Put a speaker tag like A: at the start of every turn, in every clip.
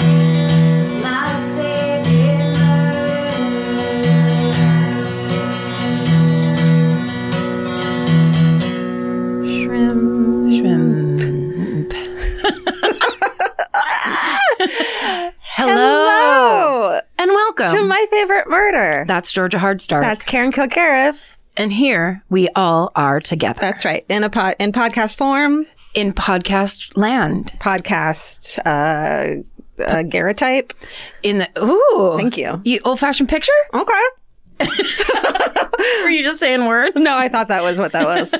A: My favorite murder.
B: Shrimp, shrimp.
C: Hello. and welcome
B: to my favorite murder.
C: That's Georgia Hardstart,
B: That's Karen Kilgariff.
C: and here we all are together
B: That's right. In a pod, in podcast form,
C: in podcast land.
B: podcast uh, uh daguerreotype.
C: In the ooh,
B: Thank you.
C: You old fashioned picture?
B: Okay.
C: Were you just saying words?
B: No, I thought that was what that was.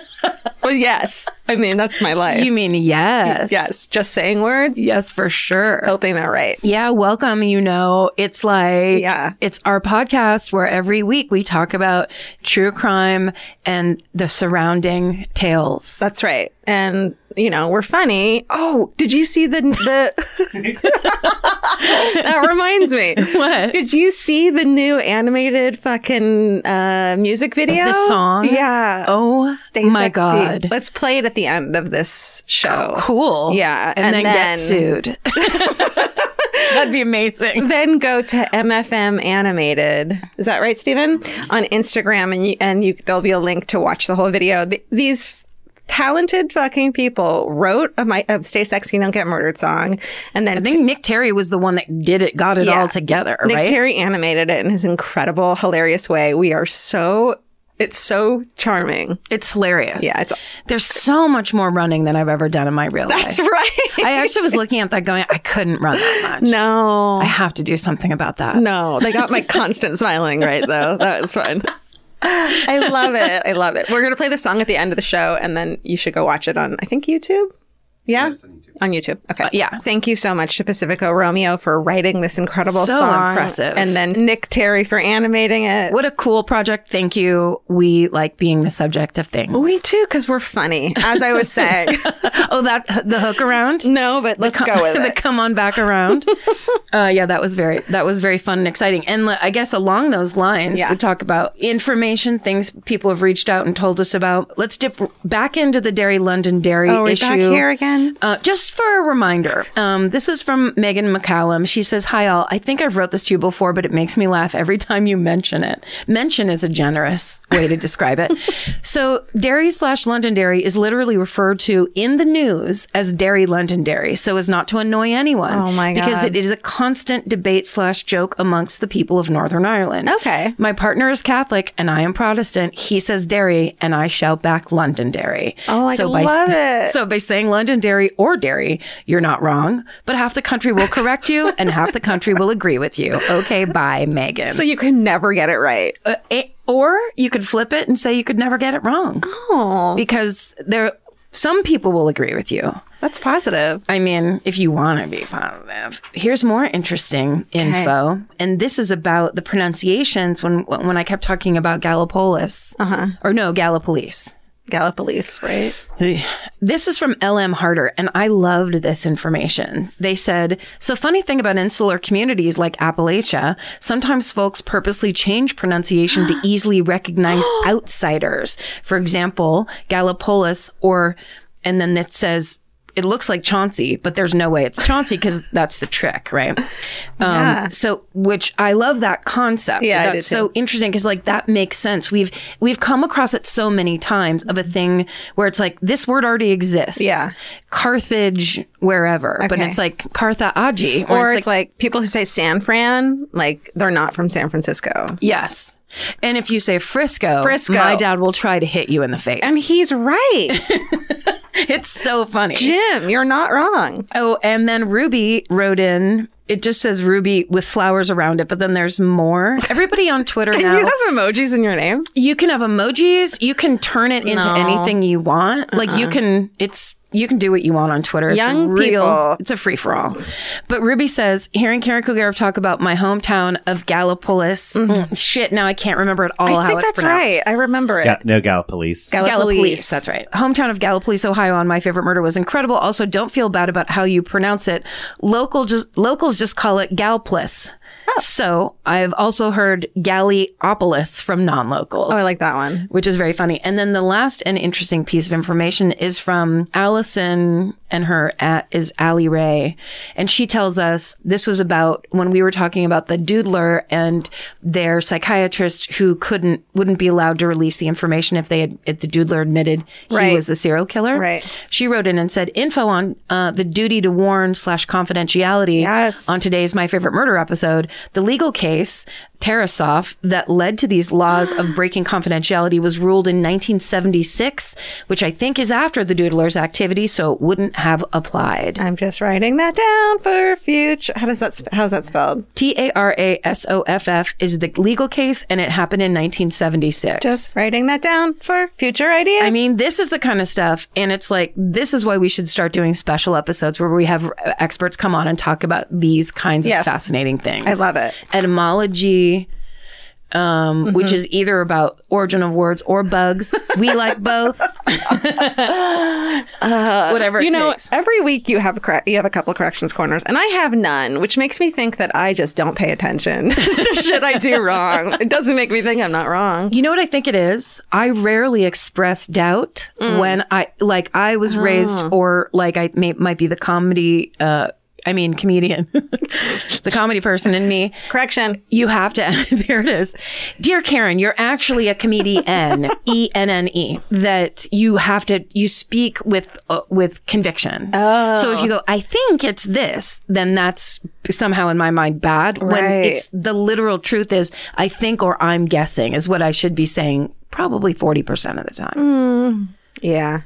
B: well, yes. I mean, that's my life.
C: You mean yes?
B: yes, just saying words,
C: Yes, for sure.
B: hoping they're right.
C: Yeah, welcome. You know, it's like,
B: Yeah.
C: it's our podcast where every week we talk about true crime and the surrounding tales.
B: That's right. And you know, we're funny. Oh, did you see the the That reminds me.
C: What?
B: Did you see the new animated fucking uh music video?
C: The song?
B: Yeah.
C: Oh my
B: sexy.
C: God.
B: Let's play it at the end of this show.
C: cool.
B: Yeah,
C: And,
B: and
C: then,
B: then-
C: get sued. That'd be amazing.
B: Then go to MFM Animated. Is that right, Stephen? On Instagram, and you, and you, there'll be a link to watch the whole video. Th- these talented fucking people wrote a my of "Stay Sexy, Don't Get Murdered" song, and then
C: I think Nick Terry was the one that did it, got it
B: Yeah.
C: all together,
B: Nick
C: right?
B: Terry animated it in his incredible, hilarious way. We are so it's so charming.
C: it's hilarious.
B: Yeah, it's
C: There's so much more running than I've ever done in my real life.
B: right.
C: I actually was looking at that going, I couldn't run that much.
B: No.
C: I have to do something about that.
B: No, they got my constant smiling right though. That was fun. I love it. I love it. We're gonna play the song at the end of the show, and then you should go watch it on I think YouTube. Yeah, on, YouTube. Okay.
C: yeah.
B: Thank you so much to Pacifico Romeo for writing this incredible
C: So
B: song.
C: impressive.
B: And then Nick Terry for animating it.
C: What a cool project. Thank you. We like being the subject of things.
B: We too, because we're funny. As I was saying.
C: oh, that the hook around?
B: no, but let's go with
C: the
B: it.
C: come on back around. uh, yeah, that was very that was very fun and exciting. And li- I guess along those lines,
B: Yeah.
C: we talk about information, things people have reached out and told us about. Let's dip back into the Dairy London Dairy
B: Oh, we're
C: issue.
B: back here again.
C: Uh, just for a reminder, um, this is from Megan McCallum. She says, "Hi all. I think I've wrote this to you before, but it makes me laugh every time you mention it. Mention is a generous way to describe it. so, Derry slash Londonderry is literally referred to in the news as Derry Londonderry, so as not to annoy anyone.
B: Oh, my
C: Because
B: God.
C: it is a constant debate slash joke amongst the people of Northern Ireland.
B: Okay.
C: My partner is Catholic and I am Protestant. He says dairy and I shout back Londonderry.
B: Oh, I love it.
C: So by saying Londonderry or dairy, you're not wrong, but half the country will correct you and half the country will agree with you. Okay, bye, Megan.
B: So you can never get it right.
C: Uh, eh, or you could flip it and say you could never get it wrong
B: Oh,
C: because there some people will agree with you.
B: that's positive.
C: I mean, if you want to be positive, here's more interesting info, and this is about the pronunciations. When when I kept talking about Gallipolis, uh-huh. or no Gallipolis.
B: Gallipolis, right?
C: This is from LM Harder, and I loved this information. They said, So, funny thing about insular communities like Appalachia, sometimes folks purposely change pronunciation to easily recognize outsiders. For example, Gallipolis, or, and then it says, it looks like Chauncey, but there's no way it's Chauncey because that's the trick, right? Um, So, which I love that concept.
B: Yeah, I
C: that's
B: did too.
C: so interesting because like that makes sense. We've we've come across it so many times of a thing where it's like this word already exists.
B: Yeah.
C: Carthage, wherever, but
B: Okay.
C: it's like Carthage,
B: Or it's, like, people who say San Fran, like they're not from San Francisco.
C: yes. And if you say Frisco,
B: Frisco.
C: my dad will try to hit you in the face.
B: And he's right.
C: it's so funny.
B: Jim, you're not wrong.
C: Oh, and then Ruby wrote in it just says Ruby with flowers around it, but then there's more. Everybody on Twitter
B: Do
C: now.
B: you have emojis in your name?
C: You can have emojis. You can turn it into
B: No. Uh-uh.
C: anything you want. Like you can, it's you can do what you want on Twitter. It's a
B: Young
C: real,
B: people.
C: It's a free for all. But Ruby says, hearing Karen Kugarov talk about my hometown of Gallipolis, mm, shit. Now I can't remember at all
B: Mm-hmm. I
C: Oh, how
B: think
C: it's
B: that's
C: pronounced.
B: right. I remember it.
D: Ga- no Gallipolis.
B: Gallipolis.
C: Gallipolis. That's right. Hometown of Gallipolis, Ohio. On my favorite murder was incredible. Also, don't feel bad about how you pronounce it. Local just locals just call it Galplis.
B: Oh.
C: So I've also heard Galliopolis from non-locals.
B: Oh, I like that one.
C: which is very funny. And then the last and interesting piece of information is from Allison and her at is Allie Ray. And she tells us this was about when we were talking about the doodler and their psychiatrist who couldn't wouldn't be allowed to release the information if they had if the doodler admitted he
B: Right.
C: was the serial killer.
B: Right.
C: She wrote in and said info on uh, the duty to warn slash confidentiality
B: Yes.
C: on today's My Favorite Murder episode, the legal case, Tarasov, that led to these laws of breaking confidentiality was ruled in 1976, which I think is after the Doodler's activity, so it wouldn't have applied.
B: I'm just writing that down for future. How does that? sp- How's that spelled?
C: T A R A S O F F is the legal case, and it happened in 1976.
B: Just writing that down for future ideas.
C: I mean, this is the kind of stuff, and it's like, this is why we should start doing special episodes where we have uh, experts come on and talk about these kinds
B: Yes.
C: of fascinating things.
B: I love it. Mm-hmm.
C: etymology, um, which is either about origin of words or bugs. We like both. Whatever
B: Uh, you
C: it
B: know,
C: takes.
B: every week you have a corre- you have a couple corrections corners, and I have none, which makes me think that I just don't pay attention to shit I do wrong. It doesn't make me think I'm not wrong.
C: You know what I think it is? I rarely express doubt
B: Mm.
C: when I like I was
B: Ah.
C: raised or like I may, might be the comedy uh I mean comedian. the comedy person in me.
B: Correction.
C: You have to. there it is. Dear Karen, you're actually a comedian, E N N E. That you have to. You speak with uh, with conviction. Oh. So if you go, I think it's this, then that's somehow in my mind bad. When
B: Right.
C: it's the literal truth is, I think or I'm guessing is what I should be saying. Probably forty percent of the time.
B: Yeah.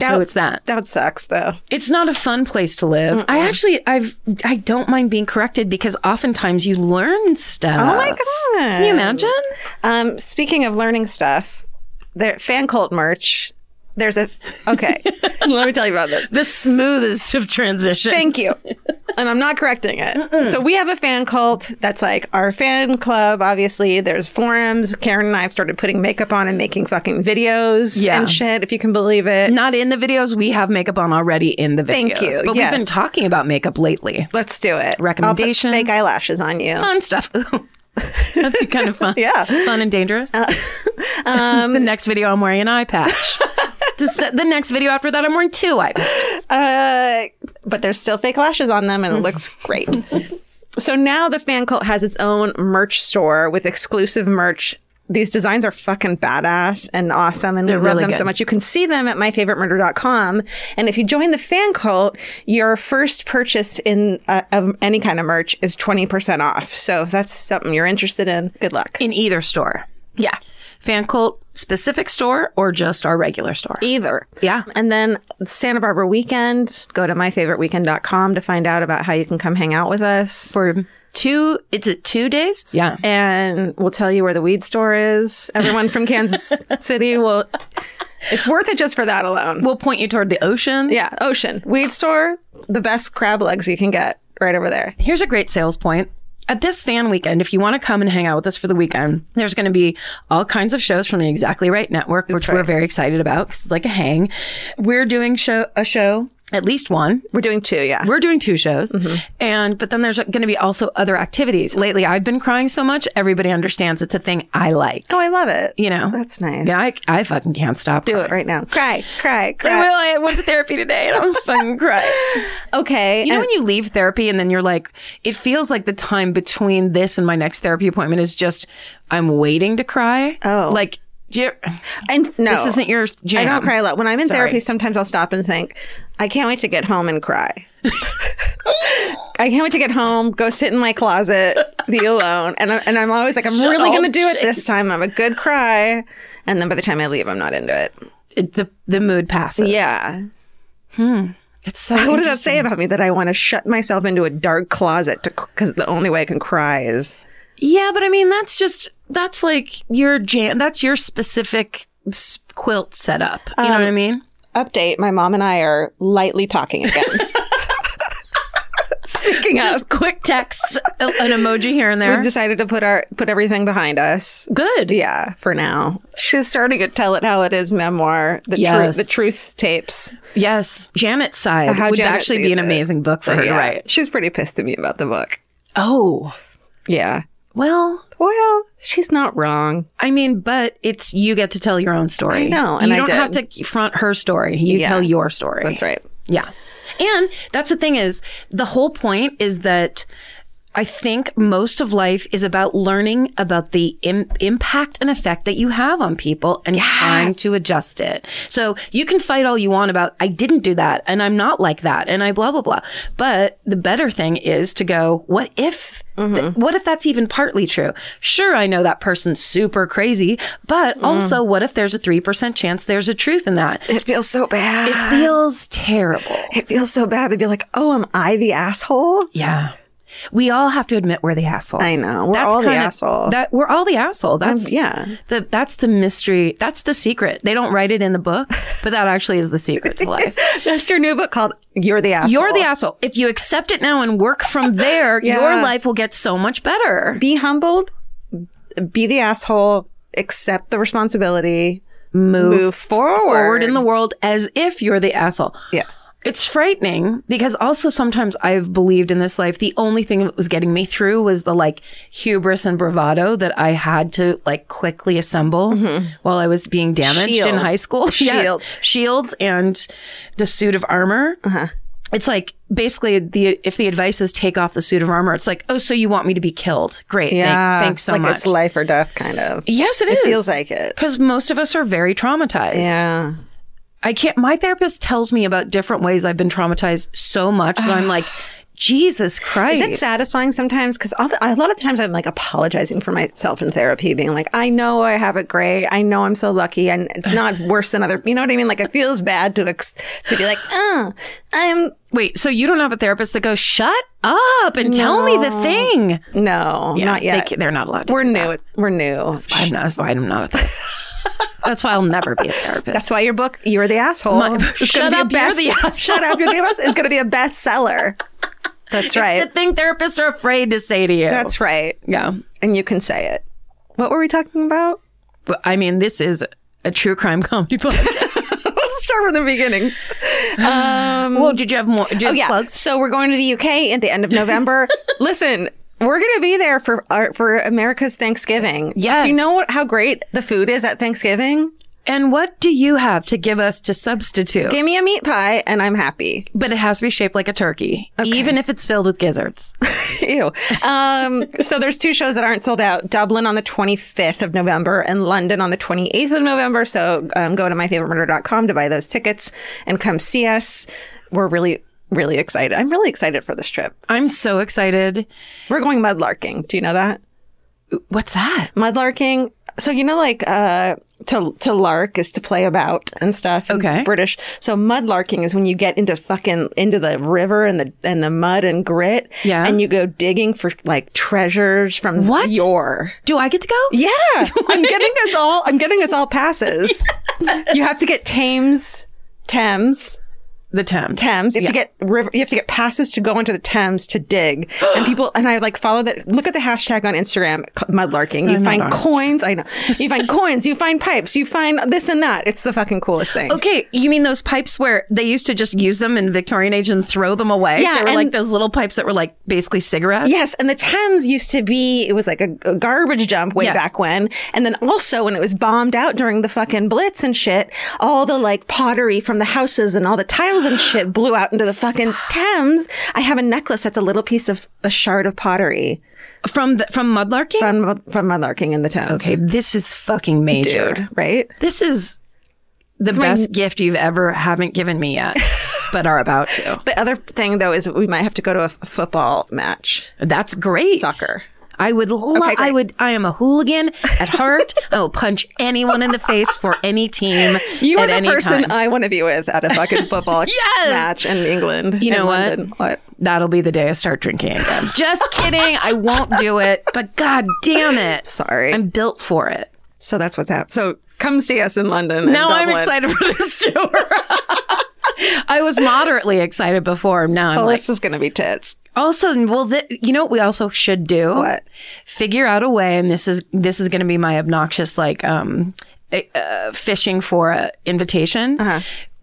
C: So it's that.
B: Mm, That sucks though.
C: It's not a fun place to live. I actually, I've, I don't mind being corrected because oftentimes you learn stuff.
B: Oh my god.
C: Can you imagine?
B: Um, speaking of learning stuff, there fan cult merch. There's a okay. let me tell you about this.
C: the smoothest of transition.
B: Thank you. And I'm not correcting it. So we have a fan cult that's like our fan club, obviously. There's forums. Karen and I have started putting makeup on and making fucking videos
C: Yeah.
B: and shit, if you can believe it.
C: Not in the videos. We have makeup on already in the videos.
B: Thank you,
C: But
B: yes.
C: we've been talking about makeup lately.
B: Let's do it.
C: Recommendations?
B: I'll put fake eyelashes on you.
C: Fun stuff. Ooh. That'd be kind of fun.
B: Yeah. Uh, um,
C: Fun and dangerous. the next video, I'm wearing an eye patch. the, se- the next video after that, I'm wearing two eye patches.
B: Uh, but there's still fake lashes on them and it looks great. So now the fan cult has its own merch store with exclusive merch. These designs are fucking badass and awesome, and we love
C: really
B: them so
C: good.
B: much. You can see them at myfavoritemurder.com. And if you join the fan cult, your first purchase in uh, of any kind of merch is 20% off. So if that's something you're interested in, good luck.
C: In either store.
B: Yeah.
C: Fan cult specific store or just our regular store.
B: Either.
C: Yeah.
B: And then Santa Barbara weekend, go to myfavoriteweekend.com to find out about how you can come hang out with us.
C: For two, it's at two days? Yeah.
B: and we'll tell you where the weed store is. Everyone from Kansas City will. It's worth it just for that alone.
C: We'll point you toward the ocean.
B: yeah, Ocean Weed Store, the best crab legs you can get right over there.
C: Here's a great sales point. At this fan weekend, if you want to come and hang out with us for the weekend, there's going to be all kinds of shows from the Exactly Right Network, which we're very excited about because it's like a hang. We're doing show a show, at least one.
B: We're doing two, yeah.
C: We're doing two shows,
B: Mm-hmm.
C: and but then there's going to be also other activities. Lately, I've been crying so much. Everybody understands it's a thing I like.
B: oh, I love it.
C: You know,
B: That's nice.
C: Yeah, I, I fucking can't stop.
B: Do it right now. Cry, cry,
C: I
B: cry.
C: will. I went to therapy today, and I'm fucking crying.
B: Okay.
C: You know
B: and-
C: when you leave therapy and then you're like, it feels like the time between this and my next therapy appointment is just I'm waiting to cry.
B: Oh.
C: like you
B: and no,
C: this isn't your jam.
B: I don't cry a lot. When I'm in
C: Sorry.
B: therapy, sometimes I'll stop and think, I can't wait to get home and cry. I can't wait to get home, go sit in my closet, be alone. And, I, and I'm always like, I'm
C: Shut
B: really
C: all
B: going to
C: the
B: do it this time. I'm a good cry. And then by the time I leave, I'm not into it.
C: It- the the mood passes.
B: Yeah.
C: It's so.
B: What does that
C: interesting.
B: say about me that I want to shut myself into a dark closet because the only way I can cry is
C: Yeah, but I mean, that's just that's like your jam. That's your specific s- quilt setup. You know what
B: Um,
C: I mean?
B: update? My mom and I are lightly talking again. Speaking
C: Just quick texts, a- an emoji here and
B: of,
C: there.
B: we decided to put our put everything behind us.
C: Good.
B: Yeah, for now. She's starting to tell it how it is memoir. The
C: Yes.
B: truth, the truth tapes.
C: Yes, Janet's side
B: How
C: would
B: Janet
C: actually
B: sees
C: be an
B: it.
C: amazing book for her to
B: Yeah.
C: write.
B: She's pretty pissed at me about the book.
C: Oh,
B: Yeah.
C: well,
B: Well, she's not wrong.
C: I mean, but it's you get to tell your own story.
B: I know, and
C: you
B: I
C: don't
B: did.
C: have to front her story. You
B: Yeah.
C: tell your story.
B: That's right.
C: Yeah. And that's the thing is the whole point is that I think most of life is about learning about the Im- impact and effect that you have on people and trying to adjust it. So you can fight all you want about, I didn't do that and I'm not like that and I blah, blah, blah. But the better thing is to go, what if, th- what if that's even partly true? Sure, I know that person's super crazy, but also what if there's a 3% chance there's a truth in that?
B: It feels so bad.
C: It feels terrible.
B: it feels so bad to be like, oh, am I the asshole?
C: Yeah. We all have to admit we're the asshole.
B: I know. We're all the
C: kinda-
B: asshole. Um,
C: That we're all the asshole. That's
B: yeah.
C: The, that's the mystery. That's the secret. They don't write it in the book, but that actually is the secret to life.
B: That's your new book called You're the Asshole.
C: You're the asshole. If you accept it now and work from there,
B: Yeah.
C: your life will get so much better.
B: Be humbled, be the asshole, accept the responsibility,
C: Move,
B: move forward.
C: forward in the world as if you're the asshole.
B: Yeah.
C: It's frightening because also sometimes I've believed in this life the only thing that was getting me through was the like hubris and bravado that I had to like quickly assemble while I was being damaged in
B: Mm-hmm. Shield.
C: high school.
B: Shield.
C: Yes. Shields and the suit of armor.
B: Uh-huh.
C: It's like basically the if the advice is take off the suit of armor, it's like, oh, so you want me to be killed. Great.
B: Yeah.
C: Thanks, thanks so
B: like
C: much.
B: It's life or death, kind of.
C: yes, it
B: It
C: is.
B: feels like it.
C: because most of us are very traumatized.
B: Yeah.
C: I can't. My therapist tells me about different ways I've been traumatized so much that I'm like, Jesus Christ.
B: Is it satisfying sometimes? Because a lot of times I'm like apologizing for myself in therapy, being like, I know I have it great. I know I'm so lucky. And it's not worse than other, you know what I mean? Like, it feels bad to ex- to be like, uh, I'm,
C: Wait, so you don't have a therapist that goes, shut up and tell me the thing?
B: no, not yet.
C: They, are not allowed. To
B: We're
C: do
B: new.
C: That.
B: We're new.
C: I'm not. That's why I'm not a therapist. that's why I'll never be a therapist.
B: That's why your book, You're the Asshole.
C: My-
B: is
C: Shut
B: gonna
C: up,
B: be a
C: You're
B: best-
C: the Asshole.
B: Shut up, You're the Asshole. It's going to be a bestseller. That's
C: It's
B: right.
C: the thing therapists are afraid to say to you.
B: That's right.
C: yeah.
B: And you can say it. What were we talking about?
C: But I mean, this is a true crime comedy book.
B: Let's start from the beginning.
C: well, Um, did you have more? Did you have
B: oh, Yeah.
C: plugs?
B: So we're going to the UK at the end of November. Listen, we're going to be there for our, for America's Thanksgiving.
C: Yes.
B: Do you know what, how great the food is at Thanksgiving?
C: And what do you have to give us to substitute?
B: Give me a meat pie and I'm happy.
C: But it has to be shaped like a turkey, even if it's filled with gizzards.
B: Ew. Um, so there's two shows that aren't sold out. Dublin on the 25th of November and London on the 28th of November. So um, go to myfavoritemurder.com to buy those tickets and come see us. We're really, really excited. I'm really excited for this trip.
C: I'm so excited.
B: We're going mudlarking. Do you know that?
C: What's that?
B: mudlarking. So you know, like uh, to to lark is to play about and stuff. in
C: Okay.
B: British. So mudlarking is when you get into fucking into the river and the and the mud and grit.
C: Yeah.
B: And you go digging for like treasures from
C: What?
B: your.
C: Do I get to go?
B: Yeah, I'm getting us all. I'm getting us all passes. You have to get Thames, Thames,
C: The Thames.
B: Thames. You have to get river. You have to get passes to go into the Thames to dig. and people and I like follow that. Look at the hashtag on Instagram c- mudlarking. You find coins. I know. You find coins. You find pipes. You find this and that. It's the fucking coolest thing.
C: Okay, you mean those pipes where they used to just use them in Victorian age and throw them away?
B: Yeah,
C: they were
B: and-
C: like those little pipes that were like basically cigarettes.
B: Yes, and the Thames used to be it was like a, a garbage dump way
C: Yes.
B: back when. And then also when it was bombed out during the fucking blitz and shit, all the like pottery from the houses and all the tiles and shit blew out into the fucking Thames. I have a necklace that's a little piece of a shard of pottery
C: From the, from mudlarking.
B: from from mudlarking in the Thames.
C: okay, this is fucking major.
B: dude, right?
C: This is the best gift you've ever haven't given me yet, but are about to.
B: The other thing though is we might have to go to a f- football match,
C: That's great.
B: soccer.
C: I would, lo-
B: Okay, great.
C: I would, I am a hooligan at heart. I will punch anyone in the face for any team.
B: You
C: at
B: are the
C: any
B: person
C: time.
B: I want to be with at a fucking football
C: Yes!
B: match in England.
C: You
B: in
C: know what?
B: London. What?
C: That'll be the day I start drinking again. Just kidding. I won't do it. But god damn it.
B: Sorry.
C: I'm built for it.
B: so that's what's happened. So come see us in London.
C: Now I'm
B: in Dublin.
C: excited for this tour. I was moderately excited before. Now I'm
B: Oh,
C: like,
B: this is gonna be tits.
C: also, well, th- you know what we also should do?
B: What?
C: Figure out a way, and this is this is going to be my obnoxious like um uh, fishing for a invitation.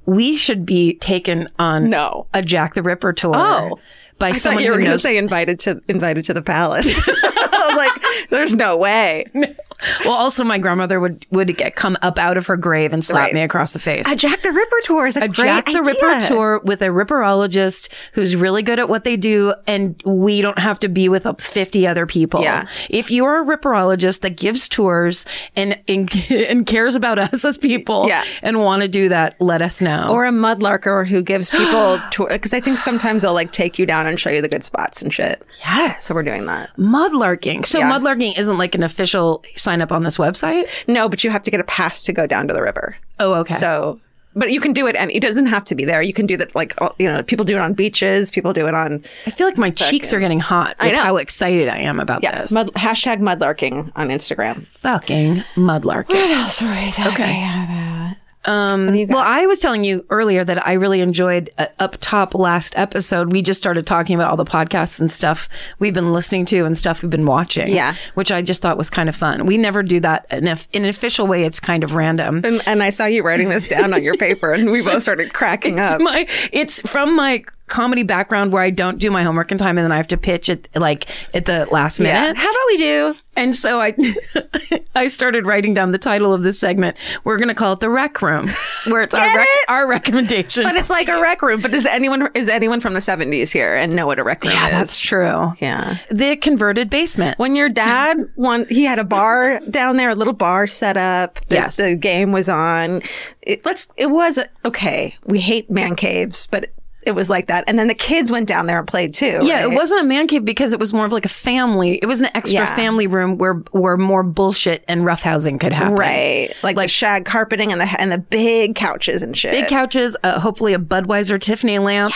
C: We should be taken on
B: Uh-huh. No.
C: a Jack the Ripper tour.
B: Oh.
C: by
B: I
C: someone
B: thought you were
C: who
B: gonna
C: knows.
B: say invited to invited to the palace. I was like, there's no way.
C: well, also my grandmother would would get, come up out of her grave and slap
B: Right.
C: me across the face.
B: A Jack the Ripper tour is a,
C: a
B: great
C: Jack the Ripper
B: idea.
C: tour with a ripperologist who's really good at what they do, and we don't have to be with uh, 50 other people.
B: Yeah.
C: If you're a ripperologist that gives tours and and, and cares about us as people
B: Yeah.
C: and want to do that, let us know.
B: Or a mudlarker who gives people tour because I think sometimes they'll like take you down and show you the good spots and shit.
C: yes.
B: So we're doing that.
C: mudlarking. So
B: Yeah.
C: mudlarking isn't like an official sign up on this website.
B: No, but you have to get a pass to go down to the river.
C: Oh, okay.
B: So, but you can do it, and it doesn't have to be there. You can do that, like all- you know, people do it on beaches. People do it on
C: I feel like my cheeks are getting hot with
B: know.
C: how excited I am about
B: yeah,
C: this.
B: mud, hashtag mudlarking on Instagram.
C: Fucking mudlarking.
B: Sorry.
C: Um, well, I was telling you earlier that I really enjoyed uh, up top last episode. We just started talking about all the podcasts and stuff we've been listening to and stuff we've been watching.
B: Yeah.
C: which I just thought was kind of fun. We never do that in, a, in an official way. It's kind of random.
B: And, and I saw you writing this down on your paper, and we both started cracking up.
C: My it's from my comedy background where I don't do my homework in time and then I have to pitch it like at the last minute.
B: How about we do?
C: And so I I started writing down the title of this segment. We're gonna call it the rec room, where it's our rec-
B: it?
C: our recommendation.
B: But it's like a rec room. But is anyone is anyone from the seventies here and know what a rec room is?
C: That's true.
B: yeah.
C: The converted basement.
B: When your dad won, he had a bar down there, a little bar set up. The,
C: Yes.
B: the game was on. It, let's. It was okay. We hate man caves, but it was like that. And then the kids went down there and played too.
C: yeah,
B: right?
C: it wasn't a man cave because it was more of like a family. It was an extra
B: Yeah.
C: family room where where more bullshit and roughhousing could happen.
B: right. Like, the shag carpeting and the and the big couches and shit.
C: Big couches, uh, hopefully a Budweiser Tiffany lamp,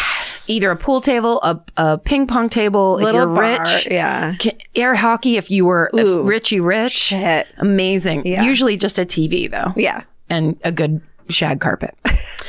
C: either a pool table, a, a ping pong table
B: little
C: if you're
B: bar.
C: rich,
B: Yeah.
C: Ca- air hockey if you were
B: Ooh.
C: if richy rich.
B: Shit.
C: Amazing.
B: Yeah.
C: Usually just a TV though
B: Yeah.
C: and a good shag carpet.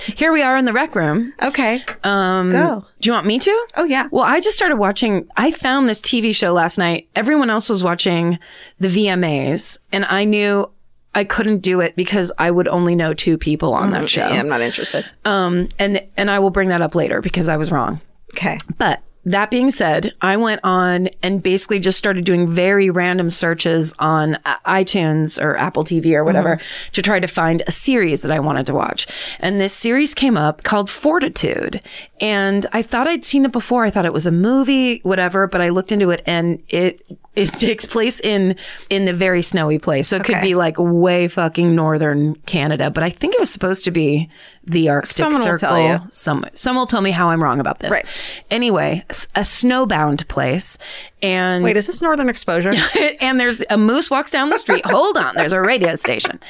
C: Here we are in the rec room.
B: Okay.
C: Um,
B: Go.
C: Do you want me to?
B: Oh yeah.
C: Well, I just started watching. I found this TV show last night. Everyone else was watching the VMAs, and I knew I couldn't do it because I would only know two people on that show.
B: Yeah, I'm not interested.
C: Um, and and I will bring that up later because I was wrong.
B: Okay.
C: But that being said, I went on and basically just started doing very random searches on i- iTunes or Apple TV
B: Mm-hmm.
C: or whatever to try to find a series that I wanted to watch. And this series came up called Fortitude. And I thought I'd seen it before. I thought it was a movie, whatever, but I looked into it and it it takes place in in the very snowy place. So it could
B: Okay.
C: be like way fucking northern Canada, but I think it was supposed to be the Arctic
B: Someone will
C: Circle.
B: tell you.
C: Some some will tell me how I'm wrong about this.
B: Right.
C: Anyway, s- a snowbound place, and
B: Wait, is this Northern Exposure?
C: and there's a moose walks down the street. Hold on, there's a radio station.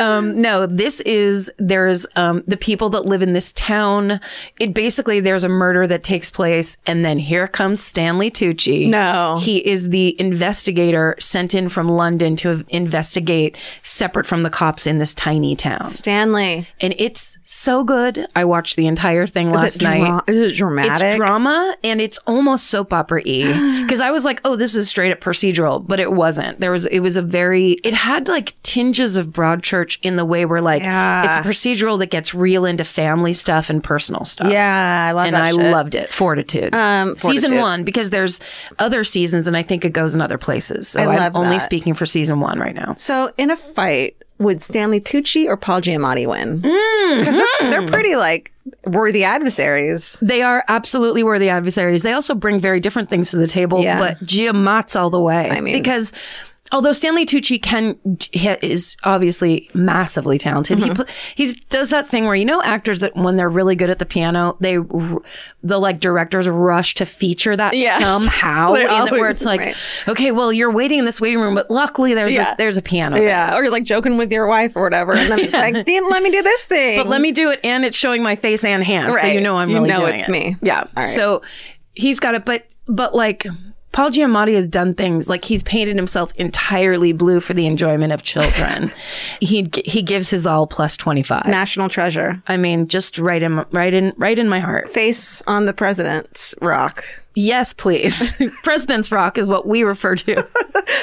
C: Um, no, this is there's um, the people that live in this town. It basically there's a murder that takes place, and then here comes Stanley Tucci.
B: No.
C: he is the investigator sent in from London to investigate, separate from the cops in this tiny town.
B: Stanley.
C: And it's so good. I watched the entire thing last
B: is it
C: night.
B: Dra- is it dramatic?
C: It's drama and it's almost soap opera y. Because I was like, oh, this is straight up procedural, but it wasn't. There was it was a very it had like tinges of Broadchurch in the way where like
B: Yeah.
C: it's a procedural that gets real into family stuff and personal stuff.
B: yeah, I love
C: And
B: that
C: I
B: shit.
C: loved it. Fortitude.
B: Um,
C: Season
B: Fortitude.
C: one, because there's other seasons and I think it goes in other places. So
B: I
C: I'm
B: love
C: only
B: that.
C: speaking for season one right now.
B: So, in a fight, would Stanley Tucci or Paul Giamatti win? Because
C: Mm-hmm.
B: they're pretty like worthy adversaries.
C: They are absolutely worthy adversaries. They also bring very different things to the table,
B: Yeah.
C: but Giamat's all the way.
B: mean-
C: because Although Stanley Tucci can he is obviously massively talented,
B: Mm-hmm.
C: he pl- he's does that thing where you know actors that when they're really good at the piano, they r- the like directors rush to feature that
B: Yes.
C: somehow,
B: They
C: in it, where
B: always-
C: it's like,
B: right.
C: okay, well you're waiting in this waiting room, but luckily there's
B: Yeah.
C: this, there's a piano. there.
B: Yeah, or you're like joking with your wife or whatever, and then it's like, "Damn, let me do this thing."
C: But let me do it, and it's showing my face and hands, so you
B: Right.
C: know I'm
B: You
C: really
B: know
C: doing
B: it's
C: it.
B: me.
C: Yeah.
B: All right.
C: So he's got it, but but like Paul Giamatti has done things like he's painted himself entirely blue for the enjoyment of children. he g- he gives his all plus twenty five.
B: National treasure.
C: I mean, just right in right in right in my heart.
B: Face on the president's rock.
C: Yes, please. President's Rock is what we refer to.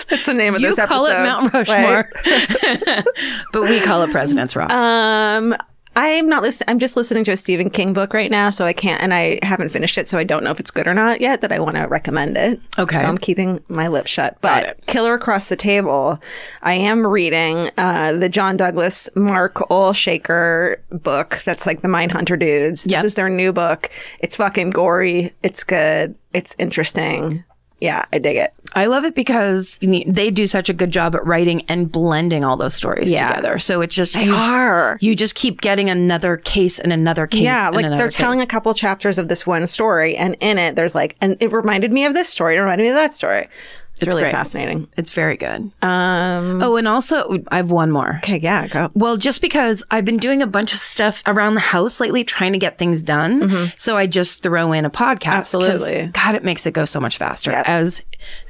B: That's the name of
C: You
B: this
C: call
B: episode.
C: it Mount
B: right?
C: Rushmore, but we call it President's Rock.
B: Um, I'm not listening. I'm just listening to a Stephen King book right now, so I can't, and I haven't finished it, so I don't know if it's good or not yet. That I want to recommend it.
C: Okay.
B: so I'm keeping my lips shut. But Killer Across the Table, I am reading uh, the John Douglas Mark Olshaker book. That's like the Mindhunter dudes.
C: Yep.
B: This is their new book. It's fucking gory. It's good. It's interesting. Yeah, I dig it.
C: I love it because I mean, they do such a good job at writing and blending all those stories
B: Yeah.
C: together. So it's just you,
B: Are
C: you just keep getting another case and another case.
B: Yeah,
C: and
B: like
C: another
B: they're telling a couple chapters of this one story, and in it, there's like, and it reminded me of this story, it reminded me of that story. It's, really
C: great.
B: fascinating.
C: It's very good.
B: Um,
C: oh, and also I have one more.
B: okay, yeah, go.
C: Well, just because I've been doing a bunch of stuff around the house lately, trying to get things done. So I just throw in a podcast. 'cause,
B: Mm-hmm. Absolutely.
C: God, it makes it go so much faster,
B: Yes.
C: as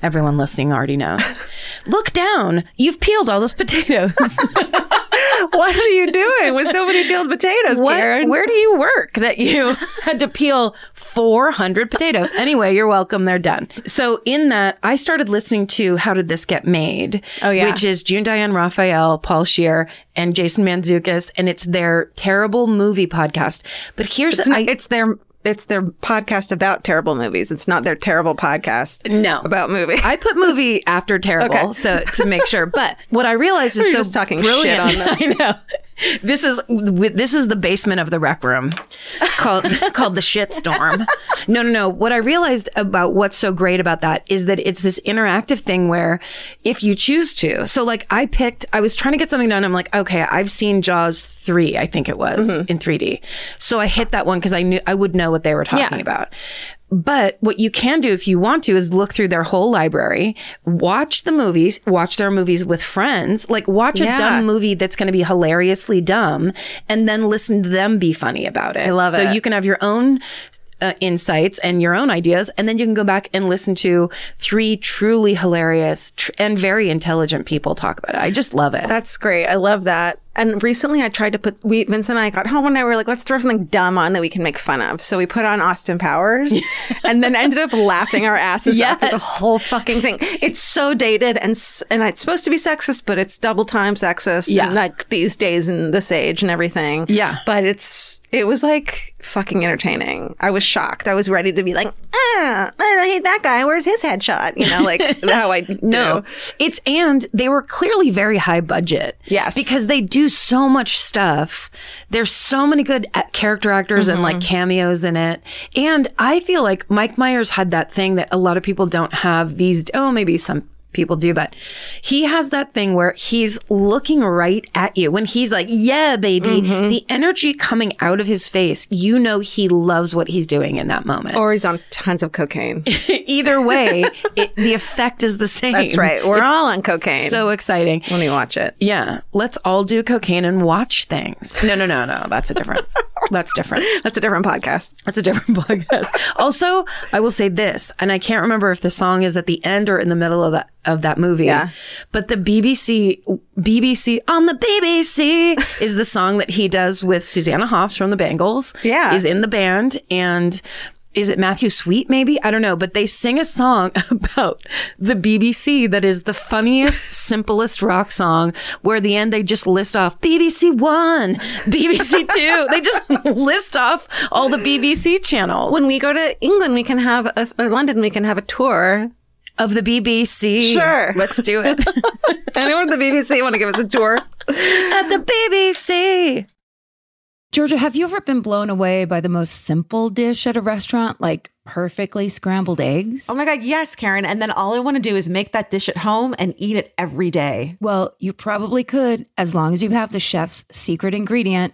C: everyone listening already knows. Look down. You've peeled all those potatoes.
B: what are you doing with so many peeled potatoes,
C: What-
B: Karen?
C: Where do you work that you had to peel 400 potatoes? Anyway, you're welcome. They're done. So, in that, I started listening to How Did This Get Made?
B: Oh, yeah.
C: Which is June Diane Raphael, Paul Shear, and Jason Manzukis. And it's their terrible movie podcast. But here's
B: It's, not- it's their it's their podcast about terrible movies. It's not their terrible podcast
C: no.
B: about movies.
C: I put movie after terrible,
B: Okay.
C: so to make sure. But what I realized is
B: You're
C: so
B: just talking shit
C: brilliant.
B: on them.
C: I know. This is with- this is the basement of the rec room, called called the shit storm. No, no, no. What I realized about what's so great about that is that it's this interactive thing where, if you choose to, so like I picked, I was trying to get something done. I'm like, okay, I've seen Jaws three, I think it was
B: Mm-hmm.
C: in 3D, so I hit that one because I knew I would know what they were talking
B: Yeah.
C: about. But what you can do if you want to is look through their whole library, watch the movies, watch their movies with friends, like watch a
B: Yeah.
C: dumb movie that's going to be hilariously dumb, and then listen to them be funny about it. I
B: love
C: So
B: it.
C: you can have your own. Uh, insights and your own ideas, and then you can go back and listen to three truly hilarious tr- and very intelligent people talk about it. I just love it.
B: That's great. I love that. And recently I tried to put we Vince and I got home and I were like, let's throw something dumb on that we can make fun of. So we put on Austin Powers and then ended up laughing our asses off at the
C: Yes.
B: whole fucking thing. It's so dated and s- and it's supposed to be sexist, but it's double time sexist
C: Yeah.
B: and like these days and this age and everything.
C: Yeah.
B: But it's it was like fucking entertaining. I was shocked. I was ready to be like, ah, I hate that guy. Where's his headshot? You know, like how I
C: No,
B: do.
C: it's and they were clearly very high budget.
B: Yes.
C: because they do so much stuff. There's so many good a- character actors and
B: Mm-hmm.
C: like cameos in it. And I feel like Mike Myers had that thing that a lot of people don't have these. Oh, maybe some people do, but he has that thing where he's looking right at you when he's like, "Yeah, baby."
B: Mm-hmm.
C: The energy coming out of his face, you know, he loves what he's doing in that moment.
B: Or he's on tons of cocaine.
C: Either way, it, the effect is the same.
B: That's right. We're all on cocaine.
C: So exciting.
B: when you watch it.
C: Yeah. Let's all do cocaine and watch things. No, no, no, no. That's a different. that's different.
B: That's a different podcast.
C: That's a different podcast. Also, I will say this, and I can't remember if the song is at the end or in the middle of that of that movie.
B: Yeah.
C: But the BBC BBC on the BBC is the song that he does with Susanna Hoffs from the Bangles.
B: Yeah.
C: He's in the band and is it Matthew Sweet maybe? I don't know, but they sing a song about the BBC that is the funniest, simplest rock song where at the end they just list off BBC 1, BBC 2. they just list off all the BBC channels
B: When we go to England, we can have a, or London, we can have a tour.
C: of the BBC.
B: Sure.
C: Let's do it.
B: Anyone at the BBC want to give us a tour?
C: at the BBC.
E: Georgia, have you ever been blown away by the most simple dish at a restaurant, like perfectly scrambled eggs?
F: Oh my God, yes, Karen. And then all I want to do is make that dish at home and eat it every day.
E: Well, you probably could as long as you have the chef's secret ingredient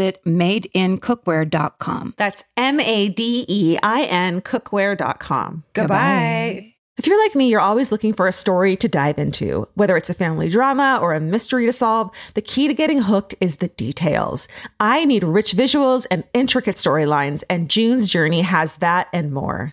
E: visit madeincookware.com.
F: That's M A D E I N cookware.com. Goodbye. Goodbye. If you're like me, you're always looking for a story to dive into. Whether it's a family drama or a mystery to solve, the key to getting hooked is the details. I need rich visuals and intricate storylines, and June's Journey has that and more.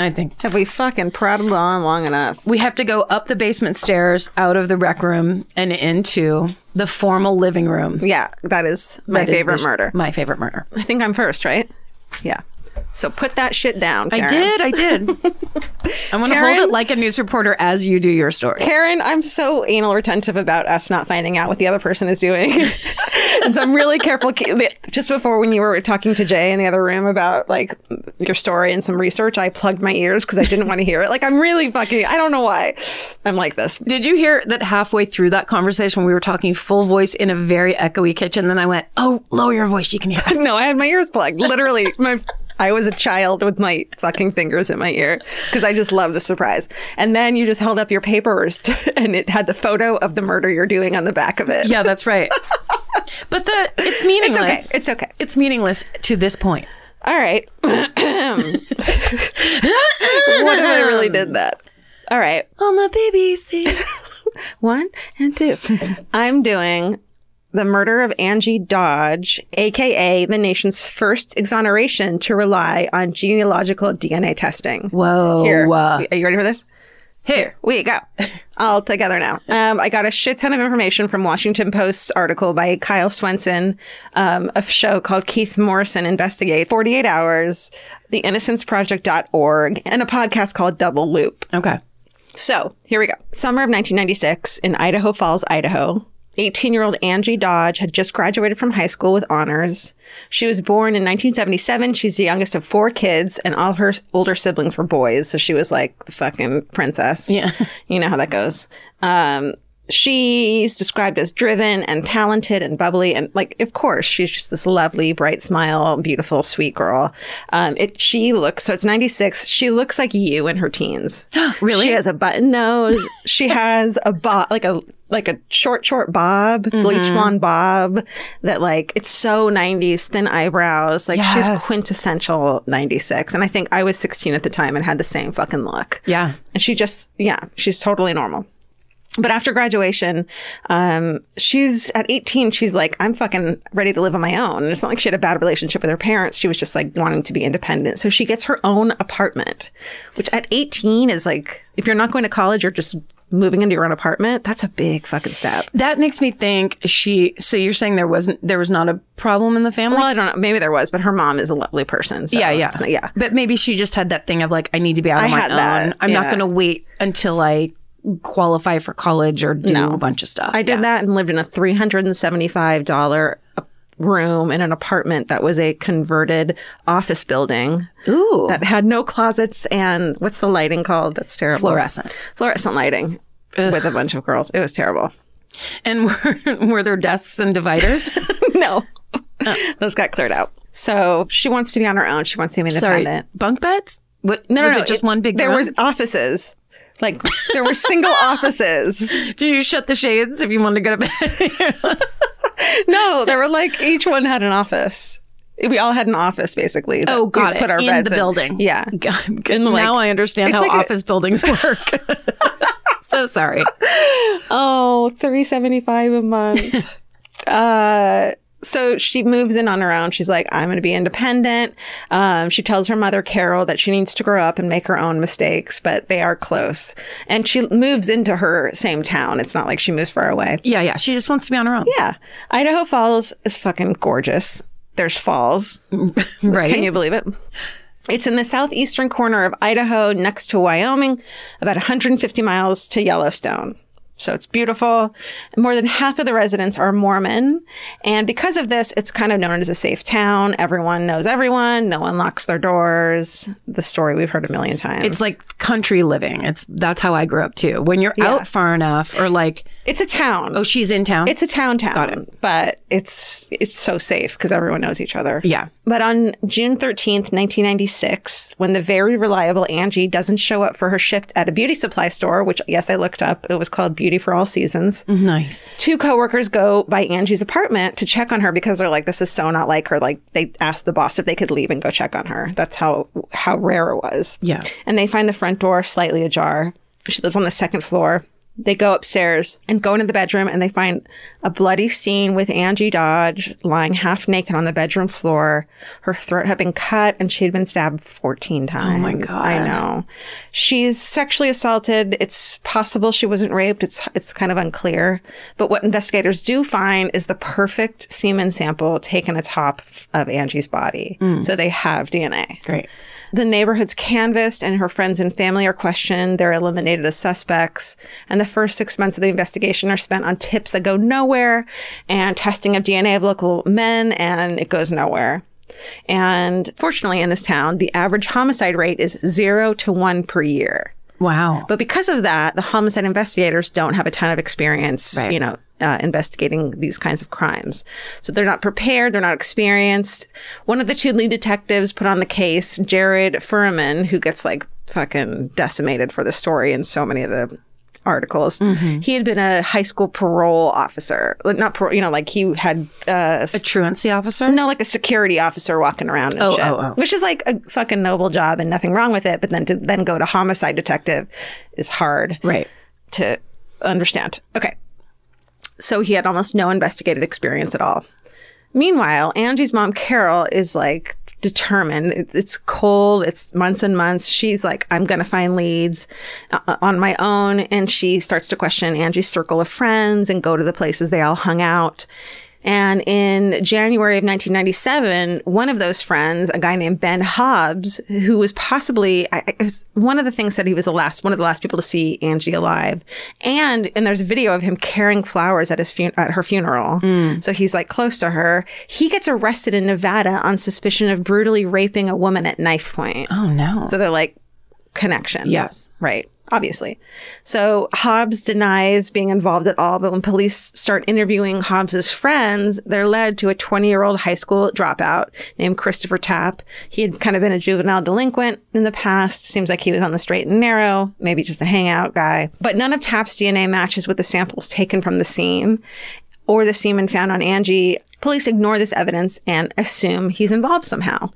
C: I think
F: Have we fucking prattled on long enough?
C: we have to go up the basement stairs, out of the rec room, and into the formal living room.
F: Yeah, that is my
C: That is
F: favorite
C: the sh-
F: murder.
C: My favorite murder.
F: I think I'm first, right? Yeah. So put that shit down.
C: I
F: Karen.
C: did. I did. I'm going to hold
F: Karen?
C: it like a news reporter as you do your story.
F: Karen, I'm so anal retentive about us not finding out what the other person is doing. and so I'm really careful. Just before when you were talking to Jay in the other room about like your story and some research, I plugged my ears because I didn't want to hear it. Like I'm really fucking, I don't know why I'm like this.
C: Did you hear that halfway through that conversation, we were talking full voice in a very echoey kitchen? Then I went, Oh, lower your voice. You can hear us.
F: No, I had my ears plugged. Literally, my I was a child with my fucking fingers in my ear because I just love the surprise. And then you just held up your papers and it had the photo of the murder you're doing on the back of it.
C: Yeah, that's right. But the it's
F: it's
C: meaningless.
F: okay. It's okay.
C: It's meaningless to this point.
F: All right. what if I really did that? All right.
C: On the BBC.
F: One and two. I'm doing the murder of Angie Dodge, aka the nation's first exoneration to rely on genealogical DNA testing.
C: Whoa.
F: Here.
C: uh,
F: Are you ready for this?
C: here.
F: We go. All together now. Um, I got a shit ton of information from Washington Post's article by Kyle Swenson um, a show called Keith Morrison Investigate 48 Hours, the innocenceproject.org, and a podcast called Double Loop.
C: Okay.
F: So here we go. Summer of 1996 in Idaho Falls, Idaho. 18 year old Angie Dodge had just graduated from high school with honors. She was born in 1977. She's the youngest of four kids, and all her s- older siblings were boys. So she was like the fucking princess.
C: Yeah.
F: You know how that goes. Um, she's described as driven and talented and bubbly and like of course she's just this lovely bright smile beautiful sweet girl um it she looks so it's 96 she looks like you in her teens
C: Really?
F: she has a button nose she has a bot like a like a short, short bob,
C: Mm-hmm.
F: bleach blonde bob that like, it's so 90s, thin eyebrows. Like she's
C: Yes.
F: quintessential 96. And I think I was 16 at the time and had the same fucking look.
C: Yeah.
F: And she just, yeah, she's totally normal. But after graduation, um, she's at 18, she's like, I'm fucking ready to live on my own. And it's not like she had a bad relationship with her parents. She was just like wanting to be independent. So she gets her own apartment, which at 18 is like, if you're not going to college, you're just moving into your own apartment. That's a big fucking step.
C: That makes me think she. So you're saying there wasn't there was not a problem in the family?
F: Well, I don't know. Maybe there was, but her mom is a lovely person. So
C: yeah, yeah,
F: it's not- yeah.
C: But maybe she just had that thing of like, I need to be out on
F: I
C: my
F: had
C: own.
F: that,
C: I'm not
F: yeah.
C: going to wait until I qualify for college or do
F: No.
C: a bunch of stuff.
F: I did that and lived in a $375 room in an apartment that was a converted office building
C: Ooh,
F: that had no closets and what's the lighting called? That's terrible.
C: fluorescent.
F: Fluorescent lighting with a bunch of girls. It was terrible.
C: And were, were there desks and dividers?
F: no,
C: Oh.
F: those got cleared out. So she wants to be on her own. She wants to be
C: Sorry,
F: independent.
C: bunk beds. What?
F: No,
C: was
F: no, no.
C: it just
F: it-
C: one big.
F: There
C: room?
F: was offices. Like there were single offices.
C: Do you shut the shades if you wanted to go to bed?
F: No, there were like each one had an office. We all had an office basically. that
C: oh,
F: we
C: got it. in
F: beds
C: the building.
F: Yeah.
C: God,
F: In, like-
C: now I understand
F: It's
C: how
F: like a-
C: office buildings work. so sorry.
F: Oh, 375 a month. uh so she moves in on her own. She's like, I'm going to be independent. Um, she tells her mother, Carol, that she needs to grow up and make her own mistakes, but they are close. And she moves into her same town. It's not like she moves far away.
C: Yeah, yeah. She just wants to be on her own.
F: Yeah. Idaho Falls is fucking gorgeous. There's falls.
C: right.
F: Can you believe it? It's in the southeastern corner of Idaho, next to Wyoming, about 150 miles to Yellowstone. So it's beautiful. More than half of the residents are Mormon. And because of this, it's kind of known as a safe town. Everyone knows everyone. No one locks their doors. The story we've heard a million times.
C: It's like country living. It's that's how I grew up too. When you're out far enough, or like,
F: it's a town.
C: oh, she's in town.
F: It's a town town, but it's it's so safe because everyone knows each other.
C: Yeah.
F: But on June 13th, 1996, when the very reliable Angie doesn't show up for her shift at a beauty supply store, which yes, I looked up, it was called Beauty for All Seasons.
C: Mm-hmm. nice.
F: Two coworkers go by Angie's apartment to check on her because they're like this is so not like her. Like they asked the boss if they could leave and go check on her. That's how how rare it was.
C: Yeah.
F: And they find the front door slightly ajar. She lives on the second floor. They go upstairs and go into the bedroom and they find a bloody scene with Angie Dodge lying half naked on the bedroom floor. Her throat had been cut and she had been stabbed 14 times. Oh my God. I know. She's sexually assaulted. It's possible she wasn't raped. It's, it's kind of unclear. But what investigators do find is the perfect semen sample taken atop of Angie's body. So they have DNA.
C: Great.
F: The neighborhood's canvassed and her friends and family are questioned. They're eliminated as suspects. And the first six months of the investigation are spent on tips that go nowhere and testing of DNA of local men, and it goes nowhere. And fortunately, in this town, the average homicide rate is zero to one per year.
C: Wow.
F: But because of that, the homicide investigators don't have a ton of experience,
C: Right.
F: you know, uh, investigating these kinds of crimes. So they're not prepared. They're not experienced. One of the two lead detectives put on the case, Jared Furman, who gets like fucking decimated for the story in so many of the articles. He had been a high school parole officer, like not parole, you know, like he had uh,
C: a truancy officer.
F: no, like a security officer walking around and shit,
C: oh, oh.
F: which is like a fucking noble job and nothing wrong with it. But then to then go to homicide detective is hard
C: Right.
F: to understand. Okay. So he had almost no investigative experience at all. Meanwhile, Angie's mom, Carol, is like determined. It- It's cold. It's months and months. She's like, I'm going to find leads uh, on my own. And she starts to question Angie's circle of friends and go to the places they all hung out. And in January of 1997, one of those friends, a guy named Ben Hobbs, who was possibly I, I- it was one of the things said he was the last one of the last people to see Angie alive, and and there's a video of him carrying flowers at his fun- at her funeral. So he's like close to her. He gets arrested in Nevada on suspicion of brutally raping a woman at knife point.
C: Oh no.
F: So they're like connection.
C: Yes.
F: right. obviously. So Hobbs denies being involved at all, but when police start interviewing Hobbs's friends, they're led to a 20 year old high school dropout named Christopher Tapp. He had kind of been a juvenile delinquent in the past. Seems like he was on the straight and narrow, maybe just a hangout guy. But none of Tapp's DNA matches with the samples taken from the scene or the semen found on Angie. Police ignore this evidence and assume he's involved somehow.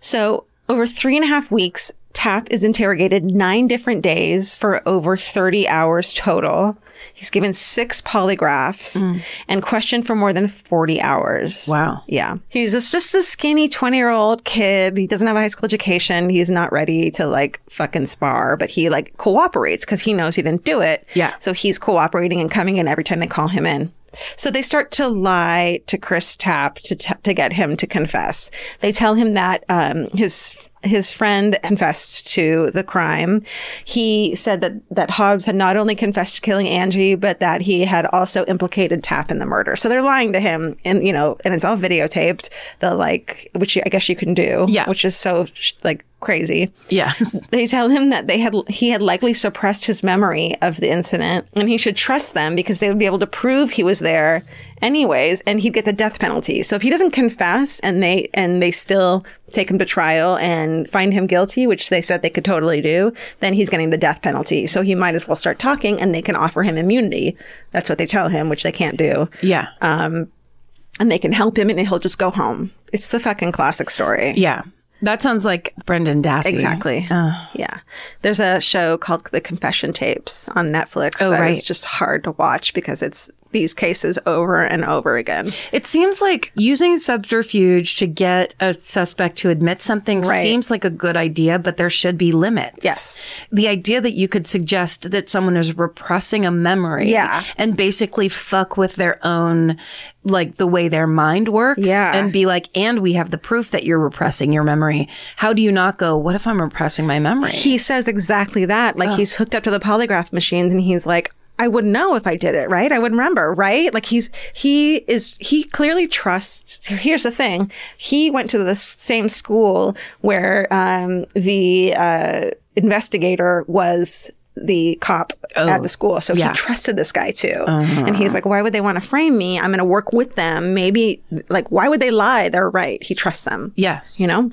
F: So over three and a half weeks, Tap is interrogated nine different days for over 30 hours total. He's given six polygraphs and questioned for more than 40 hours.
C: Mm. Wow.
F: Yeah. He's just, just a skinny 20 year old kid. He doesn't have a high school education. He's not ready to like fucking spar, but he like cooperates because he knows he didn't do it.
C: Yeah.
F: So he's cooperating and coming in every time they call him in. So they start to lie to Chris Tapp to, t- to get him to confess. They tell him that um, his his friend confessed to the crime. He said that that Hobbs had not only confessed to killing Angie, but that he had also implicated Tapp in the murder. So they're lying to him, and you know, and it's all videotaped. The like, which you- I guess you can do,
C: Yeah.
F: which is so sh- like crazy.
C: Yes.
F: They tell him that they had he had likely suppressed his memory of the incident and he should trust them because they would be able to prove he was there anyways and he'd get the death penalty. So if he doesn't confess and they and they still take him to trial and find him guilty, which they said they could totally do, then he's getting the death penalty. So he might as well start talking and they can offer him immunity. That's what they tell him, which they can't do.
C: Yeah.
F: Uh, And they can help him and he'll just go home. It's the fucking classic story.
C: yeah. That sounds like Brendan Dassey. Uh,
F: Exactly. Yeah. There's a show called The Confession Tapes on Netflix that is
C: right.
F: just hard to watch because it's these cases over and over again.
C: It seems like using subterfuge to get a suspect to admit something
F: Right.
C: seems like a good idea, but there should be limits.
F: Yes.
C: The idea that you could suggest that someone is repressing a memory
F: Yeah.
C: and basically fuck with their own, like the way their mind works
F: Yeah.
C: and be like, and we have the proof that you're repressing your memory. How do you not go, what if I'm repressing my memory?
F: He says exactly that. Like he's hooked up to the polygraph machines and he's like, I wouldn't know if I did it, right? I wouldn't remember, right? Like he's, he is, he clearly trusts. Here's the thing. He went to the s- same school where, um, the, uh, investigator was the cop at the school. So
C: yeah.
F: he trusted this guy too. And he's like, why would they want to frame me? I'm going to work with them. Maybe like, why would they lie? They're right. He trusts them,
C: yes.
F: you know?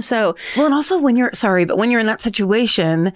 F: So
C: Well, and also when you're sorry, but when you're in that situation,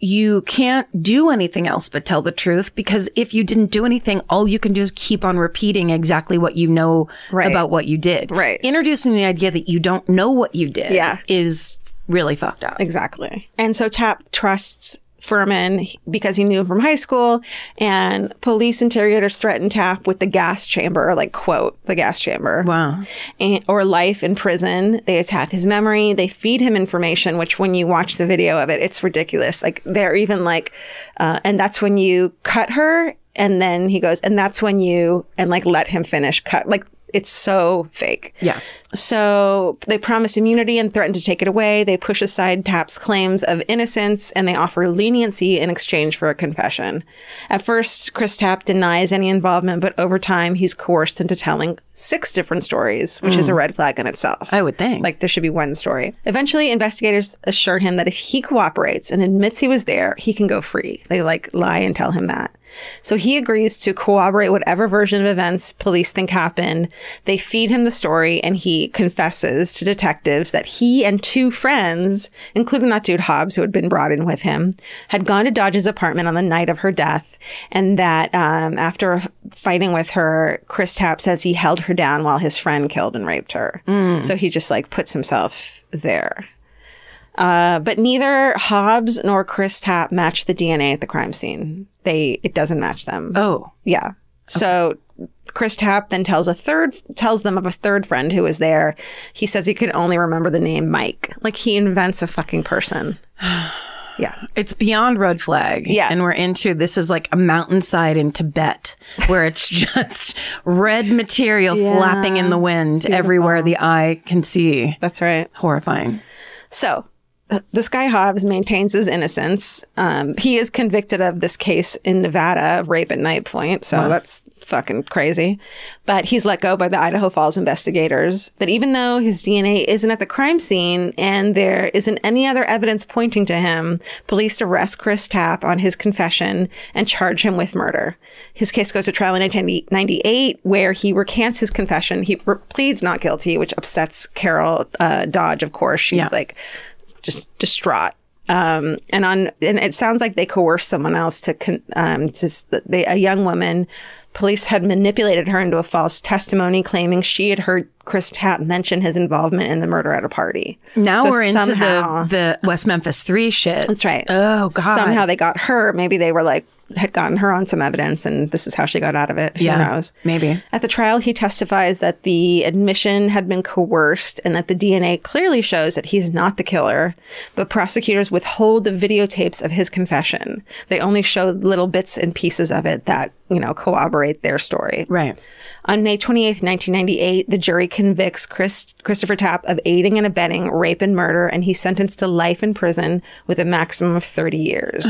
C: you can't do anything else but tell the truth because if you didn't do anything, all you can do is keep on repeating exactly what you know
F: Right.
C: about what you did.
F: Right.
C: Introducing the idea that you don't know what you did
F: Yeah.
C: is really fucked up.
F: Exactly. And so Tap trusts Furman because he knew him from high school, and police interrogators threaten Tap with the gas chamber, like, quote, the gas chamber.
C: Wow.
F: And, or life in prison. They attack his memory. They feed him information, which when you watch the video of it, it's ridiculous. Like, they're even like, uh, and that's when you cut her. And then he goes, and that's when you, and like, let him finish cut. Like, it's so fake.
C: Yeah.
F: So they promise immunity and threaten to take it away. They push aside Tapp's claims of innocence and they offer leniency in exchange for a confession. At first, Chris Tapp denies any involvement, but over time, he's coerced into telling six different stories, which is a red flag in itself.
C: Mm. I would think.
F: Like there should be one story. Eventually, investigators assure him that if he cooperates and admits he was there, he can go free. They like lie and tell him that. So he agrees to corroborate whatever version of events police think happened. They feed him the story and he confesses to detectives that he and two friends, including that dude Hobbs who had been brought in with him, had gone to Dodge's apartment on the night of her death and that um, after fighting with her, Chris Tapp says he held her down while his friend killed and raped her. So he just like puts himself there. Uh, but neither Hobbs nor Chris Tapp match the DNA at the crime scene. They it doesn't match them.
C: oh.
F: Yeah. So Chris Tapp then tells a third tells them of a third friend who was there. He says he could only remember the name Mike. Like he invents a fucking person. Yeah.
C: It's beyond red flag.
F: Yeah.
C: And we're into this is like a mountainside in Tibet where it's just red material flapping in the wind everywhere the eye can see.
F: That's right.
C: Horrifying.
F: So uh, this guy Hobbs maintains his innocence. Um, he is convicted of this case in Nevada of rape at night point. So that's fucking crazy. But he's let go by the Idaho Falls investigators. But even though his DNA isn't at the crime scene and there isn't any other evidence pointing to him, police arrest Chris Tapp on his confession and charge him with murder. His case goes to trial in 1998, where he recants his confession. He re- pleads not guilty, which upsets Carol uh, Dodge, of course. She's like, just distraught. Um, and on, and it sounds like they coerced someone else to, con- um, to s- they, a young woman. Police had manipulated her into a false testimony, claiming she had heard Chris Tapp mention his involvement in the murder at a party.
C: Now
F: So
C: we're into
F: somehow-
C: the the West Memphis Three shit.
F: That's right.
C: Oh god.
F: Somehow they got her. Maybe they were like had gotten her on some evidence, and this is how she got out of it. Who
C: Yeah,
F: knows?
C: maybe.
F: At the trial, he testifies that the admission had been coerced and that the DNA clearly shows that he's not the killer, but prosecutors withhold the videotapes of his confession. They only show little bits and pieces of it that, you know, corroborate their story.
C: Right.
F: On May 28th, 1998, the jury convicts Chris, Christopher Tapp of aiding and abetting rape and murder, and he's sentenced to life in prison with a maximum of 30 years.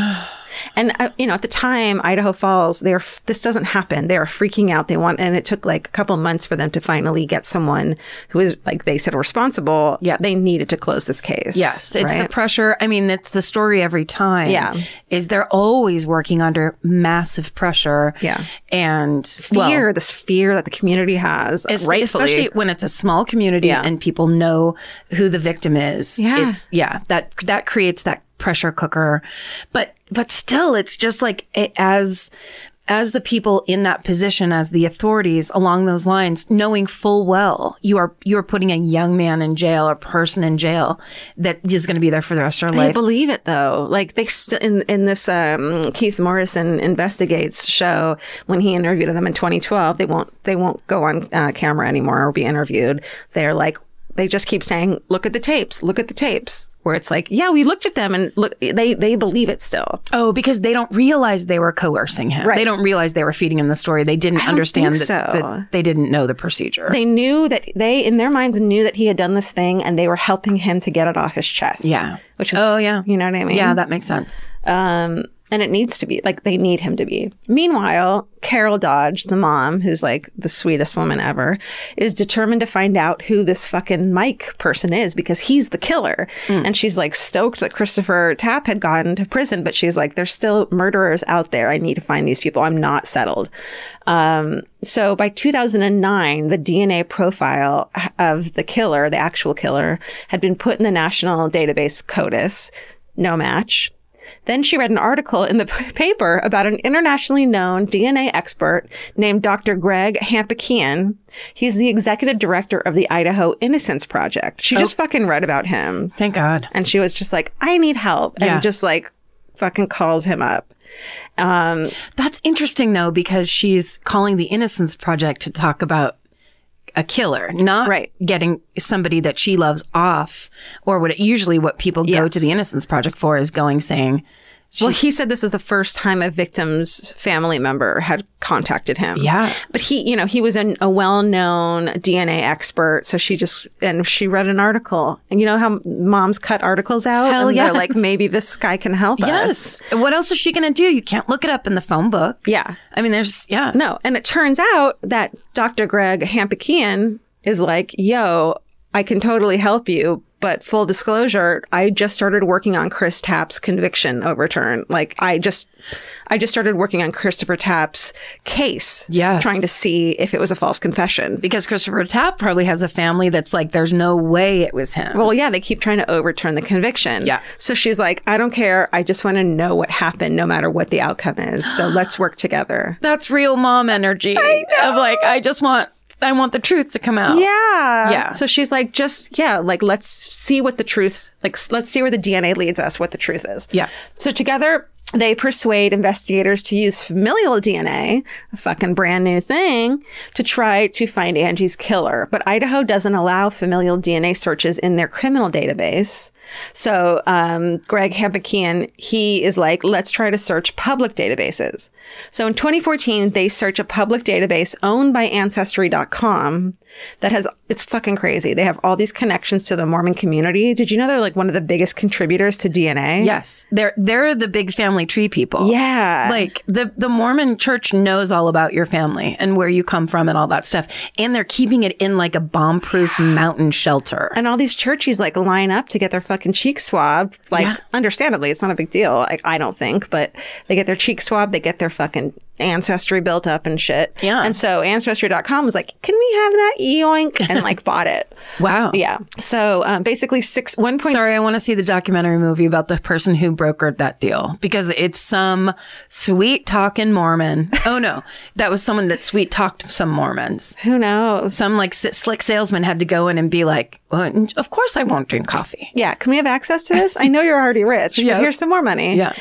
F: and, uh, you know, at the time, Idaho Falls, they're, f- this doesn't happen. They are freaking out. They want, and it took like a couple months for them to finally get someone who is, like they said, responsible.
C: Yeah.
F: They needed to close this case.
C: Yes, it's the
F: right?
C: pressure. I mean, it's the story every time.
F: Yeah.
C: is they're always working under massive pressure.
F: Yeah.
C: and
F: fear, this fear that the community has.
C: It's
F: rightfully.
C: especially when it's a small community
F: Yeah.
C: and people know who the victim is.
F: Yeah.
C: It's, yeah, that that creates that pressure cooker. But but still it's just like it, as as the people in that position as the authorities along those lines knowing full well you are you're putting a young man in jail or person in jail that is going to be there for the rest of their
F: They
C: life.
F: believe it though. Like they st- in in this um, Keith Morrison investigates show when he interviewed them in 2012. They won't they won't go on uh, camera anymore or be interviewed. They're like they just keep saying, "Look at the tapes. Look at the tapes." Where it's like, "Yeah, we looked at them and look." They they believe it still.
C: Oh, because they don't realize they were coercing him.
F: Right.
C: They don't realize they were feeding him the story. They didn't understand
F: think
C: that,
F: so.
C: that they didn't know the procedure.
F: They knew that they in their minds knew that he had done this thing, and they were helping him to get it off his chest.
C: Yeah.
F: which is
C: Oh, yeah.
F: you know what I mean?
C: yeah, that makes sense.
F: Um, and it needs to be like they need him to be. Meanwhile, Carol Dodge, the mom, who's like the sweetest woman ever, is determined to find out who this fucking Mike person is because he's the killer. And she's like stoked that Christopher Tapp had gotten to prison, but she's like, there's still murderers out there. I need to find these people. I'm not settled. Um, so by 2009, the DNA profile of the killer, the actual killer, had been put in the national database CODIS. No match. Then she read an article in the p- paper about an internationally known DNA expert named Dr. Greg Hampakian. He's the executive director of the Idaho Innocence Project. She just fucking read about him
C: Thank God.
F: and she was just like, I need help. And
C: Yeah.
F: just like fucking calls him up. Um,
C: That's interesting though, because she's calling the Innocence Project to talk about a killer, not
F: Right.
C: getting somebody that she loves off, or what usually what people go
F: Yes.
C: to the Innocence Project for is going saying,
F: well, he said this was the first time a victim's family member had contacted him.
C: Yeah.
F: But he, you know, he was an, a well known DNA expert. So she just, and she read an article. And you know how moms cut articles out?
C: Hell
F: and
C: yes.
F: They're like, maybe this guy can help us.
C: "Yes, what else is she going to do? You can't look it up in the phone book."
F: Yeah.
C: I mean, there's yeah,
F: No. And it turns out that Dr. Greg Hampakian is like, yo, I can totally help you. But full disclosure, I just started working on Chris Tapp's conviction overturn. Like I just, I just started working on Christopher Tapp's case.
C: Yes.
F: Trying to see if it was a false confession.
C: because Christopher Tapp probably has a family that's like, "There's no way it was him."
F: Well, yeah, they keep trying to overturn the conviction.
C: Yeah.
F: So she's like, I don't care. I just want to know what happened, no matter what the outcome is. So let's work together.
C: that's real mom energy of like, I just want, I want the truth to come out.
F: Yeah.
C: Yeah.
F: So she's like, just, yeah, like, let's see what the truth, like, s- let's see where the DNA leads us, what the truth is.
C: Yeah.
F: So together, they persuade investigators to use familial DNA, a fucking brand new thing, to try to find Angie's killer. But Idaho doesn't allow familial DNA searches in their criminal database. So um, Greg Habakian, he is like, let's try to search public databases. So in 2014, they search a public database owned by Ancestry.com that has, it's fucking crazy. They have all these connections to the Mormon community. Did you know they're like one of the biggest contributors to DNA?
C: Yes, they're they're the big family tree people.
F: Yeah.
C: Like the the Mormon church knows all about your family and where you come from and all that stuff. And they're keeping it in like a bomb proof mountain shelter.
F: and all these churches like line up to get their fucking cheek swabbed. Like, understandably, it's not a big deal. Like, I don't think, but they get their cheek swabbed, they get their fucking ancestry built up and shit.
C: Yeah.
F: And so ancestry.com was like, can we have that yoink? And like bought it.
C: Wow.
F: Yeah. So um, basically six, one point.
C: Sorry, I want to see the documentary movie about the person who brokered that deal because it's some sweet talking Mormon. Oh no, that was someone that sweet talked some Mormons.
F: who knows?
C: Some like s- slick salesman had to go in and be like, well, "Of course I won't drink coffee."
F: Yeah. Can we have access to this? I know you're already rich,
C: Yeah.
F: but here's some more money.
C: Yeah.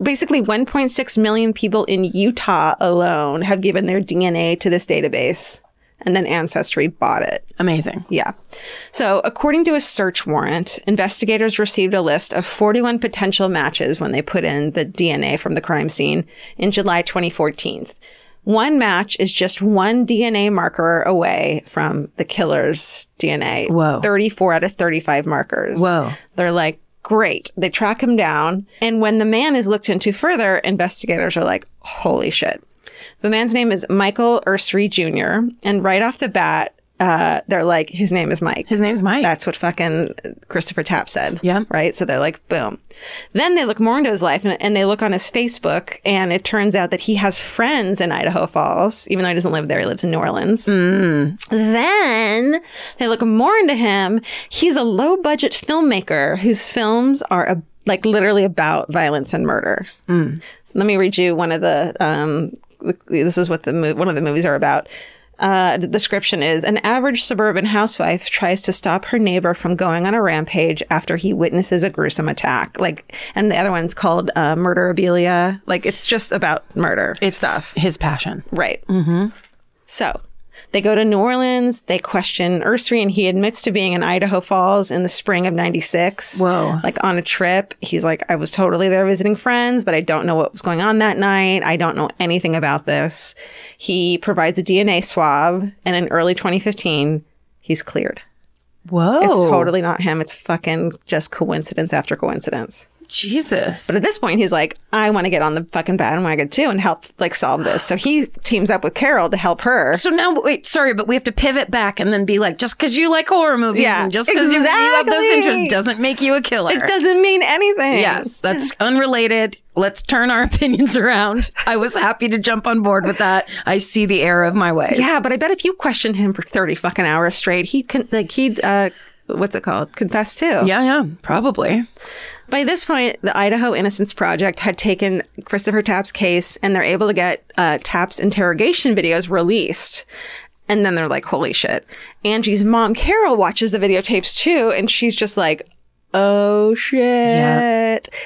F: Basically, 1.6 million people in Utah alone have given their DNA to this database, and then Ancestry bought it.
C: Amazing.
F: Yeah. So, according to a search warrant, investigators received a list of 41 potential matches when they put in the DNA from the crime scene in July 2014. One match is just one DNA marker away from the killer's DNA.
C: Whoa.
F: 34 out of 35 markers.
C: Whoa.
F: They're like, great. They track him down. And when the man is looked into further, investigators are like, holy shit. The man's name is Michael Ursery Jr. And right off the bat, uh, they're like, his name is Mike.
C: His name's Mike.
F: That's what fucking Christopher Tapp said.
C: Yeah.
F: Right? So they're like, boom. Then they look more into his life and, and they look on his Facebook, and it turns out that he has friends in Idaho Falls, even though he doesn't live there. He lives in New Orleans. Then they look more into him. He's a low budget filmmaker whose films are a, like literally about violence and murder. Let me read you one of the. Um, this is what the mo- one of the movies are about. Uh, the description is an average suburban housewife tries to stop her neighbor from going on a rampage after he witnesses a gruesome attack. Like, and the other one's called uh, Murderabilia. Like, it's just about murder
C: it's
F: stuff.
C: his passion.
F: Right. Mm-hmm. So they go to New Orleans. They question Ursery, and he admits to being in Idaho Falls in the spring of '96.
C: Whoa.
F: Like on a trip, he's like, "I was totally there visiting friends, but I don't know what was going on that night. I don't know anything about this." He provides a DNA swab, and in early 2015, he's cleared.
C: Whoa.
F: It's totally not him. It's fucking just coincidence after coincidence.
C: Jesus.
F: But at this point, he's like, I want to get on the fucking bandwagon too and help like solve this. So he teams up with Carol to help her.
C: So now, wait, sorry, but we have to pivot back and then be like, just because you like horror movies
F: Yeah,
C: and just because you, you have those
F: exactly.
C: interests doesn't make you a killer.
F: It doesn't mean anything.
C: Yes, that's unrelated. Let's turn our opinions around. I was happy to jump on board with that. I see the error of my ways.
F: Yeah, but I bet if you questioned him for thirty fucking hours straight, he can like he'd uh what's it called? Confess too.
C: Yeah, yeah, probably.
F: By this point, the Idaho Innocence Project had taken Christopher Tapp's case and they're able to get uh, Tapp's interrogation videos released. And then they're like, holy shit. Angie's mom, Carol, watches the videotapes too. And she's just like, oh shit.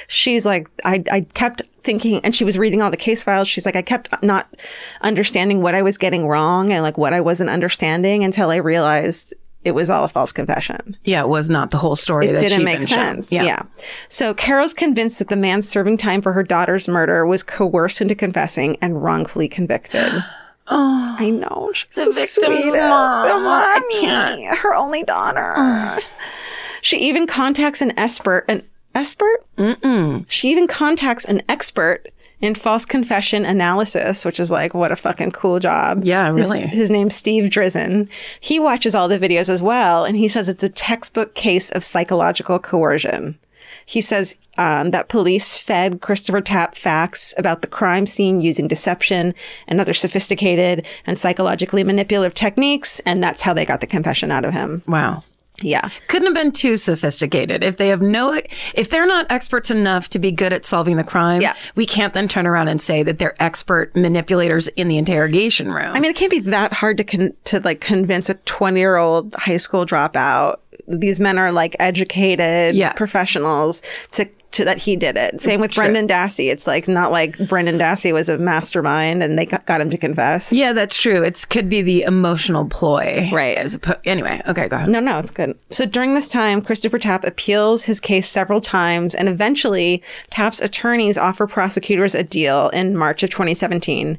F: She's like, I, I kept thinking, and she was reading all the case files. She's like, I kept not understanding what I was getting wrong and like what I wasn't understanding until I realized it was all a false confession
C: Yeah, it was not the whole story.
F: it
C: that
F: didn't
C: she'd
F: make
C: been shown.
F: sense. Yeah. So Carol's convinced that the man serving time for her daughter's murder was coerced into confessing and wrongfully convicted.
C: Oh,
F: I know. She's
C: The
F: so
C: victim's
F: sweet.
C: mom. I
F: The mommy.
C: can't. Oh.
F: Her only daughter. she even contacts an expert. An expert?
C: mm-mm.
F: She even contacts an expert in false confession analysis, which is like, what a fucking cool job.
C: Yeah,
F: His-
C: really.
F: His, name's Steve Drizzen. He watches all the videos as well, and he says it's a textbook case of psychological coercion. He says um, that police fed Christopher Tapp facts about the crime scene using deception and other sophisticated and psychologically manipulative techniques, and that's how they got the confession out of him.
C: Wow.
F: Yeah.
C: Couldn't have been too sophisticated. If they have no, if they're not experts enough to be good at solving the crime,
F: Yeah.
C: we can't then turn around and say that they're expert manipulators in the interrogation room.
F: I mean, it can't be that hard to con- to like convince a twenty year old high school dropout. These men are like educated
C: Yes.
F: professionals to to, that he did it. Same with Brendan Dassey. It's like not like Brendan Dassey was a mastermind and they got, got him to confess.
C: Yeah, that's true. It's could be the emotional ploy,
F: Right.
C: As oppo- anyway, okay, go ahead.
F: No, no, it's good. So during this time, Christopher Tapp appeals his case several times, and eventually, Tapp's attorneys offer prosecutors a deal in March of 2017.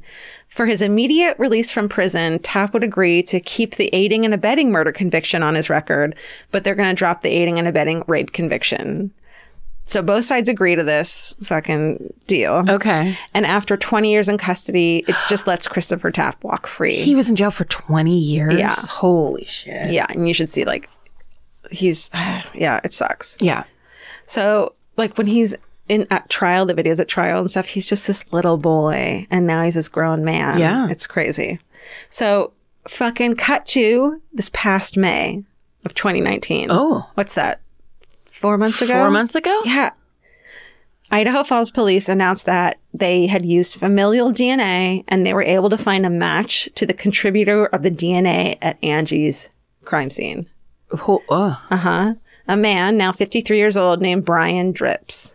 F: For his immediate release from prison, Tapp would agree to keep the aiding and abetting murder conviction on his record, but they're going to drop the aiding and abetting rape conviction. So both sides agree to this fucking deal.
C: Okay,
F: And after 20 years in custody, it just lets Christopher Tapp walk free.
C: he was in jail for twenty years.
F: Yeah.
C: holy shit.
F: Yeah, and you should see like he's yeah, it sucks.
C: Yeah,
F: So like when he's in at trial, the videos at trial and stuff, he's just this little boy, and now he's this grown man.
C: Yeah.
F: it's crazy. So fucking cut to this past May of 2019.
C: Oh.
F: what's that? Four months ago.
C: four months ago.
F: Yeah. Idaho Falls police announced that they had used familial DNA and they were able to find a match to the contributor of the DNA at Angie's crime scene. Uh-huh.
C: Ho- oh.
F: A man, now 53 years old, named Brian Drips.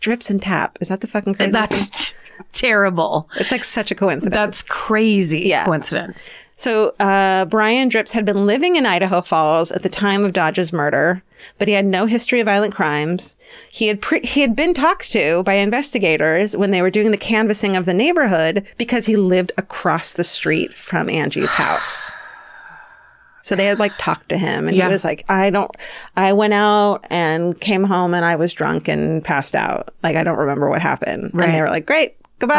F: Drips and Tap. Is that the fucking crazy? thing?
C: That's terrible.
F: It's like such a coincidence.
C: That's crazy
F: Yeah.
C: coincidence.
F: So, uh, Brian Drips had been living in Idaho Falls at the time of Dodge's murder, but he had no history of violent crimes. He had pre- he had been talked to by investigators when they were doing the canvassing of the neighborhood because he lived across the street from Angie's house. So they had like talked to him and
C: Yeah.
F: he was like, I don't, I went out and came home and I was drunk and passed out. Like, I don't remember what happened. And
C: Right.
F: they were like, great, goodbye.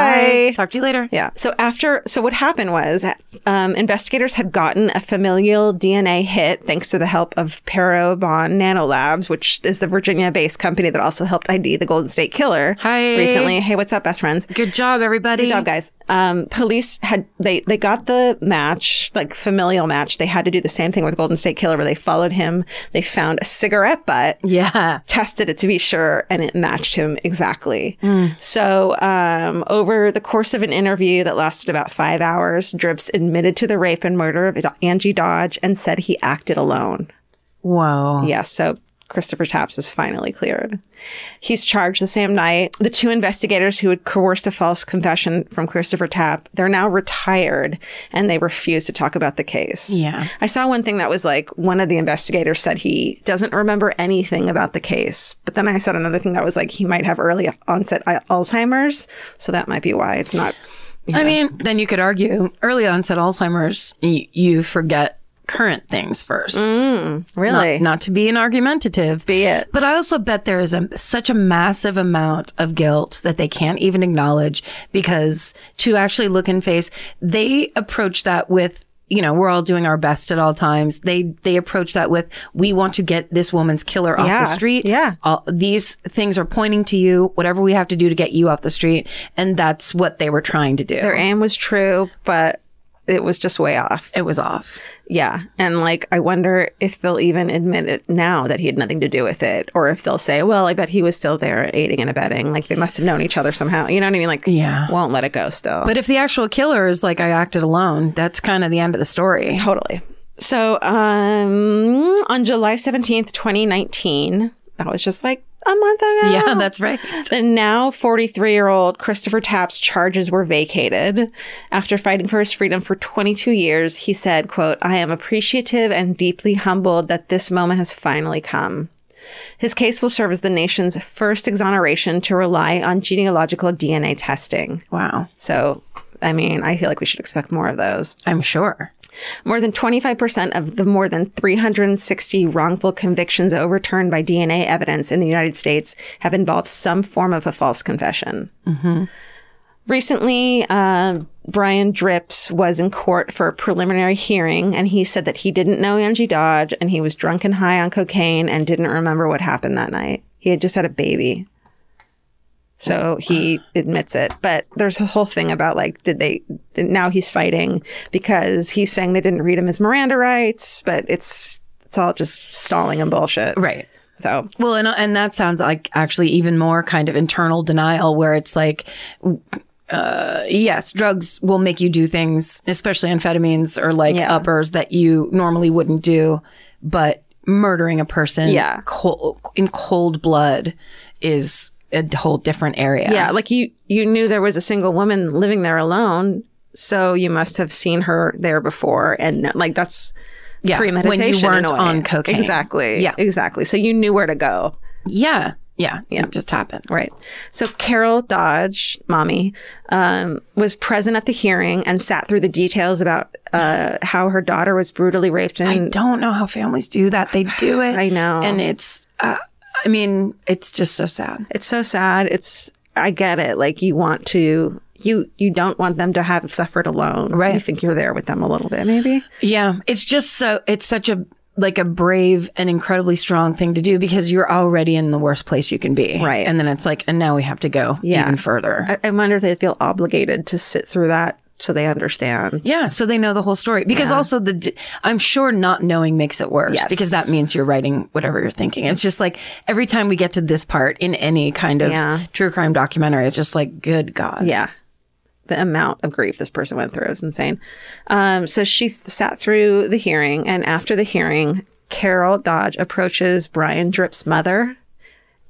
C: Bye. Talk to you later.
F: Yeah. So after, so what happened was um, investigators had gotten a familial DNA hit thanks to the help of Parabon Nanolabs, which is the Virginia-based company that also helped ID the Golden State Killer
C: Hi.
F: recently. Hey, what's up, best friends?
C: Good job, everybody.
F: Good job, guys. Um, police had they they got the match, like familial match. They had to do the same thing with Golden State Killer, where they followed him. They found a cigarette butt
C: Yeah.
F: tested it to be sure and it matched him exactly.
C: Mm.
F: So, um, over the course of an interview that lasted about five hours, Drips admitted to the rape and murder of Angie Dodge and said he acted alone.
C: Whoa.
F: Yes, so Christopher Tapps is finally cleared. He's charged the same night. The two investigators who had coerced a false confession from Christopher Tapp, they're now retired and they refuse to talk about the case.
C: Yeah.
F: I saw one thing that was like one of the investigators said he doesn't remember anything about the case. But then I said another thing that was like he might have early onset al- Alzheimer's, so that might be why it's not
C: I mean, then you could argue early onset Alzheimer's, y- you forget current things first.
F: Mm, really
C: Not, not to be an argumentative,
F: be it.
C: but I also bet there is a, such a massive amount of guilt that they can't even acknowledge because to actually look in face, they approach that with, you know, we're all doing our best at all times. They they approach that with, we want to get this woman's killer off
F: Yeah,
C: the street.
F: yeah.
C: All, these things are pointing to you. Whatever we have to do to get you off the street, and that's what they were trying to do.
F: Their aim was true, but it was just way off.
C: it was off.
F: Yeah. And like, I wonder if they'll even admit it now that he had nothing to do with it, or if they'll say, well, I bet he was still there aiding and abetting. Like, they must have known each other somehow. You know what I mean? Like,
C: Yeah.
F: won't let it go still.
C: But if the actual killer is like, I acted alone, that's kind of the end of the story.
F: Totally. So um, on July 17th, 2019, that was just like a month ago.
C: Yeah, that's right.
F: The now 43 year old Christopher Tapp's charges were vacated. After fighting for his freedom for 22 years, he said, quote, I am appreciative and deeply humbled that this moment has finally come. His case will serve as the nation's first exoneration to rely on genealogical DNA testing.
C: Wow.
F: So, I mean, I feel like we should expect more of those.
C: I'm sure.
F: More than 25% of the more than 360 wrongful convictions overturned by DNA evidence in the United States have involved some form of a false confession. Recently, uh, Brian Drips was in court for a preliminary hearing, and he said that he didn't know Angie Dodge and he was drunk and high on cocaine and didn't remember what happened that night. He had just had a baby. So he admits it. But there's a whole thing about like, did they, now he's fighting because he's saying they didn't read him his Miranda rights, but it's, it's all just stalling and bullshit.
C: Right.
F: So
C: Well, and, and that sounds like actually even more kind of internal denial where it's like, uh, yes, drugs will make you do things, especially amphetamines or like
F: Yeah.
C: uppers that you normally wouldn't do. But murdering a person
F: Yeah.
C: col- in cold blood is a whole different area.
F: Yeah, like you you knew there was a single woman living there alone, so you must have seen her there before, and like that's
C: Yeah, when you
F: premeditation. in a
C: weren't
F: way.
C: on cocaine.
F: exactly.
C: Yeah.
F: exactly. So you knew where to go.
C: Yeah. Yeah.
F: Yeah.
C: It just happened.
F: Right. So Carol Dodge, mommy, um, was present at the hearing and sat through the details about uh, how her daughter was brutally raped
C: I
F: and
C: don't know how families do that. They do it.
F: I know.
C: And it's, uh, I mean, it's just so sad.
F: it's so sad. It's I get it. Like you want to you you don't want them to have suffered alone.
C: Right.
F: You think you're there with them a little bit, maybe.
C: Yeah. It's just so, it's such a, like a brave and incredibly strong thing to do because you're already in the worst place you can be.
F: Right.
C: And then it's like, and now we have to go
F: Yeah.
C: even further.
F: I, I wonder if they feel obligated to sit through that so they understand.
C: yeah. So they know the whole story because also the, d- I'm sure not knowing makes it worse
F: Yes.
C: because that means you're writing whatever you're thinking. It's just like every time we get to this part in any kind of
F: Yeah.
C: true crime documentary, it's just like, good God.
F: Yeah. The amount of grief this person went through is insane. Um, so she th- sat through the hearing, and after the hearing, Carol Dodge approaches Brian Drip's mother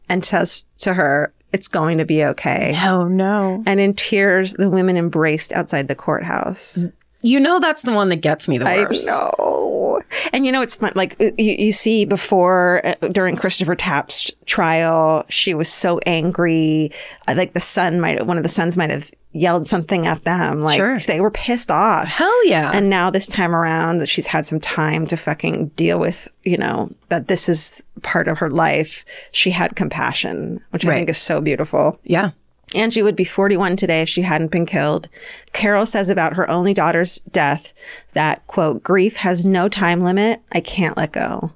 F: and says to her, It's going to be okay.
C: Oh no.
F: And in tears, the women embraced outside the courthouse.
C: You know that's the one that gets me the
F: I
C: worst.
F: know. And you know, it's fun. Like you, you see before uh, during Christopher Tapp's trial, she was so angry. Uh, Like the son might, one of the sons might have yelled something at them. Like
C: Sure.
F: they were pissed off.
C: Hell yeah.
F: And now this time around, she's had some time to fucking deal with, you know, that this is part of her life. She had compassion, which I
C: Right.
F: think is so beautiful.
C: yeah.
F: Angie would be 41 today if she hadn't been killed. Carol says about her only daughter's death that, quote, grief has no time limit. I can't let go.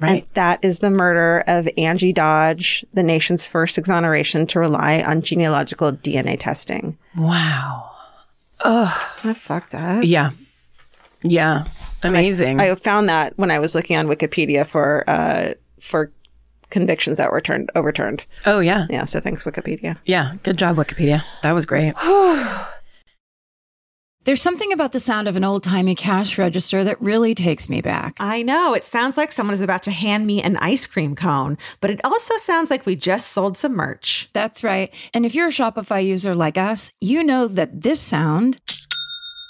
C: Right.
F: And that is the murder of Angie Dodge, the nation's first exoneration to rely on genealogical DNA testing.
C: wow.
F: I fucked up.
C: Yeah. Yeah. Amazing.
F: I found that when I was looking on Wikipedia for, uh, for convictions that were turned overturned.
C: oh yeah.
F: Yeah. So thanks, Wikipedia.
C: Yeah. Good job, Wikipedia. That was great.
E: There's something about the sound of an old timey cash register that really takes me back.
B: I know. It sounds like someone is about to hand me an ice cream cone, but it also sounds like we just sold some merch.
E: That's right. And if you're a Shopify user like us, you know that this sound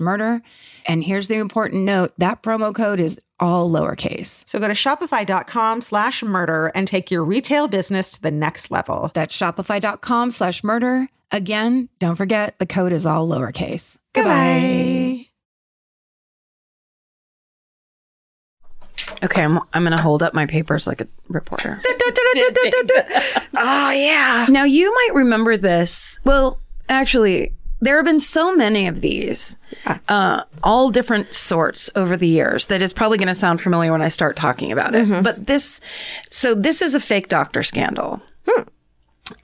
E: murder. And here's the important note that promo code is all lowercase.
B: So go to shopify.com slash murder and take your retail business to the next level.
E: That's shopify.com slash murder. Again, don't forget the code is all lowercase.
B: Goodbye.
C: Okay, I'm I'm gonna hold up my papers like a reporter.
F: Oh, yeah.
C: Now, you might remember this. Well, actually, there have been so many of these, uh, all different sorts over the years, that it's probably going to sound familiar when I start talking about
F: Mm-hmm.
C: it. But this, so this is a fake doctor scandal.
F: Hmm.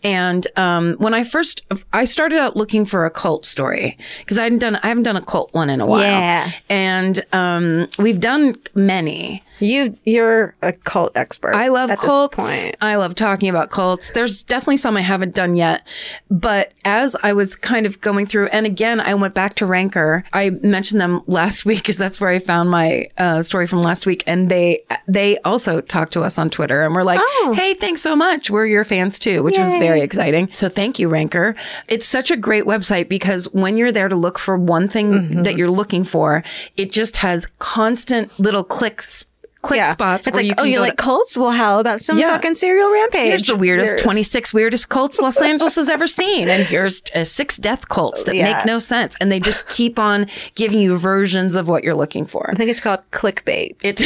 C: And um, when I first, I started out looking for a cult story because I hadn't done, I haven't done a cult one in a while.
F: Yeah.
C: And um, we've done many.
F: You, you're a cult expert.
C: I love
F: at
C: cults.
F: This point.
C: I love talking about cults. There's definitely some I haven't done yet. But as I was kind of going through, and again, I went back to Ranker. I mentioned them last week because that's where I found my uh, story from last week. And they they also talked to us on Twitter and were like,
F: Oh.
C: hey, thanks so much. We're your fans too, which was very exciting. So thank you, Ranker. It's such a great website because when you're there to look
F: Mm-hmm.
C: for one thing that you're looking for, it just has constant little clicks click
F: yeah.
C: spots
F: It's
C: where
F: like,
C: you
F: oh,
C: can
F: you
C: go
F: like
C: to-
F: cults? Well, how about some
C: Yeah.
F: fucking serial rampage?
C: Here's the weirdest
F: Here.
C: 26 weirdest cults Los Angeles has ever seen. And here's uh, six death cults that
F: Yeah.
C: make no sense. And they just keep on giving you versions of what you're looking for.
F: I think it's called clickbait,
C: It's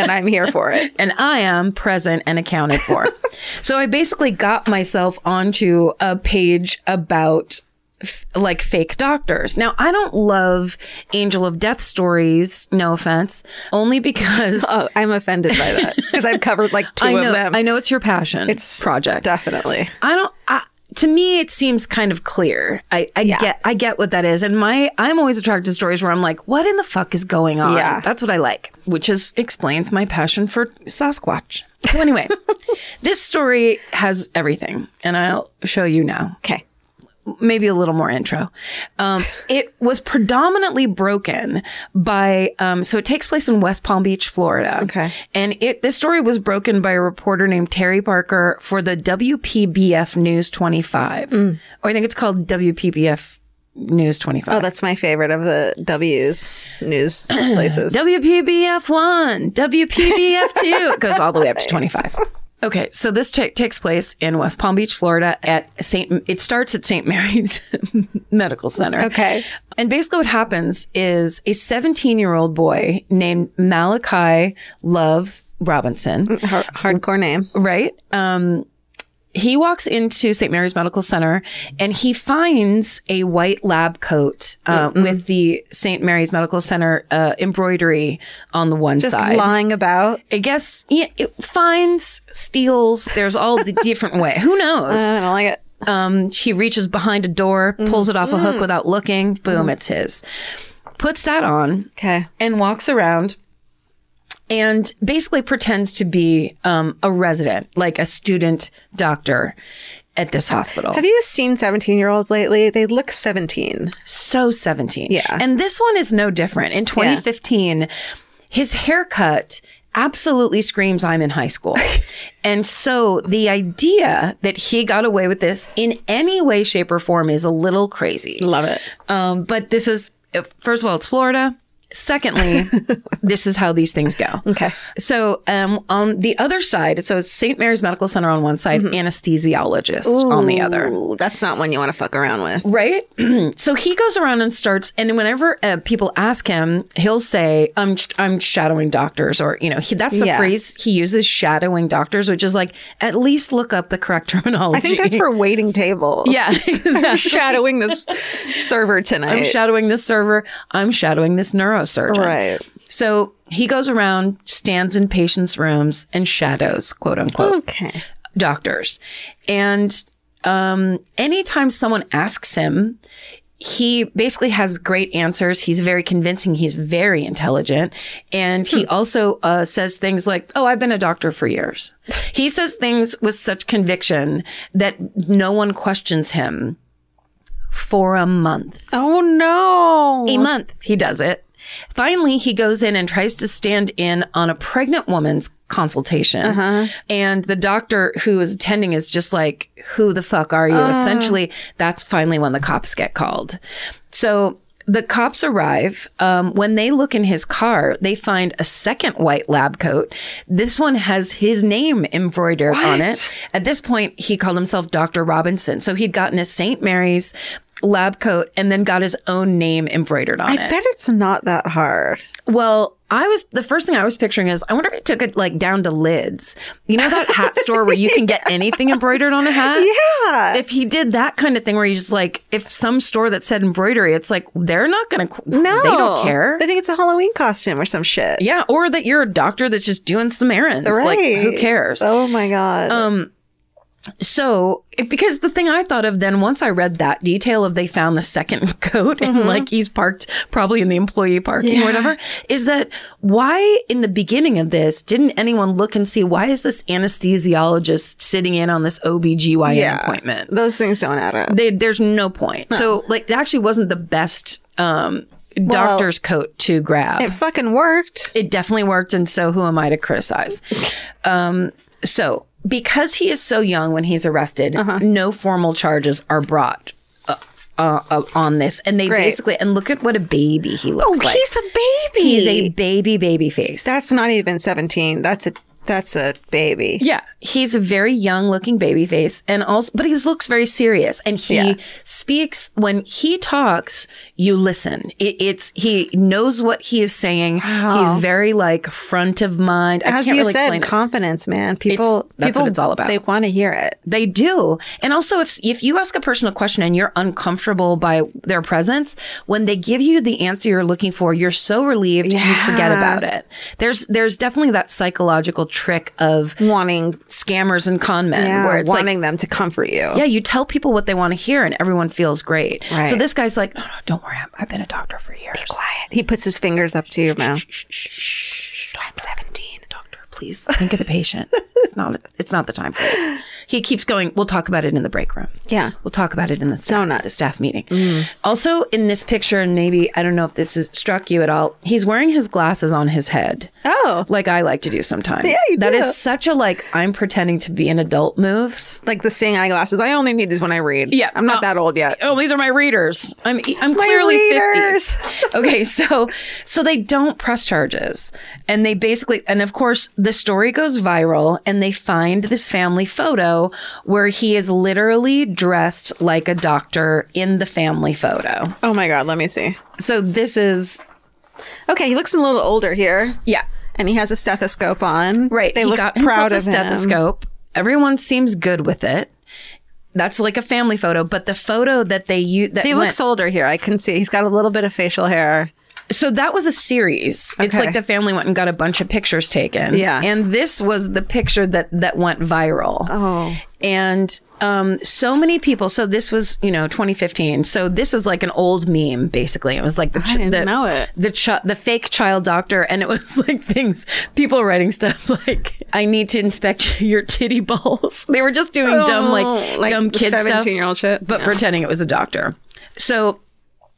F: and I'm here for it.
C: and I am present and accounted for. so I basically got myself onto a page about f- like fake doctors. Now, I don't love Angel of Death stories, no offense, only because
F: Oh, I'm offended by that because I've covered like two
C: I know
F: of them.
C: I know it's your passion. It's project.
F: Definitely.
C: I don't. I, to me, it seems kind of clear. I, I get I get what that is, and my I'm always attracted to stories where I'm like, what in the fuck is going on?
F: Yeah.
C: that's what I like, which is explains my passion for Sasquatch. So anyway, this story has everything, and I'll show you now
F: Okay.
C: maybe a little more intro. Um, it was predominantly broken by, um, so it takes place in West Palm Beach, Florida.
F: Okay.
C: And it, this story was broken by a reporter named Terry Parker for the WPBF News 25. Or I think it's called WPBF News 25.
F: Mm. Oh, that's my favorite of the W's news places.
C: WPBF one, WPBF two, It goes all the way up to twenty five. Okay, so this ta takes place in West Palm Beach, Florida, at Saint. It starts at Saint Mary's Medical Center.
F: Okay.
C: and basically what happens is a seventeen year old boy named Malachi Love Robinson,
F: Hard- hardcore name.
C: right? Um, he walks into St. Mary's Medical Center and he finds a white lab coat uh, with the St. Mary's Medical Center uh, embroidery on the one
F: Just
C: side.
F: lying about.
C: I guess yeah, it finds, steals. There's all the different way. Who knows?
F: Uh, I don't like it.
C: um, she reaches behind a door, pulls it off a hook without looking. Boom, it's his. Puts that on
F: Okay.
C: and walks around and basically pretends to be um, a resident, like a student doctor at this hospital.
F: Have you seen 17 year olds lately? They look 17.
C: so 17.
F: Yeah.
C: And this one is no different. In 2015, his haircut absolutely screams I'm in high school. and so the idea that he got away with this in any way, shape, or form is a little crazy.
F: Love it.
C: Um, but this is, first of all, it's Florida. Secondly, this is how these things go.
F: Okay.
C: So um, on the other side, so it's St. Mary's Medical Center on one side, anesthesiologist on the other.
F: Mm-hmm. Ooh, that's not one you want to fuck around with.
C: Right? so he goes around and starts, and whenever uh, people ask him, he'll say, I'm, I'm shadowing doctors, or, you know, he, that's the
F: Yeah.
C: phrase he uses, shadowing doctors, which is like, at least look up the correct terminology.
F: I think that's for waiting tables.
C: Yeah,
F: I'm shadowing this server tonight.
C: I'm shadowing this server, I'm shadowing this neurosurgeon.
F: right.
C: So he goes around, stands in patients' rooms, and shadows, quote unquote.
F: Okay.
C: doctors. And um, anytime someone asks him, he basically has great answers. He's very convincing. He's very intelligent. And he also uh, says things like, Oh, I've been a doctor for years. He says things with such conviction that no one questions him for a month.
F: Oh no.
C: A month he does it. Finally, he goes in and tries to stand in on a pregnant woman's consultation.
F: Uh-huh.
C: And the doctor who is attending is just like, Who the fuck are you?
F: Uh.
C: Essentially, that's finally when the cops get called. So the cops arrive. Um, when they look in his car, they find a second white lab coat. This one has his name embroidered on it. At this point, he called himself Dr. Robinson. So he'd gotten a St. Mary's lab coat and then got his own name embroidered on
F: I
C: it.
F: bet it's not that hard.
C: Well, I was the first thing I was picturing is I wonder if he took it like down to lids. You know that hat store where you can get anything embroidered on a hat?
F: Yeah.
C: If he did that kind of thing where you just like if some store that said embroidery, it's like they're not gonna
F: No.
C: they don't care.
F: They think it's a Halloween costume or some shit.
C: yeah, or that you're a doctor that's just doing some errands.
F: Right.
C: Like who cares?
F: Oh my god.
C: Um, so it- because the thing I thought of then once I read that detail of they found the second coat and like he's parked probably in the employee parking or whatever is that why in the beginning of this didn't anyone look and see why is this anesthesiologist sitting in on this OBGYN
F: Yeah.
C: appointment?
F: Those things don't add up.
C: They, there's no point. So like it actually wasn't the best um doctor's coat to grab
F: it fucking worked.
C: it definitely worked and so who am i to criticize um so
F: Uh-huh.
C: because he is so young when he's arrested no formal charges are brought uh, uh, uh, on this, and they
F: Great. Oh,
C: basically and look at what a baby he looks like.
F: he's a baby.
G: He's a baby baby face.
F: That's not even 17. That's a that's a baby.
C: Yeah, he's a very young looking baby face and also but he looks very serious and he
F: Yeah.
C: speaks when he talks you listen. It, it's he knows what he is saying. He's very like front of mind. I
F: As
C: can't
F: you
C: really
F: said,
C: explain it.
F: confidence, man. People
C: that's
F: people,
C: what it's all about.
F: They want to hear it.
C: They do. And also if if you ask a person a question and you're uncomfortable by their presence, when they give you the answer you're looking for, you're so relieved you forget about it. There's there's definitely that psychological trick of
F: Wanting
C: scammers and con men
F: yeah,
C: where it's like
F: wanting them to comfort you.
C: yeah, you tell people what they want to hear and everyone feels great. So
F: Right.
C: this guy's like, no, no, don't worry. I've- I've been a doctor for years.
F: Quiet. He puts his fingers up to your mouth. I'm 17.
C: Doctor, please think of the patient. it's not, it's not the time for this. He keeps going. We'll talk about it in the break room.
F: Yeah.
C: We'll talk about it in the staff,
F: Donuts.
C: the staff meeting.
F: Mm.
C: Also in this picture, and maybe, I don't know if this is struck you at all. He's wearing his glasses on his head.
F: Oh,
C: Like I like to do sometimes. Yeah,
F: you
C: That
F: do.
C: is such a like I'm pretending to be an adult move.
F: like the seeing eyeglasses. I only need these when I read.
C: Yeah.
F: I'm not
C: No.
F: that old yet.
C: oh these are my readers i'm e, i'm clearly
F: readers.
C: 50 okay so so they don't press charges and they basically and of course the story goes viral and they find this family photo where he is literally dressed like a doctor in the family photo
F: Oh my god, let me see.
C: so this is
F: Okay, he looks a little older here.
C: yeah
F: And he has a stethoscope on.
C: Right.
F: They
C: he
F: look
C: got himself
F: proud
C: a
F: of him.
C: stethoscope. Everyone seems good with it. That's like a family photo, but the photo that they use that
F: He
C: went-
F: looks older here. I can see. He's got a little bit of facial hair.
C: So that was a series. It's
F: Okay.
C: like the family went and got a bunch of pictures taken.
F: Yeah.
C: And this was the picture that that went viral.
F: Oh.
C: And um, so many people. So this was, you know, 2015. So this is like an old meme, basically. It was like the ch-
F: didn't
C: the,
F: know it.
C: the ch- the fake child doctor, and it was like things people writing stuff like, "I need to inspect your titty balls." They were just doing dumb
F: Oh,
C: like, dumb kid stuff,
F: 17 year old shit.
C: but pretending it was a doctor. So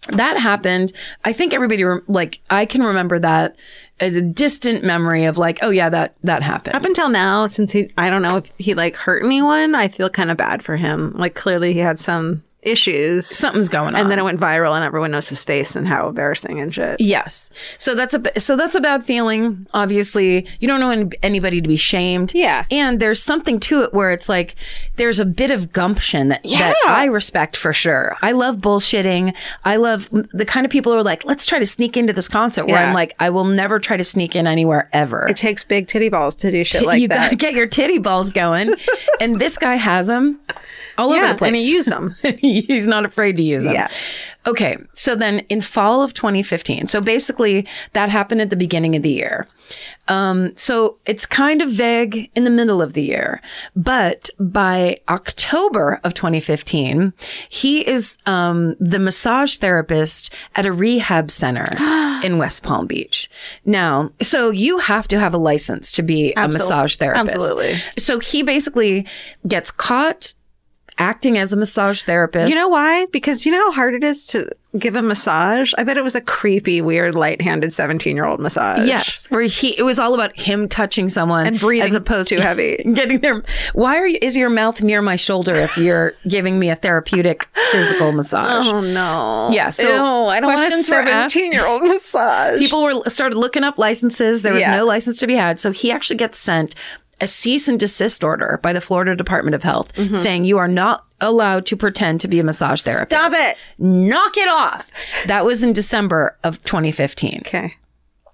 C: that happened. I think everybody rem- like I can remember that as a distant memory of like, oh yeah, that that happened.
F: up until now, since he, I don't know if he like hurt anyone, I feel kind of bad for him. Like clearly he had some issues.
C: Something's going on.
F: and then it went viral and everyone knows his face and how embarrassing and shit.
C: Yes. So that's a b- so that's a bad feeling. Obviously, you don't know an- anybody to be shamed.
F: Yeah.
C: And there's something to it where it's like there's a bit of gumption that that I respect for sure. I love bullshitting. I love m- the kind of people who are like, let's try to sneak into this concert where
F: Yeah.
C: I'm like, I will never try to sneak in anywhere ever.
F: It takes big titty balls to do shit like
C: you
F: that.
C: gotta get your titty balls going, and this guy has them all over
F: yeah,
C: the place.
F: and he used them.
C: he's not afraid to use them.
F: Yeah.
C: Okay. So then in fall of 2015, so basically that happened at the beginning of the year. Um, so it's kind of vague in the middle of the year, but by October of 2015, he is, um, the massage therapist at a rehab center in West Palm Beach. Now, so you have to have a license to be a massage therapist.
F: Absolutely.
C: So he basically gets caught acting as a massage therapist.
F: You know why? Because you know how hard it is to give a massage? I bet it was a creepy, weird, light handed 17 year old massage.
C: Yes, where he it was all about him touching someone
F: And breathing
C: as opposed
F: too
C: to
F: heavy.
C: getting their. Why are you, is your mouth near my shoulder if you're giving me a therapeutic physical massage?
F: Oh no.
C: Yeah, so
F: Ew, Oh, I don't want a
C: questions were asked.
F: 17 year old massage.
C: People were started looking up licenses. There was
F: Yeah.
C: no license to be had, so he actually gets sent a cease and desist order by the Florida Department of Health
F: Mm-hmm.
C: saying you are not allowed to pretend to be a massage therapist.
F: Stop it.
C: Knock it off. That was in December of 2015.
F: Okay.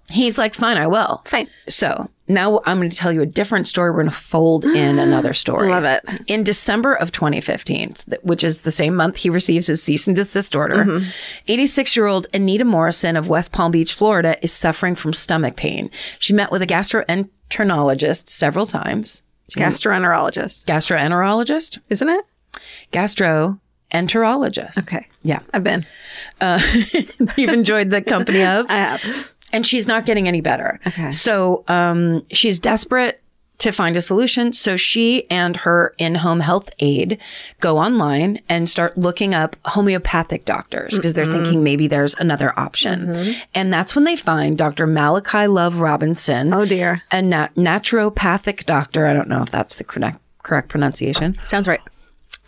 C: He's like, fine, I will.
F: Fine.
C: So now I'm going to tell you a different story. We're going to fold in another story.
F: Love it.
C: In December of 2015, th- which is the same month he receives his cease and desist order,
F: Mm-hmm.
C: 86 year old Anita Morrison of West Palm Beach, Florida, is suffering from stomach pain. She met with a gastroenterologist several times.
F: Gastroenterologist,
C: Gastroenterologist?
F: isn't it?
C: Gastroenterologist.
F: Okay.
C: Yeah.
F: I've been.
C: You've enjoyed the company of?
F: I have.
C: and she's not getting any better. So um, she's desperate to find a solution. So she and her in-home health aide go online and start looking up homeopathic doctors because they're thinking maybe there's another option.
F: Mm-hmm.
C: And that's when they find Dr. Malachi Love Robinson,
F: Oh dear.
C: a nat- naturopathic doctor. I don't know if that's the correct correct pronunciation
F: Sounds right.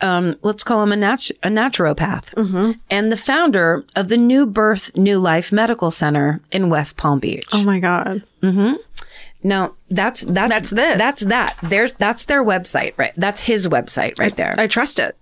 C: um, let's call him a, natu- a naturopath,
F: Mm-hmm.
C: and the founder of the New Birth New Life Medical Center in West Palm Beach.
F: Oh my God.
C: Now that's that's
F: That's this.
C: That's that. There. That's their website, right? That's his website, right there,
F: I trust it.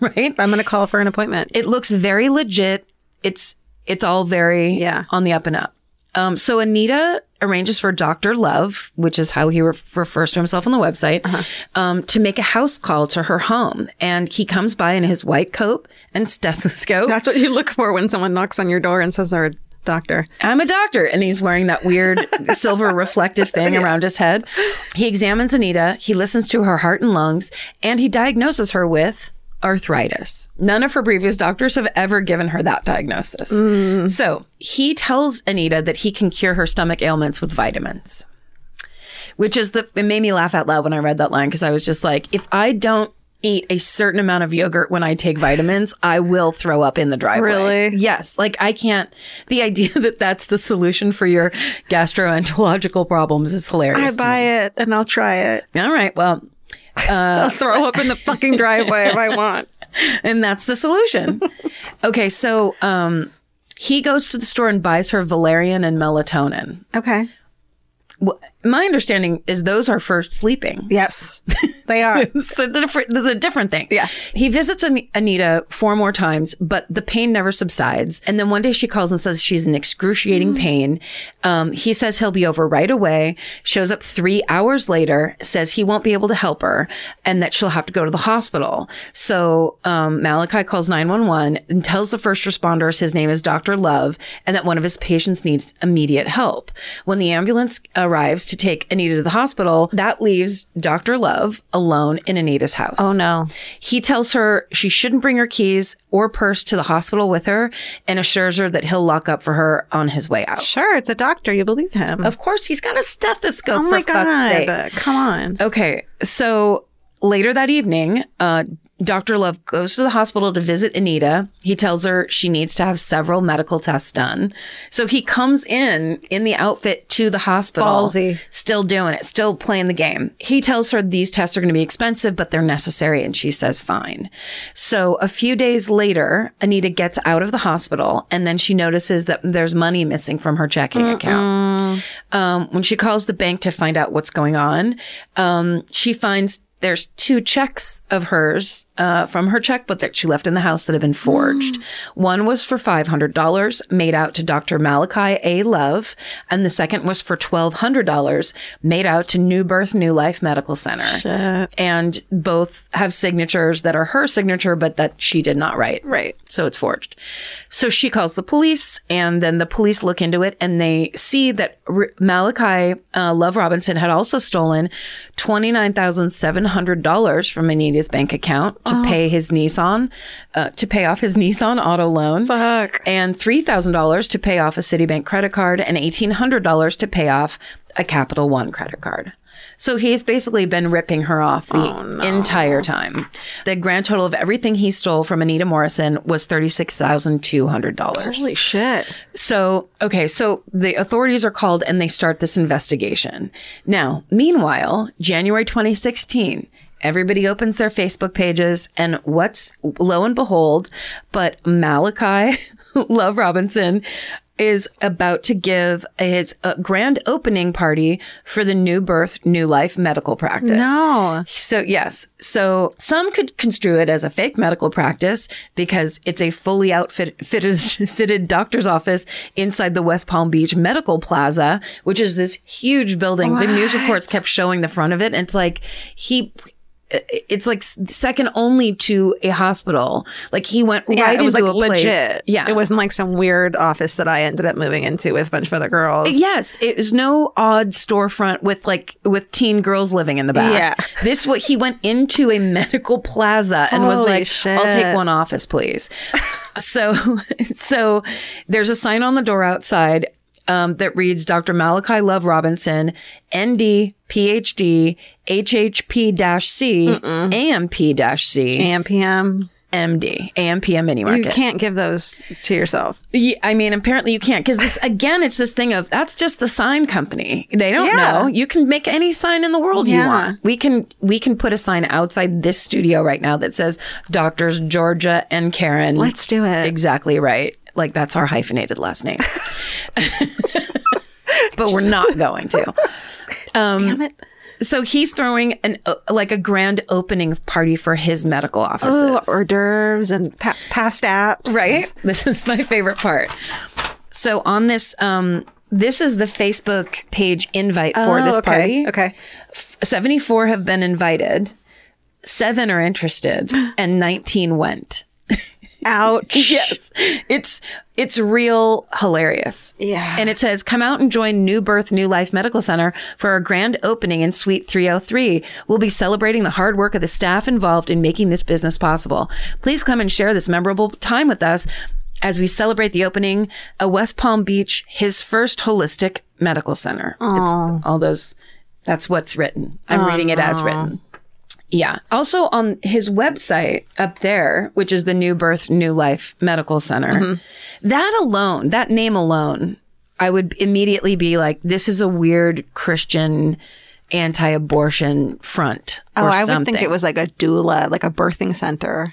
C: right?
F: I'm going to call for an appointment.
C: it looks very legit. It's it's all very
F: Yeah.
C: on the up and up. Um, so Anita arranges for Doctor Love, which is how he re- refers to himself on the website,
F: Uh-huh.
C: um, to make a house call to her home, and he comes by in his white coat and stethoscope.
F: That's what you look for when someone knocks on your door and says they're a doctor.
C: I'm a doctor. And he's wearing that weird silver reflective thing around his head. He examines Anita, he listens to her heart and lungs, and he diagnoses her with arthritis. None of her previous doctors have ever given her that diagnosis. So he tells Anita that he can cure her stomach ailments with vitamins, which is the, it made me laugh out loud when I read that line because I was just like, if I don't eat a certain amount of yogurt when I take vitamins, I will throw up in the driveway.
F: Really?
C: Yes. Like I can't, the idea that that's the solution for your gastroenterological problems is
F: I
C: hilarious.
F: buy it and I'll try it.
C: All right. Well,
F: I'll throw up in the fucking driveway if I want.
C: and that's the solution. okay. So, um, he goes to the store and buys her valerian and melatonin.
F: Okay.
C: Wh- My understanding is those are for sleeping.
F: Yes, they are.
C: It's a different, this is a different thing.
F: Yeah.
C: He visits An- Anita four more times, but the pain never subsides. And then one day she calls and says she's in excruciating pain. Um, he says he'll be over right away, shows up three hours later, says he won't be able to help her and that she'll have to go to the hospital. So um, Malachi calls 911 and tells the first responders his name is Dr. Love and that one of his patients needs immediate help. When the ambulance arrives to take Anita to the hospital, that leaves Dr. Love alone in Anita's house. Oh,
F: no.
C: he tells her she shouldn't bring her keys or purse to the hospital with her and assures her that he'll lock up for her on his way out.
F: Sure, it's a doctor. You believe him.
C: Of course, he's got a stethoscope
F: oh
C: for
F: my
C: Oh, fuck's sake. Oh.
F: God. Come on.
C: Okay, so later that evening, uh, Dr. Love goes to the hospital to visit Anita. He tells her she needs to have several medical tests done. So he comes in in the outfit to the hospital.
F: Ballsy.
C: Still doing it, still playing the game. He tells her these tests are going to be expensive, but they're necessary. And she says, fine. So a few days later, Anita gets out of the hospital and then she notices that there's money missing from her checking account um, when she calls the bank to find out what's going on, um, she finds there's two checks of hers uh, from her checkbook that she left in the house that have been forged. One was for $500 made out to Dr. Malachi A. Love, and the second was for $1,200 made out to New Birth New Life Medical Center. And both have signatures that are her signature, but that she did not write.
F: Right.
C: So it's forged. So she calls the police, and then the police look into it and they see that R- Malachi uh, Love Robinson had also stolen $29,700 from Anita's bank account to pay his Nissan, uh, to pay off his Nissan auto loan.
F: Fuck.
C: And $3,000 to pay off a Citibank credit card and $1,800 to pay off a Capital One credit card. So he's basically been ripping her off the entire time. The grand total of everything he stole from Anita Morrison was $36,200.
F: Holy shit.
C: So, okay, so the authorities are called and they start this investigation. Now, meanwhile, January 2016, everybody opens their Facebook pages and what's lo and behold, but Malachi Love Robinson is about to give his uh, grand opening party for the New Birth New Life medical practice.
F: No.
C: So, yes. So, some could construe it as a fake medical practice because it's a fully outfitted fitted, fitted doctor's office inside the West Palm Beach Medical Plaza, which is this huge building. The news reports kept showing the front of it. And it's like he. It's like s- second only to a hospital. Like he went right
F: it was like
C: into a
F: legit.
C: place. Yeah,
F: It wasn't like some weird office that I ended up moving into with a bunch of other girls.
C: Yes, it was no odd storefront with like with teen girls living in the back.
F: Yeah.
C: This what he went into a medical plaza and was
F: Holy
C: like, "I'll take
F: shit.
C: one office, please." so, so there's a sign on the door outside um, that reads, "Dr. Malachi Love Robinson, ND, PhD, HHP-C, AMP-C."
F: AM, PM.
C: MD, AMPM mini E market.
F: You can't give those to yourself.
C: Yeah, I mean, apparently you can't because this again, it's this thing of that's just the sign company. They don't know. You can make any sign in the world you want. We can we can put a sign outside this studio right now that says Doctors Georgia and Karen.
F: Let's do it.
C: Exactly right. Like that's our hyphenated last name. but we're not going to. Um,
F: Damn it.
C: So he's throwing an uh, like a grand opening party for his medical offices.
F: Ooh, hors d'oeuvres and pa- past apps.
C: Right? This is my favorite part. So on this, um, this is the Facebook page invite for
F: Oh,
C: this
F: okay,
C: party.
F: Okay.
C: 74 have been invited, seven are interested, and 19 went.
F: Ouch.
C: Yes. It's it's real hilarious.
F: Yeah.
C: And it says, come out and join New Birth New Life Medical Center for our grand opening in Suite 303. We'll be celebrating the hard work of the staff involved in making this business possible. Please come and share this memorable time with us as we celebrate the opening of West Palm Beach, his first holistic medical center. It's all those, that's what's written.
B: Oh,
C: I'm reading it as written. Yeah. Also on his website up there, which is the New Birth New Life Medical Center,
B: Mm-hmm.
C: that alone, that name alone, I would immediately be like, this is a weird Christian anti abortion front.
B: Oh,
C: or
B: I would
C: something.
B: think it was like a doula, like a birthing center.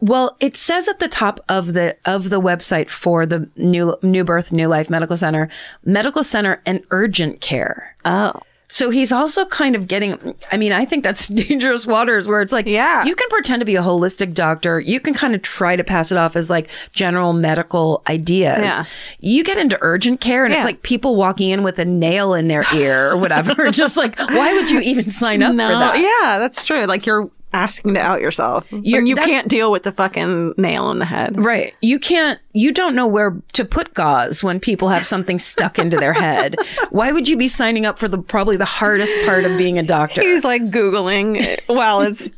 C: Well, it says at the top of the of the website for the new New Birth New Life Medical Center, medical center and urgent care.
B: Oh.
C: So he's also kind of getting, I mean, I think that's dangerous waters where it's like,
B: Yeah.
C: you can pretend to be a holistic doctor. You can kind of try to pass it off as like general medical ideas.
B: Yeah.
C: You get into urgent care and it's
B: Yeah.
C: like people walking in with a nail in their ear or whatever. Just like, why would you even sign up for that?
B: Yeah, that's true. Like you're asking to out yourself.
C: You're-
B: and you
C: that's-
B: can't deal with the fucking nail in the head.
C: Right. You can't, you don't know where to put gauze when people have something stuck into their head. Why would you be signing up for the probably the hardest part of being a doctor?
B: He's like Googling it while it's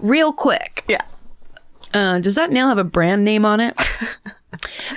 C: real quick.
B: Yeah.
C: Uh, does that nail have a brand name on it?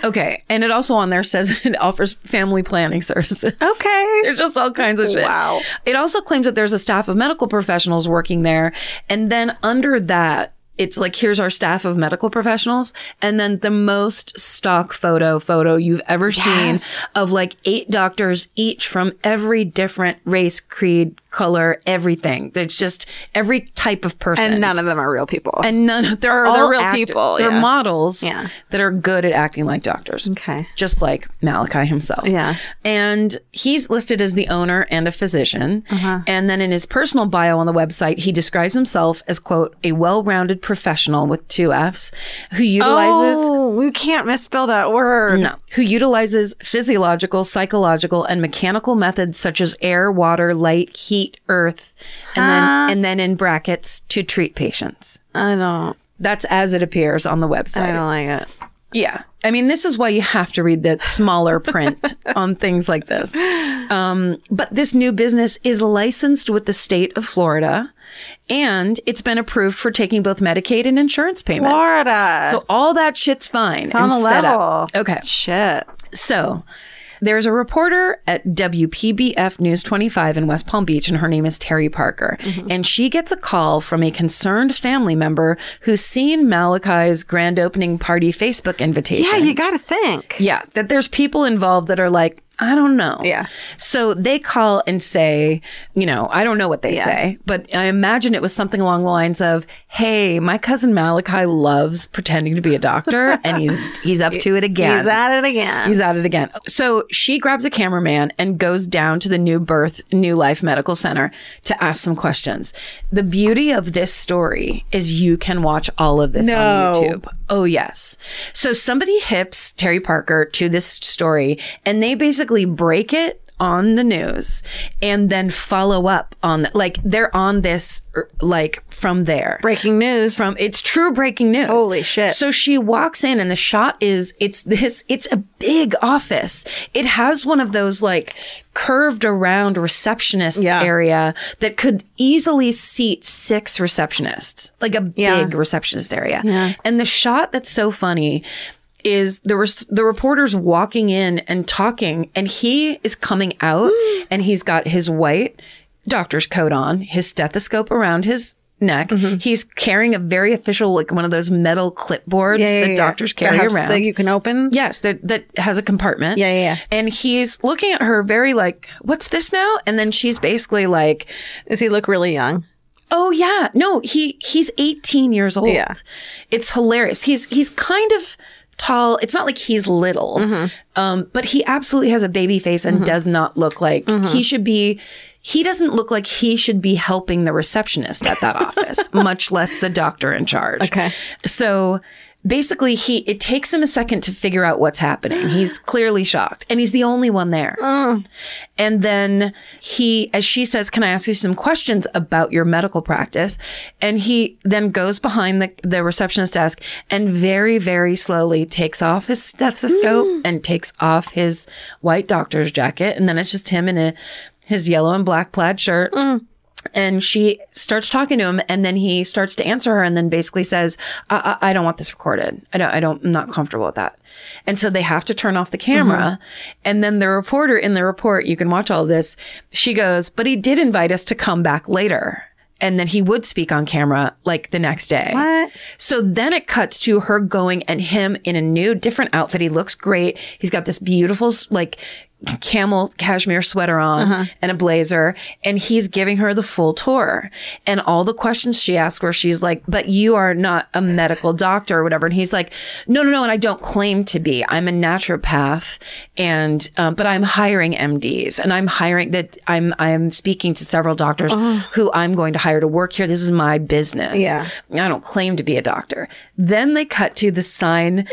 C: okay. And it also on there says it offers family planning services.
B: okay.
C: There's just all kinds of shit.
B: Wow.
C: It also claims that there's a staff of medical professionals working there. And then under that, it's like, here's our staff of medical professionals. And then the most stock photo photo you've ever seen of like eight doctors, each from every different race, creed, color, everything. There's just every type of person.
B: And none of them are real people.
C: And none of they're
B: Or they're
C: all
B: real
C: act-
B: people,
C: They're
B: yeah.
C: models
B: Yeah.
C: that are good at acting like doctors.
B: okay.
C: Just like Malachi himself.
B: Yeah.
C: And he's listed as the owner and a physician.
B: Uh-huh.
C: And then in his personal bio on the website, he describes himself as, quote, a well rounded professional with two F's who utilizes
B: Oh, we can't misspell that word.
C: no. Who utilizes physiological, psychological, and mechanical methods such as air, water, light, heat, earth, and then and then in brackets to treat patients.
B: I don't.
C: That's as it appears on the website.
B: I don't like it.
C: Yeah. I mean, this is why you have to read the smaller print on things like this. Um, but this new business is licensed with the state of Florida and it's been approved for taking both Medicaid and insurance payments.
B: Florida.
C: So all that shit's fine. It's
B: on the level.
C: Okay.
B: Shit.
C: So there's a reporter at WPBF News 25 in West Palm Beach, and her name is Terry Parker.
B: Mm-hmm.
C: And she gets a call from a concerned family member who's seen Malachi's grand opening party Facebook invitation.
B: Yeah, you got to think.
C: Yeah, that there's people involved that are like, I don't know.
B: Yeah.
C: So they call and say, you know, I don't know what they say, but I imagine it was something along the lines of, "Hey, my cousin Malachi loves pretending to be a doctor, and he's he's up to it again.
B: He's at it again.
C: He's at it again. So she grabs a cameraman and goes down to the New Birth, New Life Medical Center to ask some questions. The beauty of this story is you can watch all of this on YouTube. Oh, yes. So somebody hips Terry Parker to this story and they basically break it on the news and then follow up on like they're on this er, like from there
B: Breaking news.
C: from it's true breaking news.
B: Holy shit.
C: So she walks in and the shot is it's this it's a big office. It has one of those like curved around receptionist
B: Yeah.
C: area that could easily seat six receptionists. Like a
B: Yeah.
C: big receptionist area. And the shot that's so funny is the res- the reporter's walking in and talking and he is coming out and he's got his white doctor's coat on, his stethoscope around his neck.
F: Mm-hmm.
C: He's carrying a very official, like one of those metal clipboards
F: Yeah, yeah,
C: that
F: yeah.
C: doctors
F: The
C: carry
F: house
C: around.
F: That you can open.
C: Yes, that that has a compartment.
F: Yeah, yeah, yeah.
C: And he's looking at her very like, "What's this now?" And then she's basically like,
F: Does he look really young?
C: "Oh yeah, no, he he's 18 years old."
F: Yeah.
C: It's hilarious. He's he's kind of tall. It's not like he's little.
F: Mm-hmm.
C: Um, but he absolutely has a baby face and does not look like
F: Mm-hmm.
C: he should be he doesn't look like he should be helping the receptionist at that office, much less the doctor in charge.
F: Okay.
C: So basically he it takes him a second to figure out what's happening. He's clearly shocked and he's the only one there. And then he as she says, "Can I ask you some questions about your medical practice?" And he then goes behind the the receptionist desk and very very slowly takes off his stethoscope and takes off his white doctor's jacket and then it's just him in a his yellow and black plaid shirt and she starts talking to him and then he starts to answer her and then basically says I, I, I don't want this recorded i don't i don't i'm not comfortable with that and so they have to turn off the camera and then the reporter in the report you can watch all this she goes but he did invite us to come back later and then he would speak on camera like the next day so then it cuts to her going and him in a new different outfit. He looks great. He's got this beautiful like camel cashmere sweater on and a blazer and he's giving her the full tour and all the questions she asks where she's like but you are not a medical doctor or whatever and he's like no no no and i don't claim to be i'm a naturopath and um, but i'm hiring mds and i'm hiring that i'm i'm speaking to several doctors who i'm going to hire to work here this is my business
F: Yeah.
C: I don't claim to be a doctor. Then they cut to the sign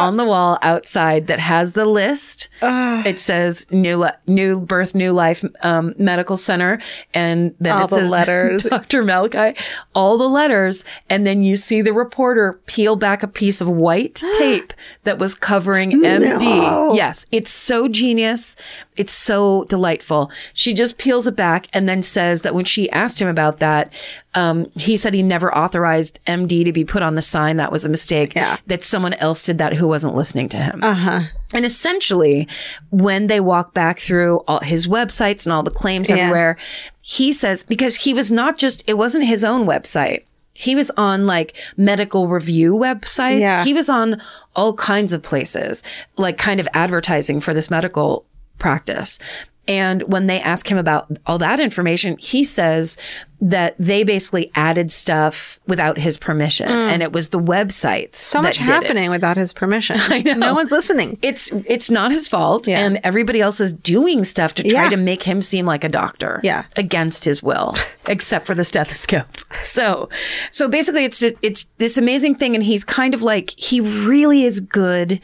C: on the wall outside that has the list. It says new li- new birth, new life um, medical center, and then
F: All
C: it
F: the
C: says
F: letters.
C: Dr. Malachi, all the letters, and then you see the reporter peel back a piece of white tape that was covering MD. Yes, it's so genius. It's so delightful. She just peels it back and then says that when she asked him about that, um, he said he never authorized MD to be put on the sign. That was a mistake.
F: Yeah.
C: That someone else did that who wasn't listening to him.
F: Uh huh.
C: And essentially, when they walk back through all his websites and all the claims everywhere, he says, because he was not just, it wasn't his own website. He was on like medical review websites.
F: Yeah.
C: He was on all kinds of places, like kind of advertising for this medical practice. And when they ask him about all that information, he says that they basically added stuff without his permission. And it was the websites.
F: Mm. So much
C: that did it.
F: happening without his permission. I
C: know.
F: No one's listening.
C: it's it's not his fault
F: Yeah.
C: and everybody else is doing stuff to try
F: Yeah.
C: to make him seem like a doctor
F: Yeah.
C: against his will except for the stethoscope so so basically it's ju- it's this amazing thing and he's kind of like he really is good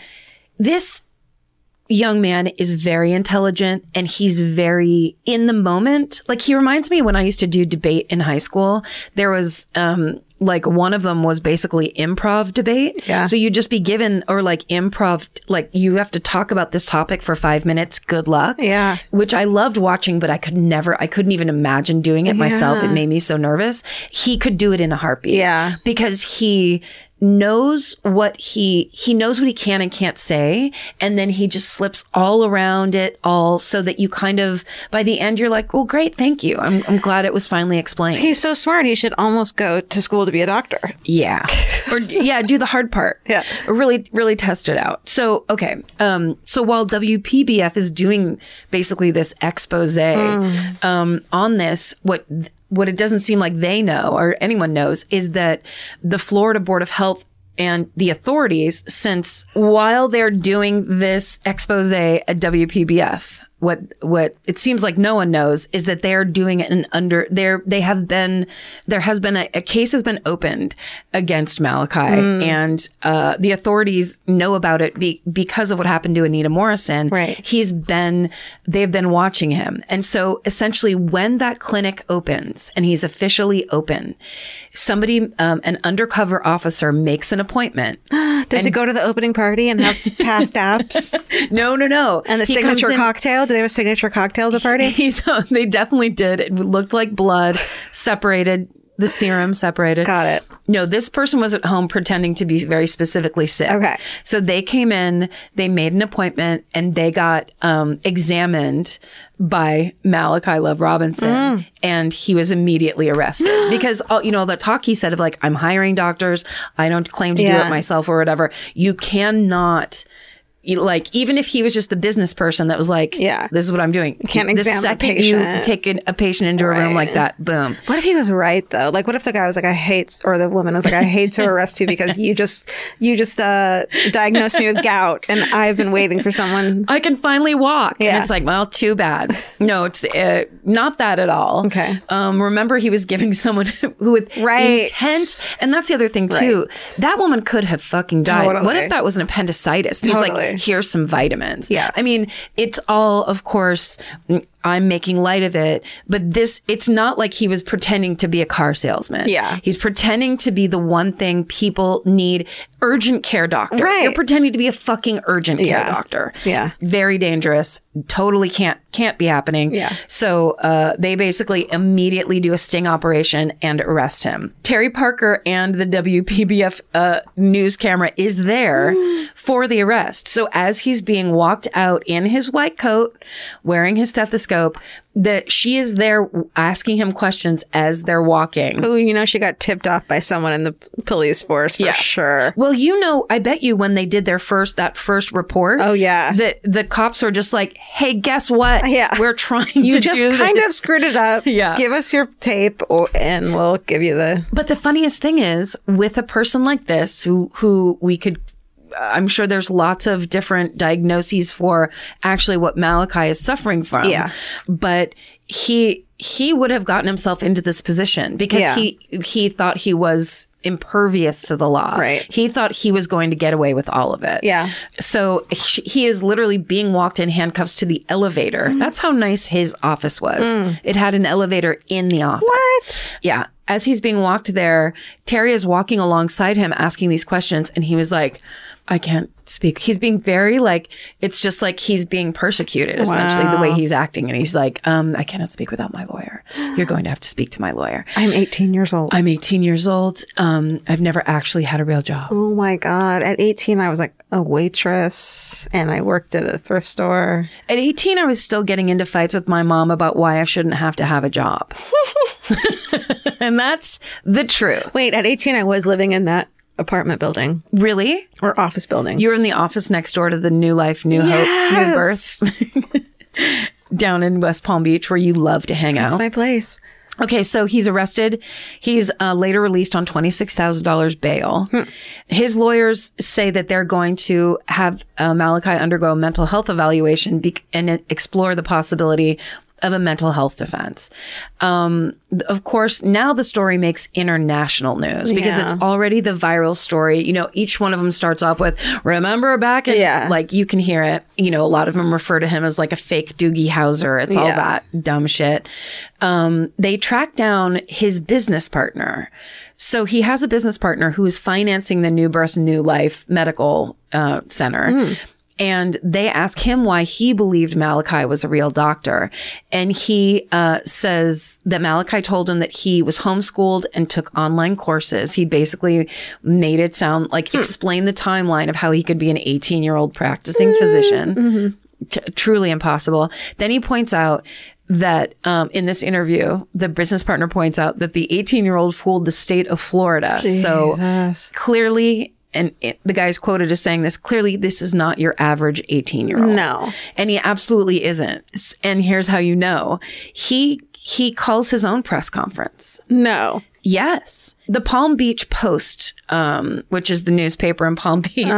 C: this young man is very intelligent and he's very in the moment. Like he reminds me when I used to do debate in high school, there was um like one of them was basically improv debate. Yeah. So you just be given or like improv like you have to talk about this topic for 5 minutes. Good luck.
F: Yeah.
C: Which I loved watching but I could never I couldn't even imagine doing it myself. It made me so nervous. He could do it in a heartbeat
F: Yeah.
C: because he knows what he he knows what he can and can't say and then he just slips all around it all so that you kind of by the end you're like well great thank you i'm, I'm glad it was finally explained
F: He's so smart. He should almost go to school to be a doctor.
C: yeah or yeah do the hard part
F: Yeah.
C: really really test it out so okay um so while wpbf is doing basically this expose um on this what what it doesn't seem like they know or anyone knows is that the florida board of health and the authorities since while they're doing this expose at WPBF what what it seems like no one knows is that they're doing it in under there they have been there has been a, a case has been opened against Malachi
F: Hmm.
C: and uh, the authorities know about it be, because of what happened to Anita Morrison
F: Right.
C: he's been they've been watching him and so essentially when that clinic opens and he's officially open somebody um, an undercover officer makes an appointment
F: Does he go to the opening party and have past apps
C: no no no
F: and the
C: He comes
F: signature
C: in-
F: cocktail? Do they have a signature cocktail at the party?
C: He's they definitely did. It looked like blood separated the serum separated.
F: Got it.
C: No, this person was at home pretending to be very specifically sick.
F: Okay.
C: So they came in, they made an appointment, and they got um, examined by Malachi Love Robinson,
F: Mm.
C: and he was immediately arrested because all, you know the talk he said of like I'm hiring doctors, I don't claim to do
F: Yeah.
C: it myself or whatever. You cannot. you- Like even if he was just the business person that was like,
F: Yeah.
C: this is what I'm doing.
F: can't
C: the
F: examine a
C: second you
F: patient.
C: take an, a patient into a room
F: Right.
C: like that, boom.
F: What if he was right though? Like, what if the guy was like, "I hate," or the woman was like, "I hate to arrest you because you just you just uh, diagnosed me with gout, and I've been waiting for someone."
C: I can finally walk.
F: Yeah.
C: And it's like, well, too bad. No, it's uh, not that at all.
F: Okay.
C: Um, remember, he was giving someone who with
F: Right.
C: intense, and that's the other thing too. That woman could have fucking died. What
F: Totally.
C: if that was an appendicitis? He's
F: Totally.
C: like, here's some vitamins.
F: Yeah.
C: I mean, it's all, of course. mm, I'm making light of it, but this, it's not like he was pretending to be a car salesman.
F: Yeah.
C: He's pretending to be the one thing people need urgent care doctors.
F: Right.
C: You're pretending to be a fucking urgent care
F: Yeah.
C: doctor
F: Yeah.
C: very dangerous totally can't can't be happening
F: Yeah.
C: so uh, they basically immediately do a sting operation and arrest him terry parker and the wpbf uh, news camera is there for the arrest so as he's being walked out in his white coat wearing his stethoscope that she is there asking him questions as they're walking
F: Ooh, you know, she got tipped off by someone in the police force for sure.
C: Well, you know, I bet you when they did their first that first report.
F: Oh, yeah.
C: The the cops are just like, hey, guess what?
F: Yeah.
C: we're trying
F: You
C: to
F: just
C: do
F: kind
C: this."
F: of screwed it up.
C: Yeah.
F: Give us your tape, or, and we'll give you the.
C: But the funniest thing is, with a person like this, who who we could, I'm sure there's lots of different diagnoses for actually what Malachi is suffering from.
F: Yeah.
C: but he he would have gotten himself into this position because
F: Yeah.
C: he he thought he was impervious to the law.
F: Right.
C: He thought he was going to get away with all of it.
F: Yeah.
C: So he he is literally being walked in handcuffs to the elevator.
F: Mm.
C: That's how nice his office was. It had an elevator in the office.
F: What?
C: Yeah. As he's being walked there, Terry is walking alongside him asking these questions and he was like, I can't speak. He's being very like it's just like he's being persecuted essentially the way he's acting and he's like, um, I cannot speak without my lawyer. You're going to have to speak to my lawyer.
F: I'm 18 years old.
C: I'm 18 years old. Um, I've never actually had a real job.
F: Oh my God. At 18, I was like a waitress and I worked at a thrift store.
C: At 18, I was still getting into fights with my mom about why I shouldn't have to have a job. and that's the truth.
F: Wait, at 18, I was living in that apartment building
C: Really?
F: or office building.
C: You were in the office next door to the New Life, New Hope, New Birth down in West Palm Beach where you love to hang
F: That's
C: out.
F: my place.
C: Okay, so he's arrested. He's uh, later released on $26,000 bail.
F: Hmm.
C: His lawyers say that they're going to have uh, Malachi undergo a mental health evaluation bec and explore the possibility of a mental health defense. Um, th- of course, now the story makes international news because it's already the viral story. You know, each one of them starts off with, remember back in,
F: Yeah.
C: like you can hear it. You know, a lot of them refer to him as like a fake Doogie Howser. It's all
F: Yeah.
C: that dumb shit. Um, they track down his business partner. So he has a business partner who is financing the New Birth, New Life Medical uh, Center. And they ask him why he believed Malachi was a real doctor. And he uh, says that Malachi told him that he was homeschooled and took online courses. He basically made it sound like explain the timeline of how he could be an 18 year old practicing physician t- truly impossible. Then he points out that um, in this interview, the business partner points out that the 18 year old fooled the state of Florida. So clearly, and it, the guy's quoted as saying this clearly, this is not your average 18 year old.
F: No.
C: And he absolutely isn't. S- And here's how you know he, he calls his own press conference.
F: No.
C: Yes. The Palm Beach Post, um, which is the newspaper in Palm Beach,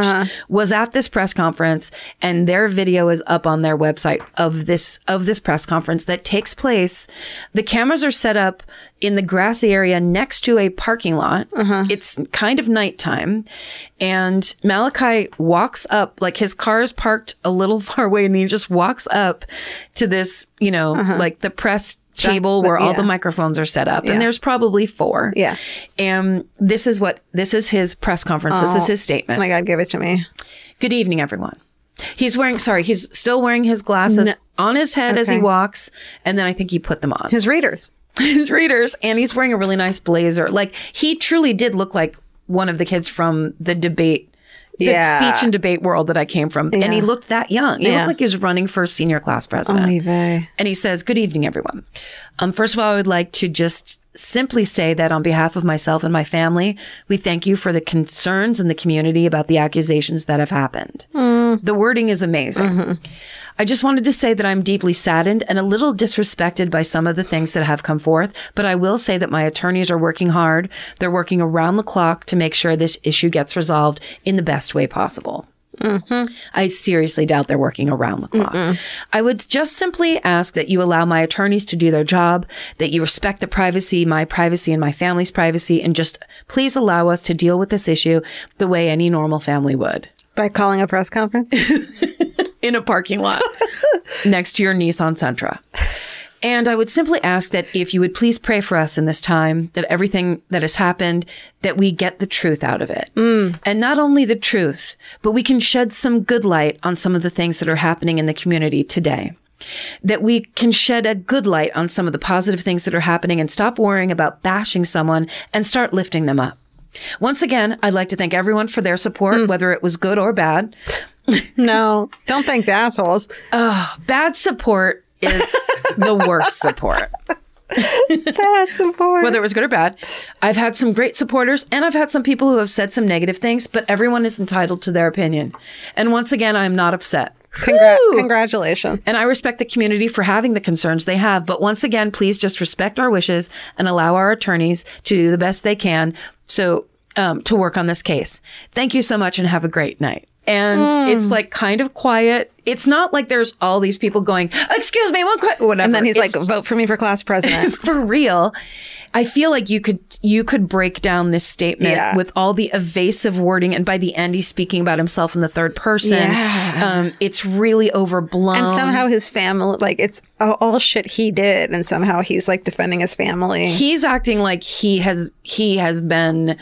C: was at this press conference and their video is up on their website of this of this press conference that takes place. The cameras are set up in the grassy area next to a parking lot. It's kind of nighttime. And Malachi walks up, like his car is parked a little far away, and he just walks up to this, you know, like the press table where all the microphones are set up and there's probably four
F: Yeah.
C: and this is what this is his press conference this is his statement
F: Oh my God, give it to me.
C: good evening everyone he's wearing sorry he's still wearing his glasses on his head as he walks and then i think he put them on
F: His readers.
C: his readers, and he's wearing a really nice blazer. Like he truly did look like one of the kids from the debate, the
F: Yeah.
C: speech and debate world that I came from, and he looked that young. He
F: Yeah.
C: looked like he was running for senior class president. And he says, Good evening, everyone. Um, first of all, I would like to just simply say that on behalf of myself and my family, we thank you for the concerns in the community about the accusations that have happened. The wording is amazing. I just wanted to say that I'm deeply saddened and a little disrespected by some of the things that have come forth, but I will say that my attorneys are working hard. They're working around the clock to make sure this issue gets resolved in the best way possible. I seriously doubt they're working around the clock. I would just simply ask that you allow my attorneys to do their job, that you respect the privacy, my privacy, and my family's privacy, and just please allow us to deal with this issue the way any normal family would
F: By calling a press conference?
C: in a parking lot next to your Nissan Sentra. And I would simply ask that if you would please pray for us in this time, that everything that has happened, that we get the truth out of it. And not only the truth, but we can shed some good light on some of the things that are happening in the community today. That we can shed a good light on some of the positive things that are happening and stop worrying about bashing someone and start lifting them up. Once again, I'd like to thank everyone for their support, whether it was good or bad.
F: no. Don't thank the assholes.
C: bad support is the worst support.
F: That's important.
C: Whether it was good or bad, I've had some great supporters and I've had some people who have said some negative things, but everyone is entitled to their opinion. And once again, I'm not upset.
F: Congra- congratulations.
C: And I respect the community for having the concerns they have. But once again, please just respect our wishes and allow our attorneys to do the best they can so um, to work on this case. Thank you so much and have a great night. And
F: Hmm.
C: it's like kind of quiet. It's not like there's all these people going, excuse me, one quick, whatever.
F: And then he's
C: It's
F: like, vote for me for class president.
C: for real i feel like you could you could break down this statement
F: Yeah.
C: with all the evasive wording and by the end he's speaking about himself in the third person um, it's really overblown
F: and somehow his family, like, it's all, all shit he did. And somehow he's like defending his family.
C: he's acting like he has he has been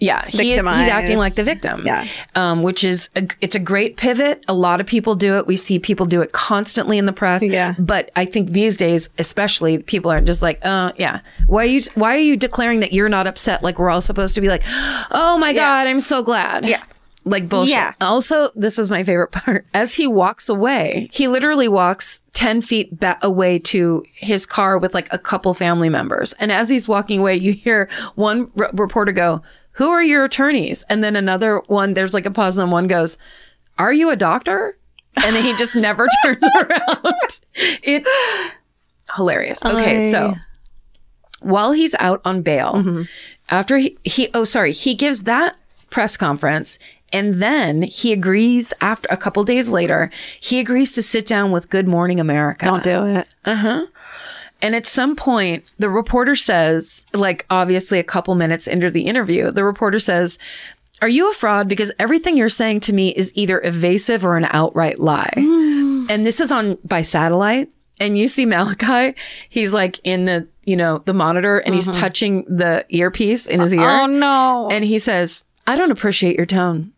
C: yeah he is, he's
F: Victimized.
C: acting like the victim
F: Yeah.
C: um, which is a, it's a great pivot a lot of people do it we see people do it constantly in the press
F: Yeah.
C: but i think these days especially people aren't just like uh, yeah why are you why are you declaring that you're not upset like we're all supposed to be like oh my god i'm so glad yeah like bullshit.
F: Yeah.
C: Also, this was my favorite part. As he walks away, he literally walks 10 feet ba- away to his car with like a couple family members. And as he's walking away, you hear one re- reporter go, Who are your attorneys? And then another one, there's like a pause, and one goes, Are you a doctor? And then he just never turns around. It's hilarious. Okay, so while he's out on bail, after he, he oh sorry he gives that press conference and then he agrees after a couple days later he agrees to sit down with good morning america
F: Don't do it.
C: and at some point the reporter says like obviously a couple minutes into the interview the reporter says are you a fraud because everything you're saying to me is either evasive or an outright lie and this is on by satellite and you see malachi he's like in the you know the monitor and he's touching the earpiece in his ear
F: Mm-hmm. Oh, no.
C: and he says, I don't appreciate your tone.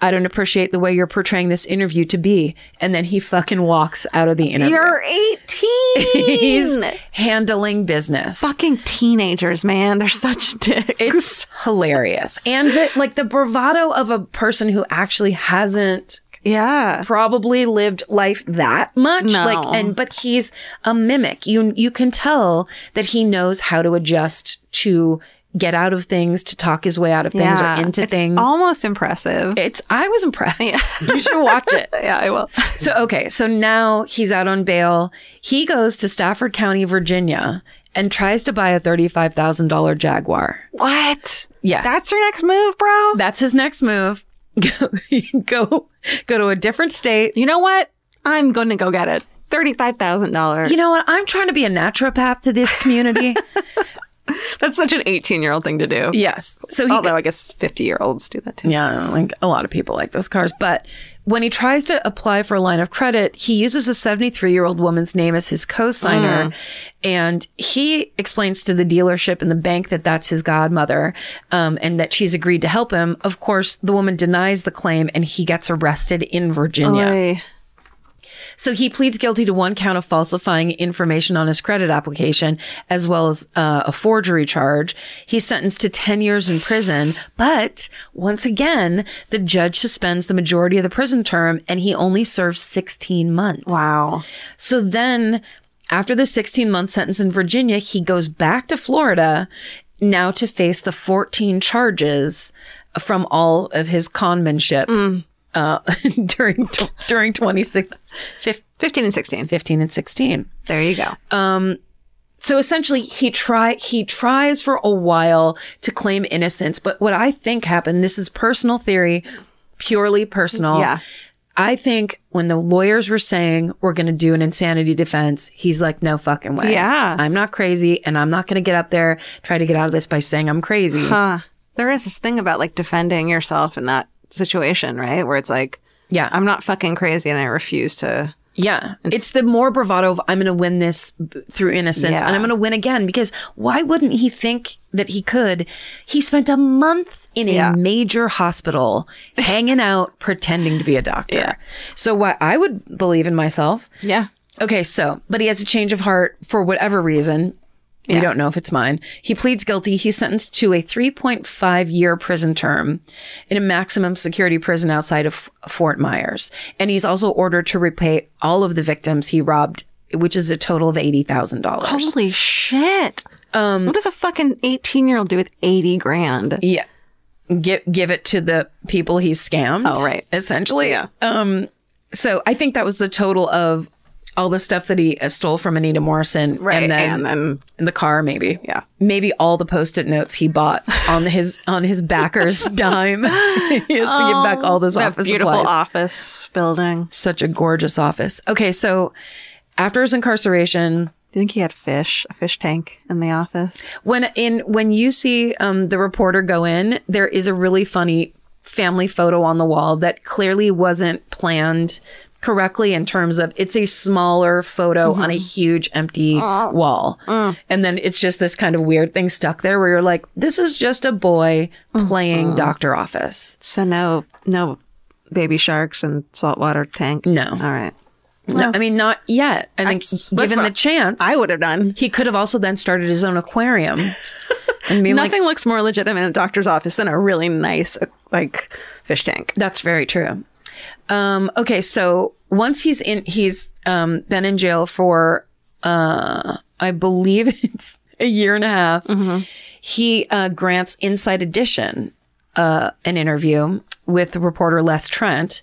C: I don't appreciate the way you're portraying this interview to be. And then he fucking walks out of the interview.
F: You're 18.
C: He's handling business.
F: Fucking teenagers, man. They're such dicks.
C: It's hilarious. And the, like the bravado of a person who actually hasn't
F: yeah.
C: probably lived life that much
F: No.
C: like and but he's a mimic you you can tell that he knows how to adjust to get out of things to talk his way out of things
F: yeah.
C: or into
F: it's
C: things
F: almost impressive.
C: It's I was impressed. you should watch it.
F: yeah, I will.
C: So okay, so now he's out on bail. He goes to Stafford County, Virginia, and tries to buy a thirty-five thousand dollar Jaguar.
F: What?
C: Yes.
F: That's your next move, bro?
C: That's his next move. Go go go to a different state.
F: you know what? I'm going to go get it. $35,000.
C: You know what? I'm trying to be a naturopath to this community.
F: That's such an 18 year old thing to do.
C: yes. So he
F: Although I guess 50 year olds do that too.
C: Yeah, like a lot of people like those cars. But when he tries to apply for a line of credit, he uses a 73 year old woman's name as his co signer. And he explains to the dealership and the bank that that's his godmother um, and that she's agreed to help him. Of course, the woman denies the claim and he gets arrested in Virginia.
F: Oy.
C: So he pleads guilty to one count of falsifying information on his credit application, as well as uh, a forgery charge. He's sentenced to 10 years in prison. But once again, the judge suspends the majority of the prison term and he only serves 16 months.
F: Wow.
C: So then, after the 16 month sentence in Virginia, he goes back to Florida now to face the 14 charges from all of his conmanship uh, during tw- during 26, fif-
F: 15 and 16.
C: 15 and 16.
F: There you go.
C: So essentially, he try he tries for a while to claim innocence, but what I think happened, this is personal theory, purely personal.
F: Yeah.
C: I think when the lawyers were saying we're going to do an insanity defense, he's like, no fucking way.
F: Yeah.
C: I'm not crazy, and I'm not going to get up there try to get out of this by saying I'm crazy.
F: Huh. There is this thing about like defending yourself in that situation, right? Where it's like,
C: Yeah,
F: I'm not fucking crazy and I refuse to.
C: Yeah. It's, the more bravado of I'm going to win this b- through innocence
F: Yeah.
C: and I'm going to win again because why wouldn't he think that he could? He spent a month in
F: Yeah.
C: a major hospital hanging out pretending to be a doctor. So why I would believe in myself.
F: Yeah.
C: Okay, so, but he has a change of heart for whatever reason. We don't know if it's mine. He pleads guilty. He's sentenced to a 3.5 year prison term in a maximum security prison outside of F- Fort Myers. And he's also ordered to repay all of the victims he robbed, which is a total of $80,000.
F: Holy shit. Um, what does a fucking 18 year old do with 80 grand?
C: Yeah. Give give it to the people he's scammed.
F: Oh, right.
C: Essentially. Yeah. Um so I think that was the total of all the stuff that he uh, stole from Anita Morrison.
F: Right,
C: And then,
F: and then-
C: in the car, maybe.
F: Yeah.
C: Maybe all the post-it notes he bought on his on his backer's dime. he has to give back all those
F: Oh, That
C: office
F: beautiful
C: supplies
F: office building.
C: such a gorgeous office. Okay, so after his incarceration,
F: Do you think he had fish, a fish tank in the office?
C: when in when you see um, the reporter go in, there is a really funny family photo on the wall that clearly wasn't planned correctly in terms of it's a smaller photo on
F: Mm-hmm.
C: a huge empty wall
F: Mm.
C: and then it's just this kind of weird thing stuck there where you're like this is just a boy
F: Mm-hmm.
C: playing doctor office
F: So no, no baby sharks and saltwater tank.
C: No.
F: All right.
C: no, i mean not yet i think
F: That's- that's
C: given
F: what
C: the chance
F: I would have done.
C: he could have also then started his own aquarium and being like
F: Nothing looks more legitimate in a doctor's office than a really nice, uh, like, fish tank.
C: That's very true. Um, okay, so once he's in, he's um, been in jail for, uh, I believe it's a year and a half. He uh, grants Inside Edition uh, an interview with reporter Les Trent,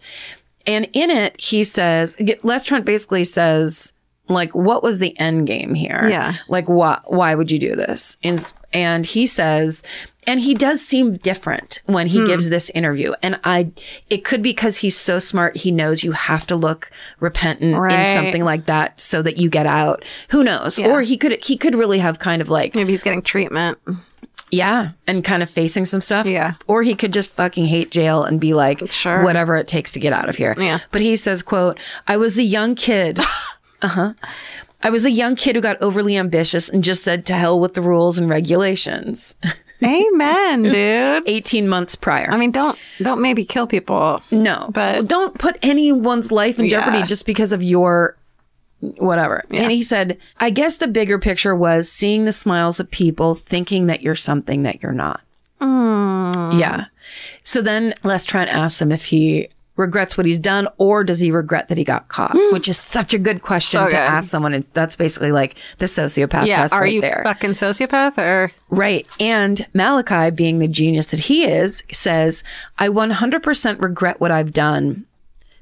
C: and in it he says Les Trent basically says like, "What was the end game here?
F: Yeah.
C: like why why would you do this and and he says and he does seem different when
F: Hmm.
C: he gives this interview and i it could be because he's so smart he knows you have to look repentant in
F: Right.
C: something like that so that you get out who knows or he could he could really have kind of like
F: Maybe he's getting treatment.
C: yeah and kind of facing some stuff
F: Yeah.
C: or he could just fucking hate jail and be like
F: Sure.
C: whatever it takes to get out of here
F: Yeah.
C: but he says quote i was a young kid Uh-huh. I was a young kid who got overly ambitious and just said to hell with the rules and regulations
F: Amen, dude.
C: 18 months prior.
F: I mean, don't don't maybe kill people.
C: no,
F: but-
C: don't put anyone's life in jeopardy
F: Yeah.
C: just because of your whatever. And he said, I guess the bigger picture was seeing the smiles of people thinking that you're something that you're not.
F: Hmm.
C: Yeah. So then Les Trent asks him if he regrets what he's done or does he regret that he got caught, which is such a good question
F: Mm. So
C: to
F: good.
C: ask someone. And that's basically like the sociopath
F: Yeah,
C: test
F: are
C: right
F: you
C: there.
F: fucking sociopath or
C: Right. And Malachi, being the genius that he is, says, I 100% regret what I've done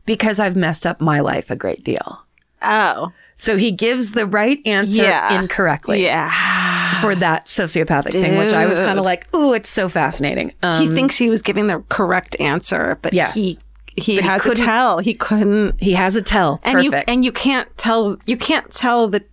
C: because I've messed up my life a great deal.
F: oh
C: So he gives the right answer
F: Yeah.
C: incorrectly
F: yeah?
C: for that sociopathic thing, which I was kind of like, ooh, it's so fascinating. Um,
F: he thinks he was giving the correct answer, but
C: Yes.
F: he he
C: he
F: has a
C: couldn't-
F: tell. He couldn't,
C: he has a tell.
F: and you
C: Perfect.
F: and you can't tell you can't tell the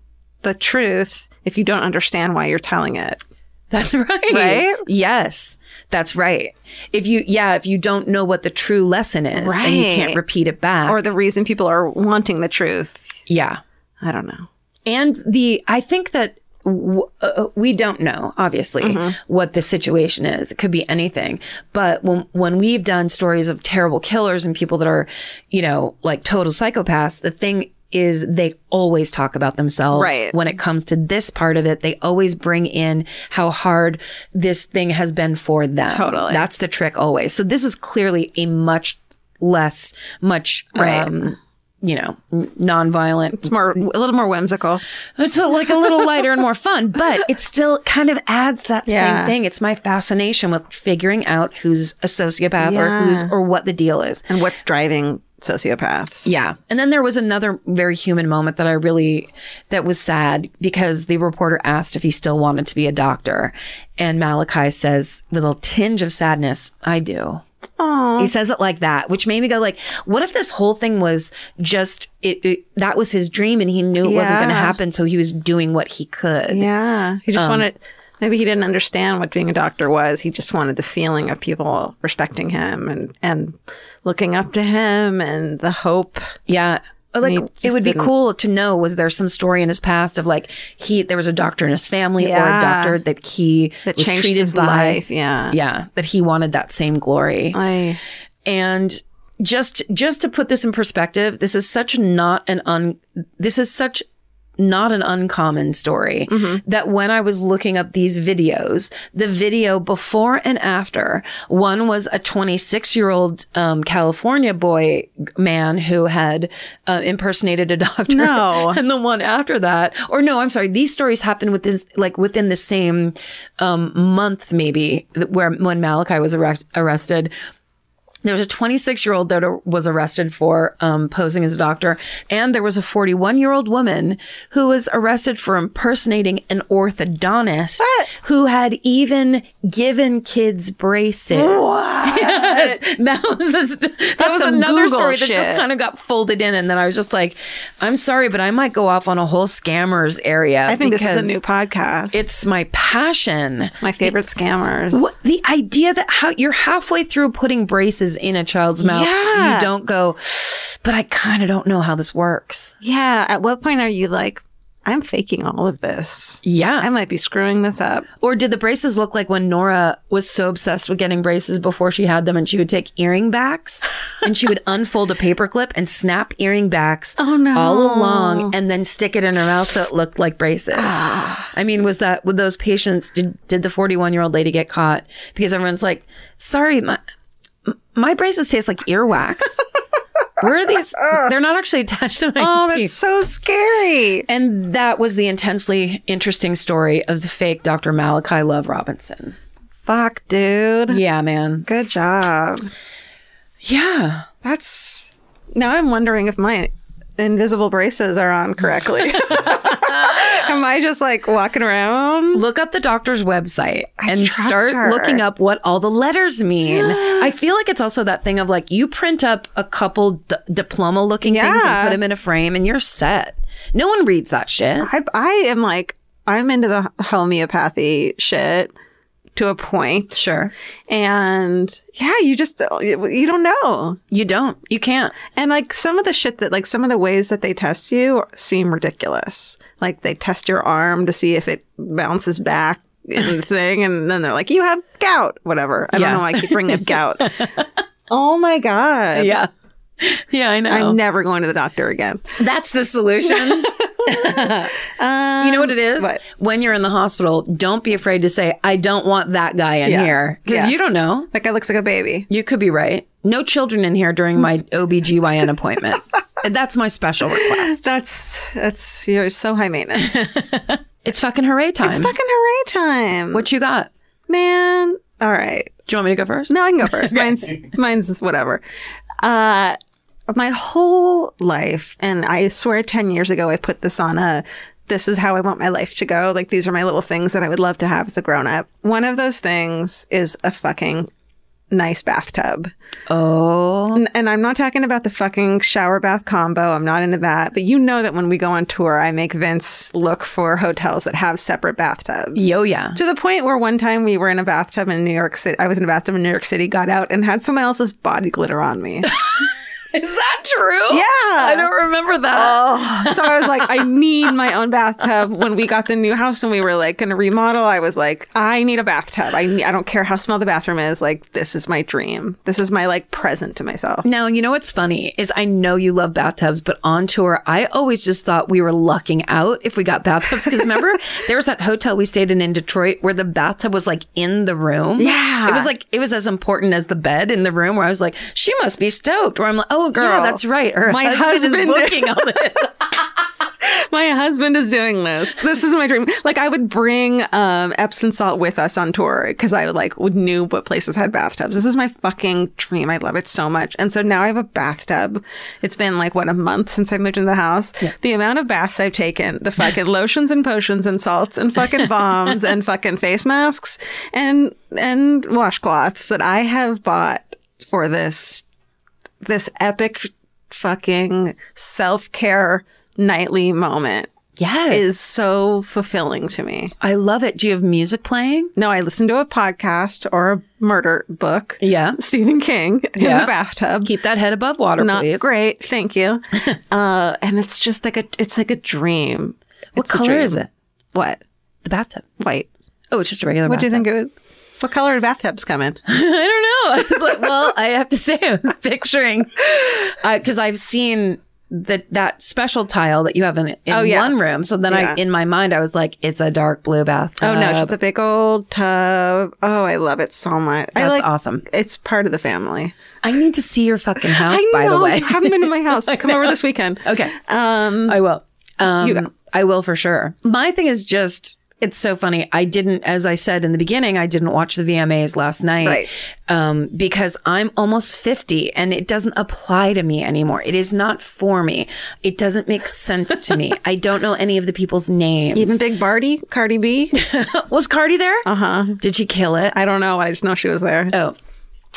F: the truth if you don't understand why you're telling it.
C: That's right.
F: Right?
C: Yes. That's right. If you, yeah, if you don't know what the true lesson is, then you
F: Right.
C: can't repeat it back.
F: or the reason people are wanting the truth.
C: yeah.
F: I don't know.
C: and the i think that w- uh, we don't know obviously
F: Mm-hmm.
C: what the situation is it could be anything but when when we've done stories of terrible killers and people that are you know like total psychopaths the thing is they always talk about themselves
F: Right.
C: when it comes to this part of it. They always bring in how hard this thing has been for them.
F: Totally.
C: That's the trick always. So this is clearly a much less, much,
F: Right.
C: um, you know, n- nonviolent,
F: It's more a little more whimsical.
C: it's a, like a little lighter and more fun, but it still kind of adds that
F: Yeah.
C: same thing. It's my fascination with figuring out who's a sociopath or who's
F: Yeah.
C: or what the deal is.
F: And what's driving sociopaths?
C: Yeah. And then there was another very human moment that I really that was sad because the reporter asked if he still wanted to be a doctor and Malachi says with a tinge of sadness, I do. He says it like that, which made me go like, what if this whole thing was just it, it that was his dream and he knew it wasn't going to
F: Yeah.
C: happen so he was doing what he could.
F: Yeah. He
C: Um,
F: just wanted, maybe he didn't understand what being a doctor was. He just wanted the feeling of people respecting him and, and looking up to him and the hope.
C: Yeah. Or, Like
F: he
C: it
F: just
C: would be
F: didn't-
C: cool to know was there some story in his past of like he there was a doctor in his family or
F: Yeah.
C: a doctor that he
F: That
C: was
F: changed
C: treated
F: his
C: by
F: life. Yeah.
C: yeah that he wanted that same glory
F: I,
C: and just just to put this in perspective this is such not an un this is such not an uncommon story that when I was looking up these videos, the video before and after, one was a 26 year old um, California boy man who had uh, impersonated a doctor.
F: No.
C: and the one after that, or no, I'm sorry, these stories happened within like within the same um, month, maybe where when Malachi was arrest- arrested there was a 26 year old that was arrested for um, posing as a doctor, and there was a 41 year old woman who was arrested for impersonating an orthodontist who had even given kids braces. Yes, that was the st- that was
F: some
C: another
F: Google
C: story that just
F: shit.
C: kind of got folded in, and then I was just like, I'm sorry, but I might go off on a whole scammers area.
F: I think this is a
C: because
F: new podcast.
C: It's my passion.
F: my favorite scammers.
C: What, the idea that how you're halfway through putting braces in a child's mouth,
F: Yeah.
C: you don't go. But I kind of don't know how this works.
F: Yeah. At what point are you like, I'm faking all of this? I
C: Yeah.
F: might be screwing this up.
C: Or did the braces look like when Nora was so obsessed with getting braces before she had them, and she would take earring backs, and she would unfold a paperclip and snap earring backs
F: Oh, no.
C: all
F: Oh.
C: along, and then stick it in her mouth so it looked like braces.
F: Ah.
C: I mean, was that with those patients? Did did the forty one year old lady get caught because everyone's like, sorry, my my braces taste like earwax. Where are these? They're not actually attached to my
F: Oh, that's
C: teeth.
F: so scary.
C: And that was the intensely interesting story of the fake Dr. Malachi Love Robinson.
F: Fuck, dude.
C: Yeah, man.
F: Good job.
C: Yeah.
F: That's now I'm wondering if my invisible braces are on correctly. Am I just like walking around?
C: Look up the doctor's website and
F: trust
C: start
F: her.
C: looking up what all the letters mean. I feel like it's also that thing of like you print up a couple d- diploma looking things
F: Yeah.
C: and put them in a frame and you're set. No one reads that shit.
F: I, I am like, I'm into the homeopathy shit to a point.
C: Sure.
F: And yeah, you just, you don't know.
C: You don't. You can't.
F: And like some of the shit that, like some of the ways that they test you seem ridiculous. Like they test your arm to see if it bounces back in the thing, and then they're like, "You have gout," whatever. I don't know. why I keep bringing up gout. oh my god.
C: Yeah. Yeah, I know.
F: I'm never going to the doctor again.
C: That's the solution.
F: Um,
C: You know what it is?
F: what?
C: When you're in the hospital, don't be afraid to say, I don't want that guy in
F: Yeah.
C: here. Because
F: Yeah.
C: you don't know.
F: That guy looks like a baby.
C: You could be right. No children in here during my OBGYN appointment. That's my special request.
F: That's that's you're so high maintenance. Fucking
C: It's fucking hooray time.
F: hooray time,
C: what you got?
F: man. All right.
C: Do you want me to go first?
F: No, I can go first. Mine's mine's whatever. Uh, my whole life, and I swear, ten years ago, I put this on a. This is how I want my life to go. Like these are my little things that I would love to have as a grown up. One of those things is a fucking nice bathtub.
C: Oh.
F: N- And I'm not talking about the fucking shower bath combo. I'm not into that. But you know that when we go on tour, I make Vince look for hotels that have separate bathtubs.
C: Yo, yeah.
F: To the point where one time we were in a bathtub in New York City. I was in a bathtub in New York City, got out and had someone else's body glitter on me.
C: Is that true?
F: Yeah.
C: I don't remember that.
F: Oh, so I was like, I need my own bathtub. When we got the new house and we were like going to remodel, I was like, I need a bathtub. I need, I don't care how small the bathroom is. Like, this is my dream. This is my like present to myself.
C: Now, you know what's funny is I know you love bathtubs, but on tour, I always just thought we were lucking out if we got bathtubs. Because remember, there was that hotel we stayed in in Detroit where the bathtub was like in the room.
F: Yeah.
C: It was like, it was as important as the bed in the room where I was like, she must be stoked. Where I'm like, oh, girl,
F: Girl,
C: that's right. Her
F: my
C: husband, is
F: husband-
C: looking on it.
F: My husband is doing this. This is my dream. Like, I would bring um, Epsom salt with us on tour because I like would knew what places had bathtubs. This is my fucking dream. I love it so much. And so now I have a bathtub. It's been like what a month since I moved into the house. The amount of baths I've taken, the fucking lotions and potions and salts and fucking bombs and fucking face masks and and washcloths that I have bought for this this epic fucking self-care nightly moment
C: Yes.
F: is so fulfilling to me.
C: I love it. Do you have music playing?
F: No, I listen to a podcast or a murder book.
C: Yeah.
F: Stephen King in
C: Yeah.
F: the bathtub.
C: Keep that head above water,
F: Not
C: please.
F: great, thank you. uh, and it's just like a, it's like a dream.
C: What
F: It's a
C: color
F: dream.
C: is it?
F: What
C: The bathtub.
F: white?
C: Oh, it's just a regular
F: What do you
C: bathtub.
F: think it would? What color do bathtubs come in?
C: I don't know. I was like, well, I have to say, I was picturing because I've seen that that special tile that you have in, in
F: Oh, yeah.
C: one room. So then I,
F: Yeah.
C: in my mind, I was like, it's a dark blue bathtub.
F: Oh no, it's just a big old tub. Oh, I love it so much. I
C: That's
F: like,
C: awesome.
F: It's part of the family.
C: I need to see your fucking house.
F: I
C: by
F: know,
C: the way,
F: you haven't been to my house. Come over this weekend.
C: okay,
F: Um,
C: I will. Um,
F: You go.
C: I will for sure. My thing is just. It's so funny. I didn't, as I said in the beginning, I didn't watch the VMAs last night
F: Right.
C: um, because I'm almost 50 and it doesn't apply to me anymore. It is not for me. It doesn't make sense to me. I don't know any of the people's names.
F: even Big Barty, Cardi B.
C: was Cardi there? Uh huh. Did she kill it?
F: I don't know. I just know she was there.
C: oh.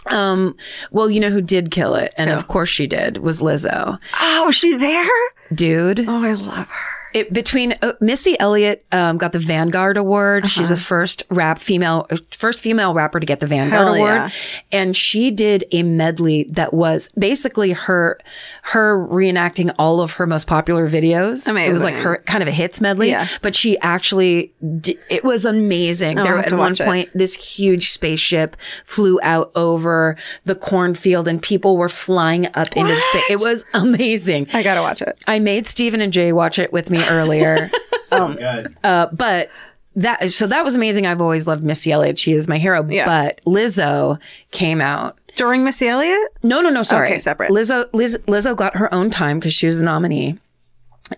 C: Um, well, you know who did kill it, and of course she did, was Lizzo.
F: Oh, was she there?
C: Dude.
F: Oh, I love her.
C: it, between uh, Missy Elliott um, got the Vanguard Award.
F: Uh-huh.
C: She's the first rap female, uh, first female rapper to get the Vanguard
F: Hell
C: Award,
F: yeah.
C: and she did a medley that was basically her her reenacting all of her most popular videos. It was like
F: Amazing.
C: her kind of a hits medley,
F: Yeah.
C: but she actually di- it was amazing. there
F: I'll have
C: at
F: to
C: one
F: watch it.
C: point, this huge spaceship flew out over the cornfield, and people were flying up into the space. It was amazing.
F: I gotta watch it.
C: I made Steven and Jay watch it with me earlier. so good. Uh, but that so that was amazing. I've always loved Missy Elliott. She is my hero.
F: Yeah.
C: But Lizzo came out.
F: During Missy Elliott?
C: No, no, no. Sorry.
F: Okay, separate.
C: Lizzo Liz, Lizzo got her own time because she was a nominee,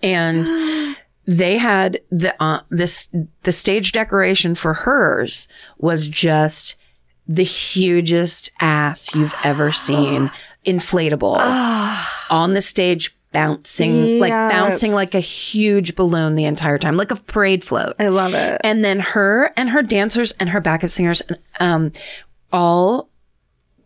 C: and they had the uh, this the stage decoration for hers was just the hugest ass you've ever seen, inflatable on the stage. Bouncing like
F: Ah. Yes.
C: bouncing like a huge balloon the entire time, like a parade float.
F: I love it.
C: And then her and her dancers and her backup singers, um, all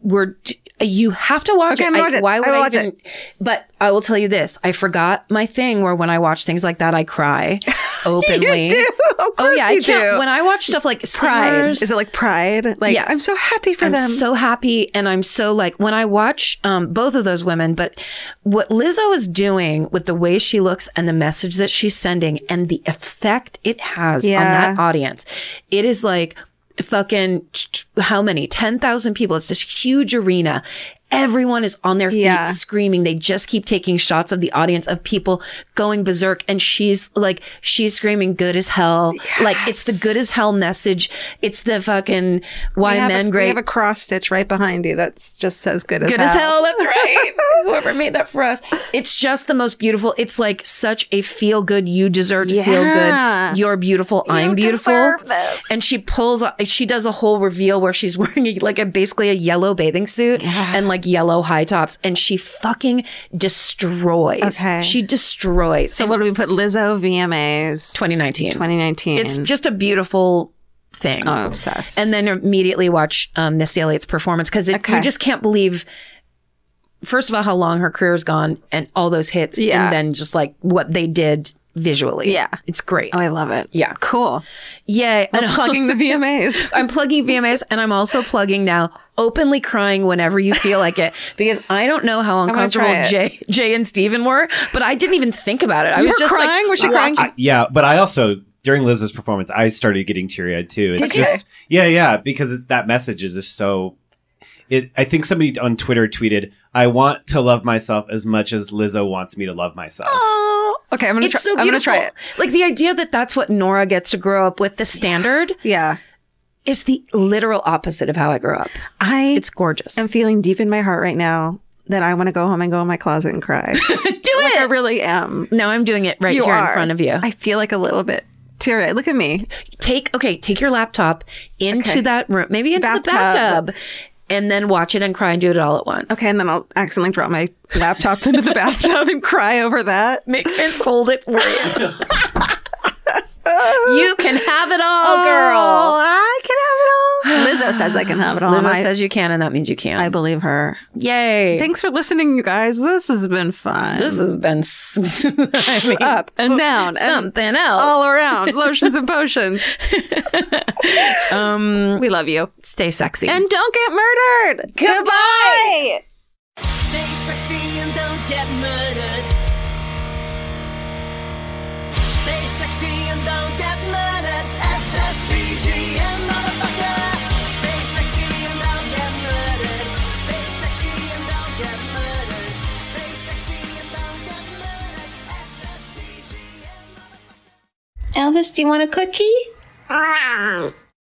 C: were. You have to watch
F: Okay,
C: it.
F: I'm
C: I-
F: watching it.
C: why would
F: I
C: I,
F: will watch it.
C: even- But I will tell you this: I forgot my thing where when I watch things like that, I cry openly.
F: do. Of course
C: oh yeah,
F: you
C: I can't.
F: do.
C: When I watch stuff like
F: Pride.
C: singers,
F: Is it like pride? Like,
C: Yes.
F: I'm so happy for
C: I'm
F: them.
C: so happy, and I'm so like when I watch um, both of those women. But what Lizzo is doing with the way she looks and the message that she's sending, and the effect it has on
F: Yeah.
C: that audience, it is like fucking t- t- how many ten thousand people? It's this huge arena. Everyone is on their feet
F: Yeah.
C: screaming. They just keep taking shots of the audience of people going berserk. And she's like, she's screaming good as hell. Like it's the good as hell message. It's the fucking why
F: we have
C: men
F: a,
C: great
F: We have a cross stitch right behind you that's just says good as
C: good as hell. That's right. Whoever made that for us. It's just the most beautiful. It's like such a feel good. You deserve to feel
F: Yeah.
C: good. You're beautiful. I'm beautiful. And she pulls, she does a whole reveal where she's wearing a, like a basically a yellow bathing suit and like yellow high tops. And she fucking destroys.
F: Okay.
C: She destroys.
F: So, what do we put? Lizzo VMAs
C: 2019.
F: 2019.
C: It's just a beautiful thing.
F: I'm obsessed.
C: And then immediately watch um, Missy Elliott's performance because
F: Okay.
C: you just can't believe, first of all, how long her career's gone and all those hits,
F: Yeah.
C: and then just like what they did visually.
F: Yeah.
C: it's great.
F: oh, I love it.
C: yeah,
F: Cool.
C: yay! And
F: Plugging the VMAs.
C: I'm plugging VMAs, and I'm also plugging now openly crying whenever you feel like it because I don't know how
F: gonna try
C: uncomfortable
F: it.
C: Jay, Jay and Steven were, but I didn't even think about it. I
F: You
C: was
F: were
C: just like,
F: crying? Was she crying?
C: watching-
D: I- yeah, but I also during Liz's performance, I started getting teary eyed too. It's
F: Did you?
D: just yeah, yeah, because it- that message is just so. It. I think somebody on Twitter tweeted, "I want to love myself as much as Lizzo wants me to love myself."
F: Oh, okay. I'm gonna.
C: It's
F: try,
C: so beautiful.
F: I'm gonna try it.
C: Like the idea that that's what Nora gets to grow up with, the standard,
F: Yeah,
C: is the literal opposite of how I grew up.
F: I
C: It's gorgeous.
F: am feeling deep in my heart right now that I want to go home and go in my closet and cry.
C: Do
F: like I
C: it.
F: really am.
C: now I'm doing it right
F: You
C: here in
F: are.
C: front of you.
F: I feel like a little bit teary. Look at me.
C: take okay, take your laptop into
F: Okay.
C: that room, maybe into the
F: Bathtub.
C: bathtub, and then watch it and cry and do it all at once.
F: Okay, and then I'll accidentally drop my laptop into the bathtub and cry over that.
C: Make Vince hold it for you. you can have it all,
F: Oh,
C: girl.
F: I can have it all. Lizzo says I can have it all.
C: Lizzo
F: and I,
C: says you can, and that means you can.
F: I believe her.
C: Yay.
F: Thanks for listening, you guys. This has been fun.
C: this has been s- I mean,
F: up and down and
C: something else.
F: all around lotions and potions.
C: um,
F: We love you.
C: stay sexy.
F: And don't get murdered. Goodbye.
A: Stay sexy and don't get murdered. Stay sexy and don't get murdered. SSBGM, motherfucker. Stay sexy and don't get murdered. Stay sexy and don't get murdered. Stay sexy and don't get murdered. SSBGM, motherfucker.
H: Elvis, do you want a cookie?